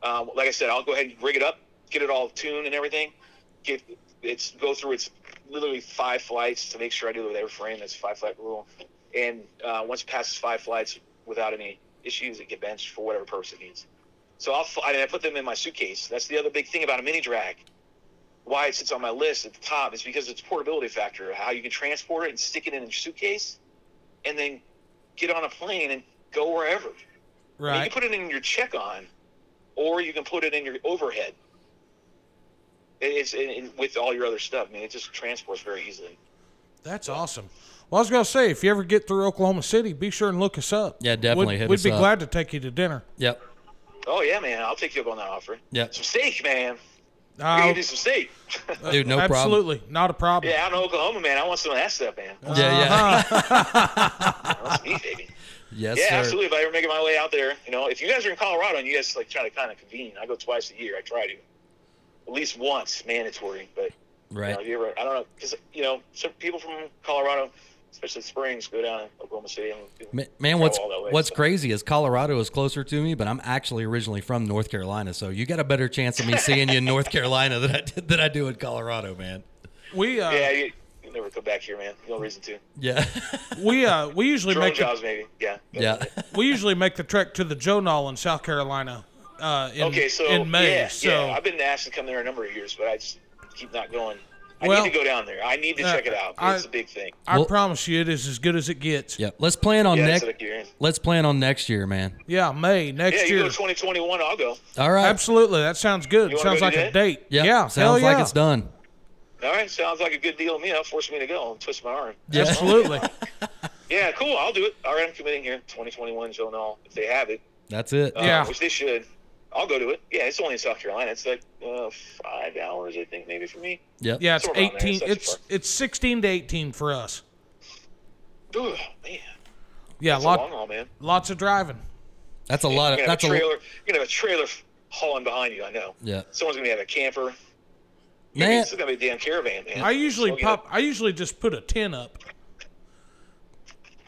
[SPEAKER 1] Um, like I said, I'll go ahead and rig it up, get it all tuned and everything. Get it's go through its literally five flights to make sure I do the airframe. That's a five flight rule, and uh, once it passes five flights without any issues, it get benched for whatever purpose it needs. So I'll fly, and I put them in my suitcase. That's the other big thing about a mini drag. Why it sits on my list at the top is because it's portability factor. How you can transport it and stick it in your suitcase and then get on a plane and go wherever. And
[SPEAKER 2] Right.
[SPEAKER 1] You can put it in your check on, or you can put it in your overhead. It- It's in, in, with all your other stuff, man. It just transports very easily.
[SPEAKER 2] That's awesome. Well, I was gonna say, if you ever get through Oklahoma City, be sure and look us up.
[SPEAKER 3] Yeah, definitely
[SPEAKER 2] We'd,
[SPEAKER 3] hit
[SPEAKER 2] we'd
[SPEAKER 3] us
[SPEAKER 2] be
[SPEAKER 3] up.
[SPEAKER 2] glad to take you to dinner.
[SPEAKER 3] Yep.
[SPEAKER 1] Oh yeah, man. I'll take you up on that offer.
[SPEAKER 3] Yep.
[SPEAKER 1] Some steak, man. We
[SPEAKER 2] Uh,
[SPEAKER 1] can do some steak.
[SPEAKER 3] Dude, no problem.
[SPEAKER 2] absolutely, not a problem.
[SPEAKER 1] yeah, out in Oklahoma, man. I want some of that stuff, man.
[SPEAKER 3] Yeah, yeah.
[SPEAKER 1] I want some meat, baby.
[SPEAKER 3] yes,
[SPEAKER 1] Yeah,
[SPEAKER 3] sir.
[SPEAKER 1] absolutely. If I ever make it my way out there, you know, if you guys are in Colorado and you guys like try to kind of convene, I go twice a year. I try to, at least once mandatory. But you know,
[SPEAKER 3] Right.
[SPEAKER 1] if you ever, I don't know, because you know, some people from Colorado, especially Springs, go down to Oklahoma City. And
[SPEAKER 3] Ma- Man,
[SPEAKER 1] go
[SPEAKER 3] what's
[SPEAKER 1] all that way,
[SPEAKER 3] what's
[SPEAKER 1] so.
[SPEAKER 3] crazy is Colorado is closer to me, but I'm actually originally from North Carolina, so you got a better chance of me seeing you in North Carolina than I did, than I do in Colorado, man.
[SPEAKER 2] We uh,
[SPEAKER 1] Yeah, you, you'll never come back here, man. No reason to.
[SPEAKER 3] Yeah,
[SPEAKER 2] we uh, we usually
[SPEAKER 1] Drone
[SPEAKER 2] make the,
[SPEAKER 1] jobs, maybe. Yeah.
[SPEAKER 3] yeah,
[SPEAKER 2] we usually make the trek to the Joe Knoll in South Carolina. Uh, in,
[SPEAKER 1] Okay, so
[SPEAKER 2] in May,
[SPEAKER 1] yeah,
[SPEAKER 2] so
[SPEAKER 1] yeah, I've been asked to come there a number of years, but I just keep not going. I
[SPEAKER 2] Well,
[SPEAKER 1] need to go down there. I need to
[SPEAKER 2] uh,
[SPEAKER 1] check it out.
[SPEAKER 2] I-
[SPEAKER 1] It's a big thing.
[SPEAKER 2] I
[SPEAKER 3] Well-
[SPEAKER 2] promise you, it is as good as it gets.
[SPEAKER 3] yeah. Let's plan on
[SPEAKER 1] Yeah, that's
[SPEAKER 3] next.
[SPEAKER 1] what I hear.
[SPEAKER 3] Let's plan on next year, man.
[SPEAKER 2] Yeah, May next
[SPEAKER 1] Yeah, you
[SPEAKER 2] year.
[SPEAKER 1] go 2021, I'll go.
[SPEAKER 3] All right.
[SPEAKER 2] Absolutely, that sounds good.
[SPEAKER 1] You wanna
[SPEAKER 2] sounds
[SPEAKER 1] go
[SPEAKER 2] like
[SPEAKER 1] do
[SPEAKER 2] a
[SPEAKER 1] that?
[SPEAKER 2] date.
[SPEAKER 3] Yep.
[SPEAKER 2] Yeah, hell
[SPEAKER 3] Sounds like
[SPEAKER 2] yeah.
[SPEAKER 3] it's done.
[SPEAKER 1] All right, sounds like a good deal to me. I'll force me to go. I'll twist my arm.
[SPEAKER 3] Yeah.
[SPEAKER 2] Absolutely.
[SPEAKER 1] Yeah, cool. I'll do it. All right, I'm committing here. 2021, Joe Knoll, if they have it.
[SPEAKER 3] That's it.
[SPEAKER 1] Uh,
[SPEAKER 2] Yeah.
[SPEAKER 1] Which they should. I'll go to it. Yeah, it's only in South Carolina. It's like uh, five hours, I think, maybe for me.
[SPEAKER 3] Yep.
[SPEAKER 2] yeah, it's
[SPEAKER 1] Somewhere around there,
[SPEAKER 2] eighteen.
[SPEAKER 1] such a
[SPEAKER 2] It's
[SPEAKER 1] far.
[SPEAKER 2] it's sixteen to eighteen for us.
[SPEAKER 1] Ooh, man.
[SPEAKER 2] Yeah,
[SPEAKER 1] It's a long
[SPEAKER 2] lot,
[SPEAKER 1] haul, man.
[SPEAKER 2] lots of driving.
[SPEAKER 3] That's a
[SPEAKER 1] You're
[SPEAKER 3] lot
[SPEAKER 1] gonna
[SPEAKER 3] of.
[SPEAKER 1] have
[SPEAKER 3] Uh, That's
[SPEAKER 1] a
[SPEAKER 3] a.
[SPEAKER 1] trailer. You're gonna have a trailer hauling behind you. I know.
[SPEAKER 3] Yeah.
[SPEAKER 1] Someone's gonna have a camper. You're gonna-
[SPEAKER 3] Man,
[SPEAKER 1] It's gonna be a damn caravan, man.
[SPEAKER 2] I usually
[SPEAKER 1] Smoking
[SPEAKER 2] pop.
[SPEAKER 1] up.
[SPEAKER 2] I usually just put a tin up.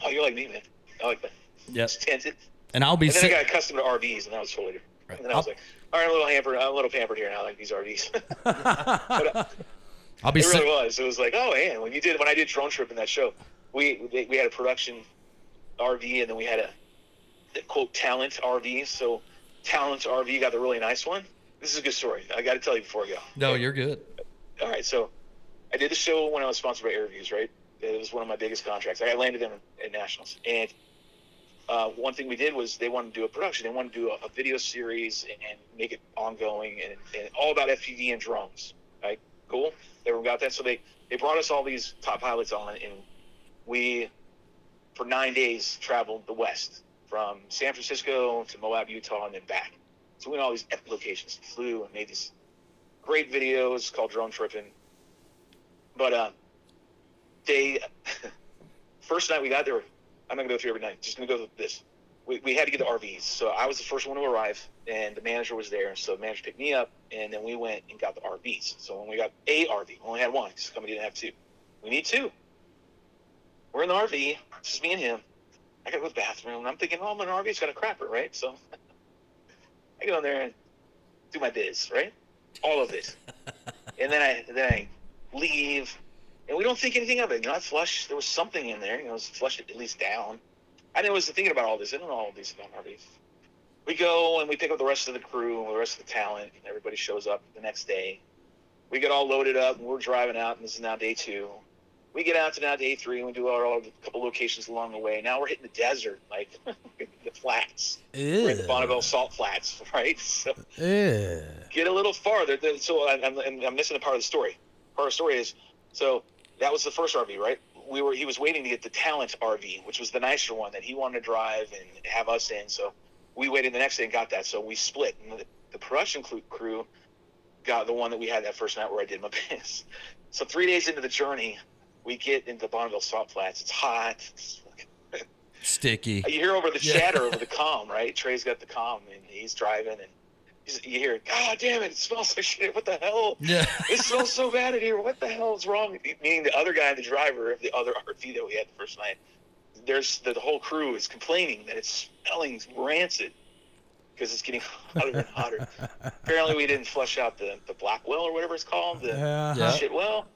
[SPEAKER 1] Oh, you're like me, man. I like that.
[SPEAKER 3] Yep.
[SPEAKER 1] It's tented.
[SPEAKER 3] And I'll be
[SPEAKER 1] And then I
[SPEAKER 3] sick.
[SPEAKER 1] got accustomed to RVs, and that was totally different. And then I was
[SPEAKER 3] I'll-
[SPEAKER 1] like, all right, I'm a little hampered. I'm a little pampered here now, like these RVs.
[SPEAKER 3] I'll be
[SPEAKER 1] It really
[SPEAKER 3] sick.
[SPEAKER 1] was. It was like, oh man, when you did when I did drone trip in that show, we they, we had a production RV and then we had a the quote talent RV. So talent RV got the really nice one. This is a good story. I got to tell you before I go.
[SPEAKER 3] No, you're good.
[SPEAKER 1] All right, so I did the show when I was sponsored by Airviews, right? It was one of my biggest contracts. I landed them at Nationals, and uh, one thing we did was they wanted to do a production. They wanted to do a, a video series and make it ongoing and, and all about FPV and drones. Right? Cool. Everyone got that. So they they brought us all these top pilots on, and we for nine days traveled the West from San Francisco to Moab, Utah, and then back. So we went to all these epic locations, flew, and made these great videos called Drone Tripping. But uh, they first night we got there, I'm not gonna go through every night. Just gonna go through this. We, we had to get the RVs, so I was the first one to arrive, and the manager was there. So the manager picked me up, and then we went and got the RVs. So when we got a RV, we only had one because somebody didn't have two. We need two. We're in the RV. It's just me and him. I gotta go to the bathroom. I'm thinking, oh, I'm in an RV. It's got a crapper, right? So I go in there and do my biz, right? All of it. and then I then I leave, and we don't think anything of it. You know, I flush. There was something in there. You know, let's flush it at least down. I didn't was thinking about all this. I didn't know all these about Harvey. We go and we pick up the rest of the crew and the rest of the talent. And everybody shows up the next day. We get all loaded up and we're driving out. And this is now day two. We get out to now day three and we do our, our couple locations along the way. Now we're hitting the desert, like the flats. We're in the Bonneville Salt Flats, right? So get a little farther. Then- So I- I'm, I'm, I'm missing a part of the story. Part of the story is so that was the first RV, right? We were he was waiting to get the talent RV, which was the nicer one that he wanted to drive and have us in. So we waited the next day and got that. So we split. And the, the production clu- crew got the one that we had that first night where I did my best. So three days into the journey, we get into Bonneville Salt Flats. It's hot. It's fucking
[SPEAKER 3] Sticky.
[SPEAKER 1] you hear over the chatter over the comm, right? Trey's got the comm and he's driving and he's, you hear, God damn it, it smells like shit. What the hell?
[SPEAKER 3] Yeah.
[SPEAKER 1] It smells so bad in here. What the hell is wrong? Meaning the other guy, the driver of the other RV that we had the first night. There's the, the whole crew is complaining that it's smelling rancid because it's getting hotter and hotter. Apparently, we didn't flush out the, the black well or whatever it's called. The,
[SPEAKER 2] Uh-huh.
[SPEAKER 3] Yeah.
[SPEAKER 1] shit well.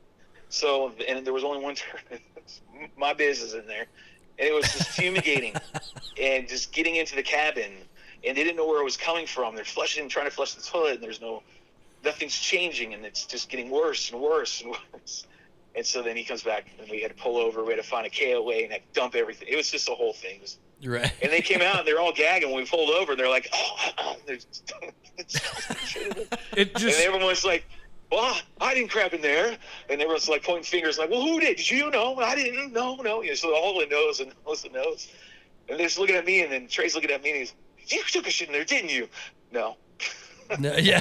[SPEAKER 1] So and there was only one turn. My biz is in there, and it was just fumigating, and just getting into the cabin, and they didn't know where it was coming from. They're flushing, trying to flush the toilet, and there's no, nothing's changing, and it's just getting worse and worse and worse. And so then he comes back, and we had to pull over. We had to find a KOA and like dump everything. It was just a whole thing. It was
[SPEAKER 3] Right.
[SPEAKER 1] And they came out and they're all gagging when we pulled over. They're like, oh, they're just- and
[SPEAKER 2] It just
[SPEAKER 1] everyone's like, well, I didn't crap in there. And everyone's like pointing fingers, like, well, who did? Did you know? I didn't. No, no. You know, so all the nose and nose and nose. And they're just looking at me, and then Trey's looking at me, and he's, you took a shit in there, didn't you? No.
[SPEAKER 3] No, yeah.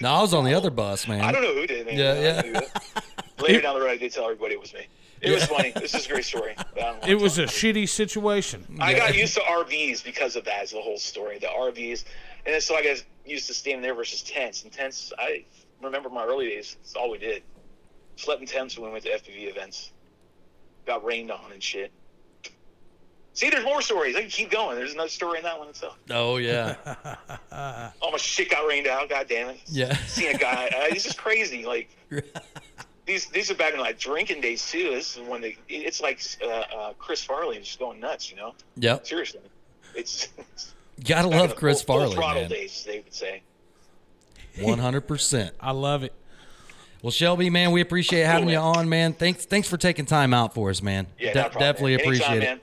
[SPEAKER 3] No, I was on the other bus, man.
[SPEAKER 1] I don't know who did it.
[SPEAKER 3] Yeah, yeah.
[SPEAKER 1] I don't know who- Later down the road, I did tell everybody it was me. It was funny. This is a great story. but I don't wanna
[SPEAKER 2] it was a
[SPEAKER 1] tell
[SPEAKER 2] shitty situation.
[SPEAKER 1] I got used to RVs because of that. Is the whole story. The RVs, and then so I got used to staying there versus tents. And tents, I remember my early days. It's all we did. Slept in tents when we went to FPV events. Got rained on and shit. See, there's more stories. I can keep going. There's another story in that one itself.
[SPEAKER 3] Oh yeah.
[SPEAKER 1] All my shit got rained out. God damn it.
[SPEAKER 3] Yeah.
[SPEAKER 1] Seeing a guy, I, it's just crazy. Like these, these are back in like drinking days too. This is when they, it's like uh, uh, Chris Farley is just going nuts. You know,
[SPEAKER 3] Yep.
[SPEAKER 1] seriously, it's. it's
[SPEAKER 3] Gotta
[SPEAKER 1] Back in
[SPEAKER 3] love
[SPEAKER 1] the
[SPEAKER 3] Chris
[SPEAKER 1] full- full
[SPEAKER 3] Farley,
[SPEAKER 1] throttle
[SPEAKER 3] man.
[SPEAKER 1] days, they would say.
[SPEAKER 3] One hundred percent.
[SPEAKER 2] I love it.
[SPEAKER 3] Well, Shelby, man, we appreciate having you on, man. Thanks, thanks for taking time out for us, man.
[SPEAKER 1] Yeah,
[SPEAKER 3] De-
[SPEAKER 1] no problem,
[SPEAKER 3] definitely
[SPEAKER 1] man.
[SPEAKER 3] appreciate
[SPEAKER 1] Anytime,
[SPEAKER 3] it.
[SPEAKER 1] Man.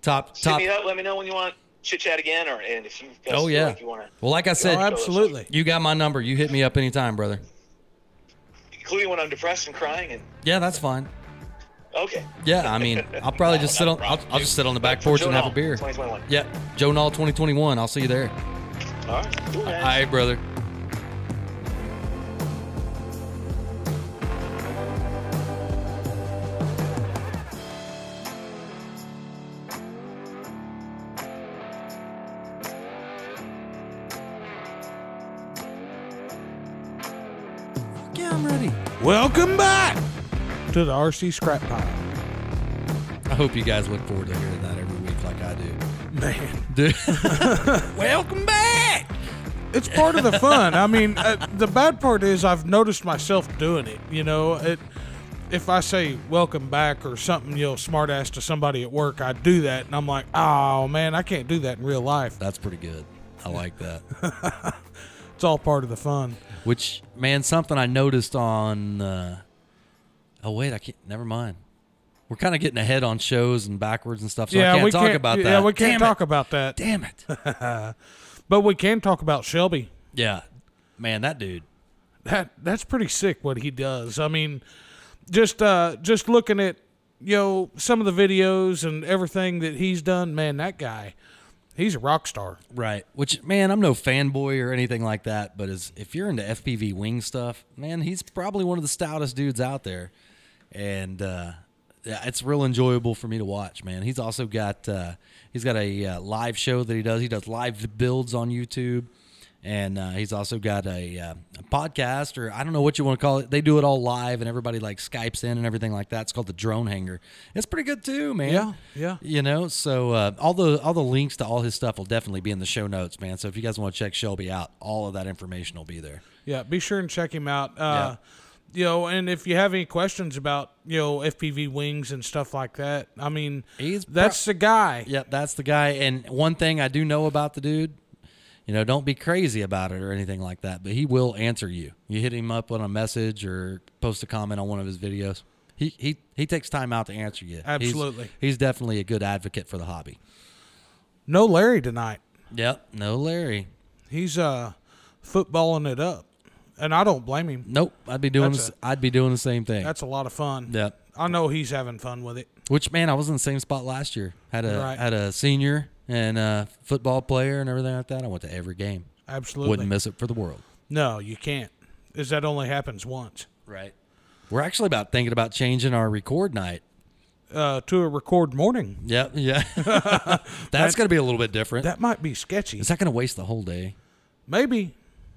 [SPEAKER 3] Top,
[SPEAKER 1] Hit
[SPEAKER 3] top.
[SPEAKER 1] me up. Let me know when you want chit chat again, or and if you guys
[SPEAKER 3] Oh
[SPEAKER 1] feel
[SPEAKER 3] yeah.
[SPEAKER 1] like you want to,
[SPEAKER 3] Well, like I
[SPEAKER 2] Oh,
[SPEAKER 3] said,
[SPEAKER 2] absolutely.
[SPEAKER 3] you got my number. You hit me up anytime, brother.
[SPEAKER 1] including when I'm depressed and crying. And
[SPEAKER 3] Yeah, that's fine.
[SPEAKER 1] okay,
[SPEAKER 3] Yeah, I mean, I'll probably just sit on. I'll, I'll just sit on the back
[SPEAKER 1] From
[SPEAKER 3] porch
[SPEAKER 1] Joe
[SPEAKER 3] and have a
[SPEAKER 1] Knoll,
[SPEAKER 3] beer.
[SPEAKER 1] 2021.
[SPEAKER 3] Yeah, Joe Nall 2021. I'll see you there.
[SPEAKER 1] All right. Cool, man.
[SPEAKER 3] All right, brother. Fuck Yeah, I'm ready.
[SPEAKER 2] Welcome back to the RC Scrap Pile.
[SPEAKER 3] I hope you guys look forward to hearing that every week, like I do.
[SPEAKER 2] Man,
[SPEAKER 3] Dude. Welcome back.
[SPEAKER 2] it's part of the fun. I mean, uh, the bad part is I've noticed myself doing it. You know, it, if I say welcome back or something, you know, smart ass to somebody at work, I do that. And I'm like, oh, man, I can't do that in real life.
[SPEAKER 3] That's pretty good. I like that.
[SPEAKER 2] It's all part of the fun.
[SPEAKER 3] Which man, something I noticed on. Uh, oh wait, I can't. Never mind. We're kind of getting ahead on shows and backwards and stuff. So I can't talk about that.
[SPEAKER 2] Yeah, we can't
[SPEAKER 3] Damn
[SPEAKER 2] talk
[SPEAKER 3] It.
[SPEAKER 2] about that.
[SPEAKER 3] Damn it.
[SPEAKER 2] But we can talk about Shelby.
[SPEAKER 3] yeah, man, that dude.
[SPEAKER 2] that that's pretty sick what he does. I mean, just uh just looking at you know some of the videos and everything that he's done, man, that guy, he's a rock star.
[SPEAKER 3] Right. Which man, I'm no fanboy or anything like that. But as if you're into FPV wing stuff, man, he's probably one of the stoutest dudes out there. And uh, yeah, it's real enjoyable for me to watch, man. He's also got uh, he's got a uh, live show that he does. He does live builds on YouTube. And uh, he's also got a, uh, a podcast, or I don't know what you want to call it. They do it all live, and everybody like skypes in and everything like that. It's called the Drone Hanger. It's pretty good too, man.
[SPEAKER 2] Yeah, yeah.
[SPEAKER 3] You know, so uh, all the all the links to all his stuff will definitely be in the show notes, man. So if you guys want to check Shelby out, all of that information will be there.
[SPEAKER 2] Yeah, be sure and check him out. Uh, You know, and if you have any questions about you know FPV wings and stuff like that, I mean,
[SPEAKER 3] He's pro-
[SPEAKER 2] that's the guy.
[SPEAKER 3] Yep, that's the guy. And one thing I do know about the dude, you know, don't be crazy about it or anything like that, but he will answer you. You hit him up on a message or post a comment on one of his videos. He he he takes time out to answer you. He's-
[SPEAKER 2] Absolutely.
[SPEAKER 3] he's definitely a good advocate for the hobby.
[SPEAKER 2] No Larry tonight.
[SPEAKER 3] Yep. No, Larry.
[SPEAKER 2] He's uh footballing it up, and I don't blame him.
[SPEAKER 3] Nope. I'd be doing.
[SPEAKER 2] That's
[SPEAKER 3] this, I'd be doing the same thing.
[SPEAKER 2] That's a lot of fun.
[SPEAKER 3] Yep.
[SPEAKER 2] I know he's having fun with it.
[SPEAKER 3] Which man, I was in the same spot last year. Had a
[SPEAKER 2] Right.
[SPEAKER 3] had a senior and a football player and everything like that. I went to every game.
[SPEAKER 2] Absolutely.
[SPEAKER 3] Wouldn't miss it for the world.
[SPEAKER 2] No, you can't. Is that only happens once?
[SPEAKER 3] Right. We're actually about thinking about changing our record night.
[SPEAKER 2] Uh, to a record morning,
[SPEAKER 3] Yep. Yeah. That's going to be a little bit different.
[SPEAKER 2] that might be sketchy.
[SPEAKER 3] Is that going to waste the whole day?
[SPEAKER 2] Maybe.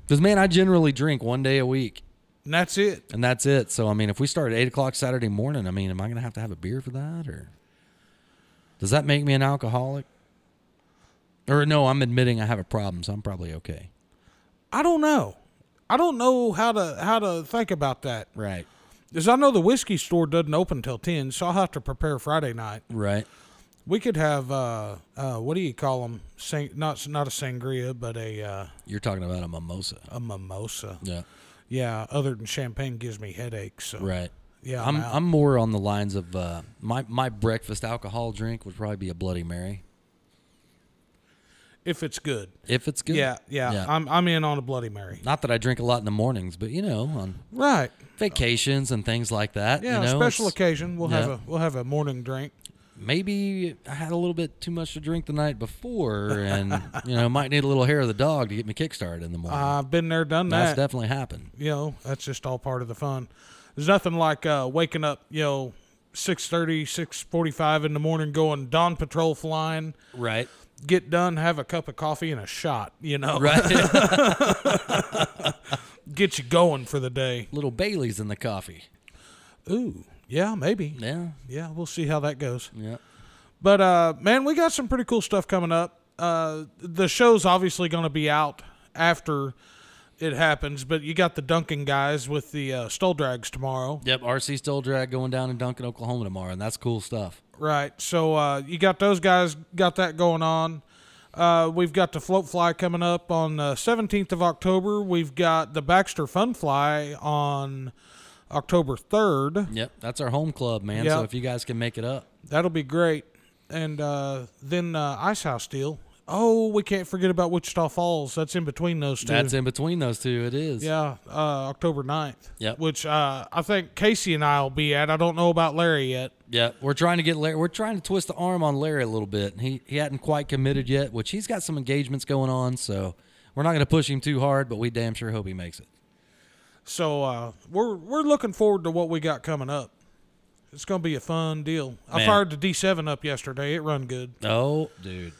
[SPEAKER 3] Because man, I generally drink one day a week,
[SPEAKER 2] And that's it.
[SPEAKER 3] and that's it. So I mean, if we start at eight o'clock Saturday morning, I mean, am I going to have to have a beer for that, or does that make me an alcoholic? Or no, I'm admitting I have a problem, so I'm probably okay.
[SPEAKER 2] I don't know. I don't know how to how to think about that.
[SPEAKER 3] Right.
[SPEAKER 2] Because I know the whiskey store doesn't open till ten, so I'll have to prepare Friday night.
[SPEAKER 3] Right.
[SPEAKER 2] We could have uh, uh, what do you call them? Sang- not not a sangria, but a uh,
[SPEAKER 3] You're talking about a mimosa.
[SPEAKER 2] a mimosa.
[SPEAKER 3] Yeah.
[SPEAKER 2] Yeah. Other than champagne, gives me headaches. So.
[SPEAKER 3] Right.
[SPEAKER 2] Yeah, I'm
[SPEAKER 3] I'm
[SPEAKER 2] out.
[SPEAKER 3] I'm more on the lines of uh, my my breakfast alcohol drink would probably be a Bloody Mary.
[SPEAKER 2] if it's good.
[SPEAKER 3] if it's good.
[SPEAKER 2] Yeah, yeah, I'm I'm in on a Bloody Mary.
[SPEAKER 3] Not that I drink a lot in the mornings, but you know, on
[SPEAKER 2] Right.
[SPEAKER 3] vacations and things like that.
[SPEAKER 2] Yeah.
[SPEAKER 3] you know,
[SPEAKER 2] special
[SPEAKER 3] it's-
[SPEAKER 2] occasion, we'll have
[SPEAKER 3] yeah.
[SPEAKER 2] a we'll have a morning drink.
[SPEAKER 3] Maybe I had a little bit too much to drink the night before, and you know, might need a little hair of the dog to get me kickstarted in the morning.
[SPEAKER 2] I've been there, done
[SPEAKER 3] That's
[SPEAKER 2] that.
[SPEAKER 3] definitely happened.
[SPEAKER 2] you know, that's just all part of the fun. There's nothing like uh, waking up, you know, 6.30, 6.45 in the morning, going dawn patrol flying,
[SPEAKER 3] Right.
[SPEAKER 2] get done, have a cup of coffee and a shot, you know,
[SPEAKER 3] Right.
[SPEAKER 2] get you going for the day.
[SPEAKER 3] little Bailey's in the coffee.
[SPEAKER 2] Ooh, yeah, maybe.
[SPEAKER 3] Yeah.
[SPEAKER 2] Yeah, we'll see how that goes.
[SPEAKER 3] Yeah.
[SPEAKER 2] But uh, man, we got some pretty cool stuff coming up. Uh, the show's obviously going to be out after it happens, but you got the Duncan guys with the uh, Stole Drags tomorrow,
[SPEAKER 3] Yep. RC Still Drag going down in Duncan, Oklahoma tomorrow, and that's cool stuff.
[SPEAKER 2] right? So uh, you got those guys, got that going on. Uh, we've got the Float Fly coming up on the 17th of October. We've got the Baxter Fun Fly on October 3rd.
[SPEAKER 3] Yep. That's our home club, man. So
[SPEAKER 2] Yep.
[SPEAKER 3] if you guys can make it up,
[SPEAKER 2] That'll be great. And uh, then uh, Ice House deal. Oh, we can't forget about Wichita Falls. That's in between those two.
[SPEAKER 3] that's in between those two. It is.
[SPEAKER 2] Yeah, uh, October 9th.
[SPEAKER 3] Yep.
[SPEAKER 2] Which uh, I think Casey and I will be at. I don't know about Larry yet.
[SPEAKER 3] Yeah, we're trying to get Larry. We're trying to twist the arm on Larry a little bit. He he hadn't quite committed yet, which he's got some engagements going on. So we're not going to push him too hard, but we damn sure hope he makes it.
[SPEAKER 2] So uh, we're we're looking forward to what we got coming up. It's gonna be a fun deal. I
[SPEAKER 3] Man.
[SPEAKER 2] fired the D seven up yesterday. It run good.
[SPEAKER 3] Oh, dude,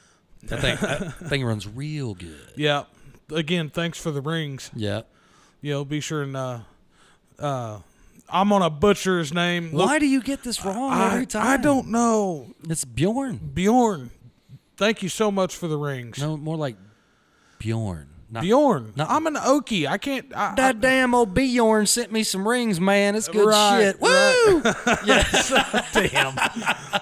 [SPEAKER 3] that thing that thing runs real good.
[SPEAKER 2] Yeah. Again, thanks for the rings.
[SPEAKER 3] Yeah.
[SPEAKER 2] You know, be sure and uh, uh, I'm gonna butcher his name.
[SPEAKER 3] Why do you get this wrong
[SPEAKER 2] I,
[SPEAKER 3] every time?
[SPEAKER 2] I don't know.
[SPEAKER 3] It's Bjorn.
[SPEAKER 2] Bjorn, thank you so much for the rings.
[SPEAKER 3] No, more like Bjorn. Not,
[SPEAKER 2] Bjorn,
[SPEAKER 3] No.
[SPEAKER 2] I'm an Okie. I can't. I, I-
[SPEAKER 3] That damn old Bjorn sent me some rings, man. It's good
[SPEAKER 2] Right,
[SPEAKER 3] shit. Woo! yes.
[SPEAKER 2] Damn.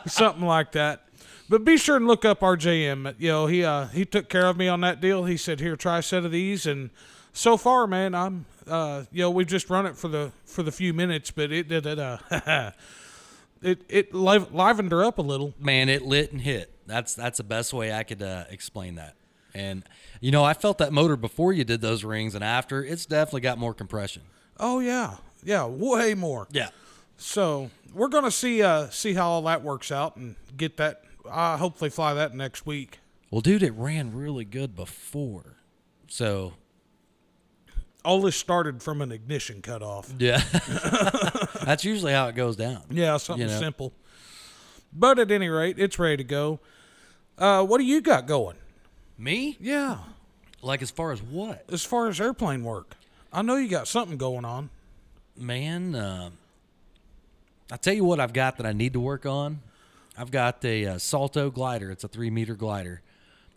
[SPEAKER 2] Something like that. But be sure and look up RJM. You know, he uh, he took care of me on that deal. He said, "Here, try a set of these." And so far, man, I'm uh, you know, we've just run it for the for the few minutes, but it did it uh, it it liv- livened her up a little.
[SPEAKER 3] man it lit and hit that's that's the best way i could uh, explain that and you know i felt that motor before you did those rings and after it's definitely got more compression
[SPEAKER 2] Oh yeah, yeah, way more.
[SPEAKER 3] yeah
[SPEAKER 2] So we're gonna see uh see how all that works out and get that. I hopefully fly that next week.
[SPEAKER 3] well dude it ran really good before so
[SPEAKER 2] All this started from an ignition cutoff.
[SPEAKER 3] yeah that's usually how it goes down
[SPEAKER 2] Yeah, something
[SPEAKER 3] You know?
[SPEAKER 2] simple. But at any rate, it's ready to go. Uh, what do you got going?
[SPEAKER 3] me
[SPEAKER 2] Yeah,
[SPEAKER 3] like as far as what
[SPEAKER 2] as far as airplane work, I know you got something going on.
[SPEAKER 3] man um i tell you what i've got that i need to work on i've got a uh, salto glider it's a three meter glider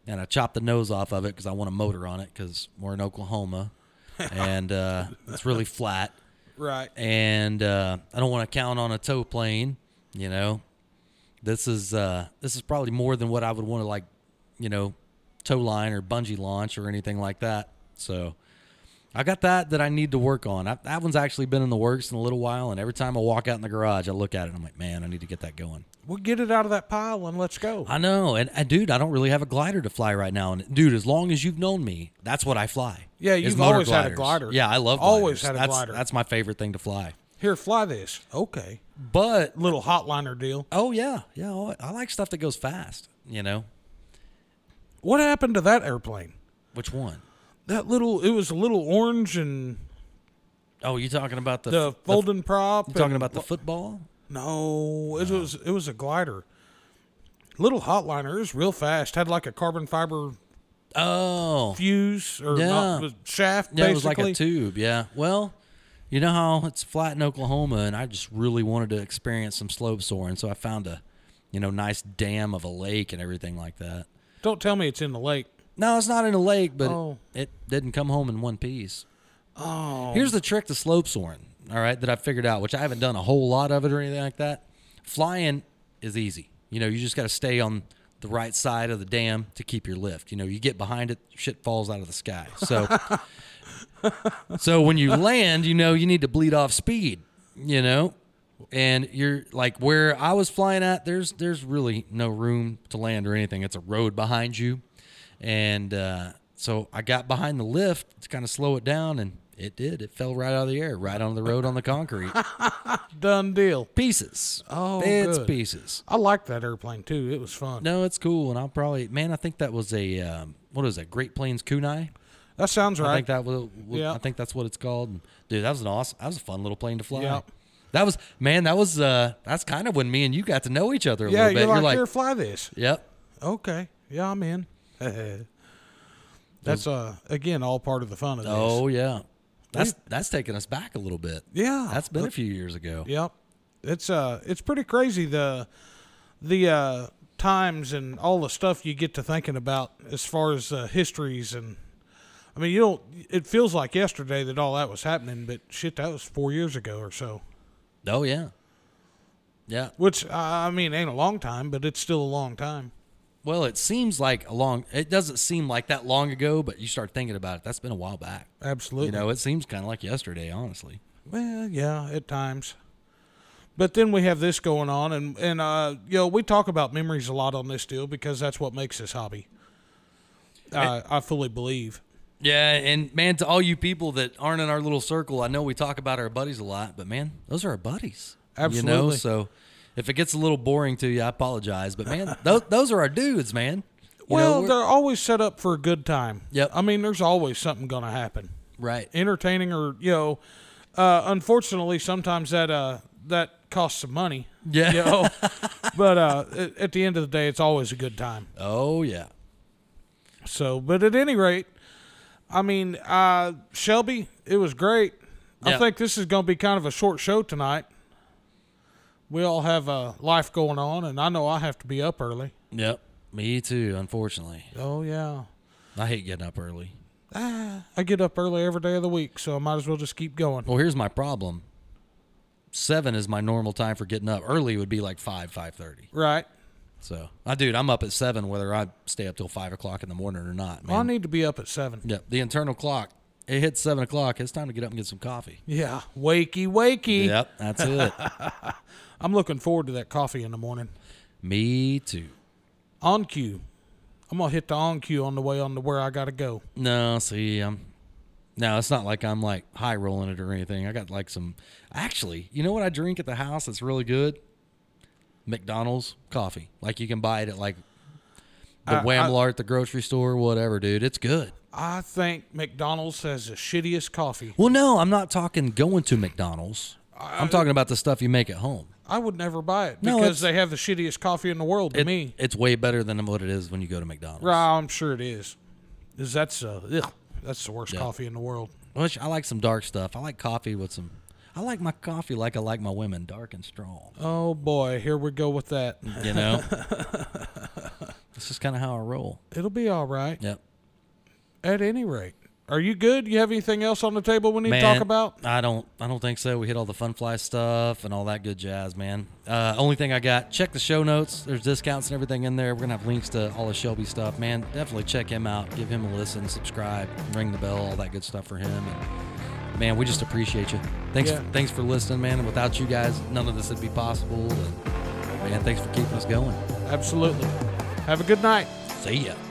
[SPEAKER 3] and i chopped the nose off of it because i want a motor on it because we're in oklahoma and uh, it's really flat
[SPEAKER 2] Right.
[SPEAKER 3] and uh, i don't want to count on a tow plane you know this is uh, this is probably more than what i would want to like you know tow line or bungee launch or anything like that so I got that that I need to work on. I, that one's actually been in the works in a little while, and every time I walk out in the garage, I look at it and I'm like, man, I need to get that going.
[SPEAKER 2] We'll get it out of that pile and let's go.
[SPEAKER 3] I know, and, and dude, I don't really have a glider to fly right now. And dude, as long as you've known me, that's what I fly.
[SPEAKER 2] Yeah,
[SPEAKER 3] is
[SPEAKER 2] you've
[SPEAKER 3] motor
[SPEAKER 2] always had a
[SPEAKER 3] gliders.
[SPEAKER 2] glider.
[SPEAKER 3] Yeah, I love
[SPEAKER 2] Always
[SPEAKER 3] gliders.
[SPEAKER 2] had a
[SPEAKER 3] that's,
[SPEAKER 2] glider.
[SPEAKER 3] That's my favorite thing to fly.
[SPEAKER 2] Here, fly this. Okay.
[SPEAKER 3] But
[SPEAKER 2] Little hotliner deal.
[SPEAKER 3] oh yeah, yeah, oh, I like stuff that goes fast. You know,
[SPEAKER 2] What happened to that airplane?
[SPEAKER 3] which one?
[SPEAKER 2] That little, it was a little orange and
[SPEAKER 3] Oh, you talking about the
[SPEAKER 2] the folding prop.
[SPEAKER 3] you talking
[SPEAKER 2] and-
[SPEAKER 3] about the football?
[SPEAKER 2] No, it was it was a glider. Little hotliner. It was real fast. Had like a carbon fiber
[SPEAKER 3] Oh,
[SPEAKER 2] fuse or
[SPEAKER 3] Yeah.
[SPEAKER 2] not, was shaft.
[SPEAKER 3] Yeah,
[SPEAKER 2] basically.
[SPEAKER 3] it was like a tube. Yeah. Well, you know how it's flat in Oklahoma, and I just really wanted to experience some slope soaring, so I found a, you know, nice dam of a lake and everything like that.
[SPEAKER 2] Don't tell me it's in the lake.
[SPEAKER 3] No, it's not in a lake, but it-
[SPEAKER 2] Oh.
[SPEAKER 3] it, didn't come home in one piece. Oh. Here's the trick to slope soaring. All right, that I figured out, which I haven't done a whole lot of it or anything like that. Flying is easy. You know, you just got to stay on the right side of the dam to keep your lift. You know, you get behind it, shit falls out of the sky. So, so when you land, you know you need to bleed off speed. You know, and you're like where I was flying at. There's there's really no room to land or anything. It's a road behind you, And uh, so I got behind the lift to kind of slow it down, and it did. It fell right out of the air, right on the road on the concrete.
[SPEAKER 2] Done deal.
[SPEAKER 3] pieces.
[SPEAKER 2] Oh,
[SPEAKER 3] it's
[SPEAKER 2] good.
[SPEAKER 3] pieces.
[SPEAKER 2] I liked that airplane too. It was fun.
[SPEAKER 3] No, it's cool, and I'll probably man. I think that was a um, what was that? Great Plains Kunai.
[SPEAKER 2] That sounds
[SPEAKER 3] I
[SPEAKER 2] right.
[SPEAKER 3] think that was. was-
[SPEAKER 2] Yeah.
[SPEAKER 3] I think that's what it's called. Dude, that was an awesome. That was a fun little plane to fly.
[SPEAKER 2] Yeah.
[SPEAKER 3] That was man. That was uh. That's kind of when me and you got to know each other a
[SPEAKER 2] yeah,
[SPEAKER 3] little bit.
[SPEAKER 2] you're like, here, fly this.
[SPEAKER 3] yep.
[SPEAKER 2] Okay. Yeah, I'm in. That's uh again all part of the fun of this.
[SPEAKER 3] Oh yeah. That's that's taking us back a little bit.
[SPEAKER 2] Yeah.
[SPEAKER 3] That's been a few years ago.
[SPEAKER 2] Yep. It's uh it's pretty crazy the the uh times and all the stuff you get to thinking about as far as uh, histories and I mean you don't it feels like yesterday that all that was happening but shit that was 4 years ago or so.
[SPEAKER 3] Oh yeah. Yeah.
[SPEAKER 2] Which uh, I mean ain't a long time but it's still a long time.
[SPEAKER 3] Well, it seems like a long. It doesn't seem like that long ago, but you start thinking about it. That's been a while back.
[SPEAKER 2] Absolutely.
[SPEAKER 3] You know, it seems kind of like yesterday, honestly.
[SPEAKER 2] Well, yeah, at times. But then we have this going on, and and uh, you know we talk about memories a lot on this deal because that's what makes this hobby. I I fully believe.
[SPEAKER 3] Yeah, and man, to all you people that aren't in our little circle, I know we talk about our buddies a lot, but man, those are our buddies. You know,
[SPEAKER 2] Absolutely.
[SPEAKER 3] so if it gets a little boring to you, I apologize, but man, those, those are our dudes, man. You know,
[SPEAKER 2] well,
[SPEAKER 3] we're-
[SPEAKER 2] they're always set up for a good time.
[SPEAKER 3] Yep.
[SPEAKER 2] I mean, there's always something gonna happen,
[SPEAKER 3] right.
[SPEAKER 2] entertaining or you know, uh, unfortunately sometimes that uh that costs some money.
[SPEAKER 3] Yeah.
[SPEAKER 2] You know? but uh, at, at the end of the day, it's always a good time.
[SPEAKER 3] Oh yeah.
[SPEAKER 2] So, but at any rate, I mean, uh, Shelby, it was great. I
[SPEAKER 3] Yeah.
[SPEAKER 2] think this is going to be kind of a short show tonight. We all have uh, life going on, and I know I have to be up early.
[SPEAKER 3] Yep. Me too. Unfortunately,
[SPEAKER 2] Oh yeah,
[SPEAKER 3] I hate getting up early.
[SPEAKER 2] I get up early every day of the week, so I might as well just keep going.
[SPEAKER 3] Well, here's my problem. Seven is my normal time for getting up. Early would be like five, five thirty.
[SPEAKER 2] Right?
[SPEAKER 3] So, I dude, I'm up at seven whether I stay up till five o'clock in the morning or not. Man.
[SPEAKER 2] I need to be up at seven.
[SPEAKER 3] Yep. The internal clock. It hits seven o'clock. It's time to get up and get some coffee.
[SPEAKER 2] Yeah, wakey, wakey.
[SPEAKER 3] Yep, that's it.
[SPEAKER 2] I'm looking forward to that coffee in the morning.
[SPEAKER 3] Me too.
[SPEAKER 2] On cue, I'm gonna hit the on cue on the way on to where I gotta go.
[SPEAKER 3] No, see, I'm. No, it's not like I'm like high rolling it or anything. I got like some. Actually, you know what I drink at the house that's really good? McDonald's coffee. Like you can buy it at like the
[SPEAKER 2] I- I-
[SPEAKER 3] Whamlar at the grocery store, whatever, dude. It's good.
[SPEAKER 2] I think McDonald's has the shittiest coffee.
[SPEAKER 3] Well, no, I'm not talking going to McDonald's. I'm talking about the stuff you make at home.
[SPEAKER 2] I would never buy it
[SPEAKER 3] No,
[SPEAKER 2] because
[SPEAKER 3] it's-
[SPEAKER 2] they have the shittiest coffee in the world to
[SPEAKER 3] It-
[SPEAKER 2] me.
[SPEAKER 3] It's way better than what it is when you go to McDonald's.
[SPEAKER 2] Right, I'm sure it is. Is that's uh, ugh, that's the worst coffee in the world.
[SPEAKER 3] Which I like some dark stuff. I like coffee with some. I like my coffee like I like my women, dark and strong.
[SPEAKER 2] Oh boy, here we go with that.
[SPEAKER 3] You know, this is kind of how I roll.
[SPEAKER 2] It'll be all right.
[SPEAKER 3] Yep.
[SPEAKER 2] At any rate, are you good? You have anything else on the table we need to talk about?
[SPEAKER 3] I don't. I don't think so. We hit all the fun fly stuff and all that good jazz, man. Uh, only thing I got. Check the show notes. There's discounts and everything in there. We're gonna have links to all the Shelby stuff, man. Definitely check him out. Give him a listen. Subscribe. Ring the bell. All that good stuff for him. And, man, we just appreciate you. Thanks.
[SPEAKER 2] Yeah.
[SPEAKER 3] Thanks for listening, man. And without you guys, none of this would be possible. And man, thanks for keeping us going.
[SPEAKER 2] Absolutely. Have a good night.
[SPEAKER 3] See ya.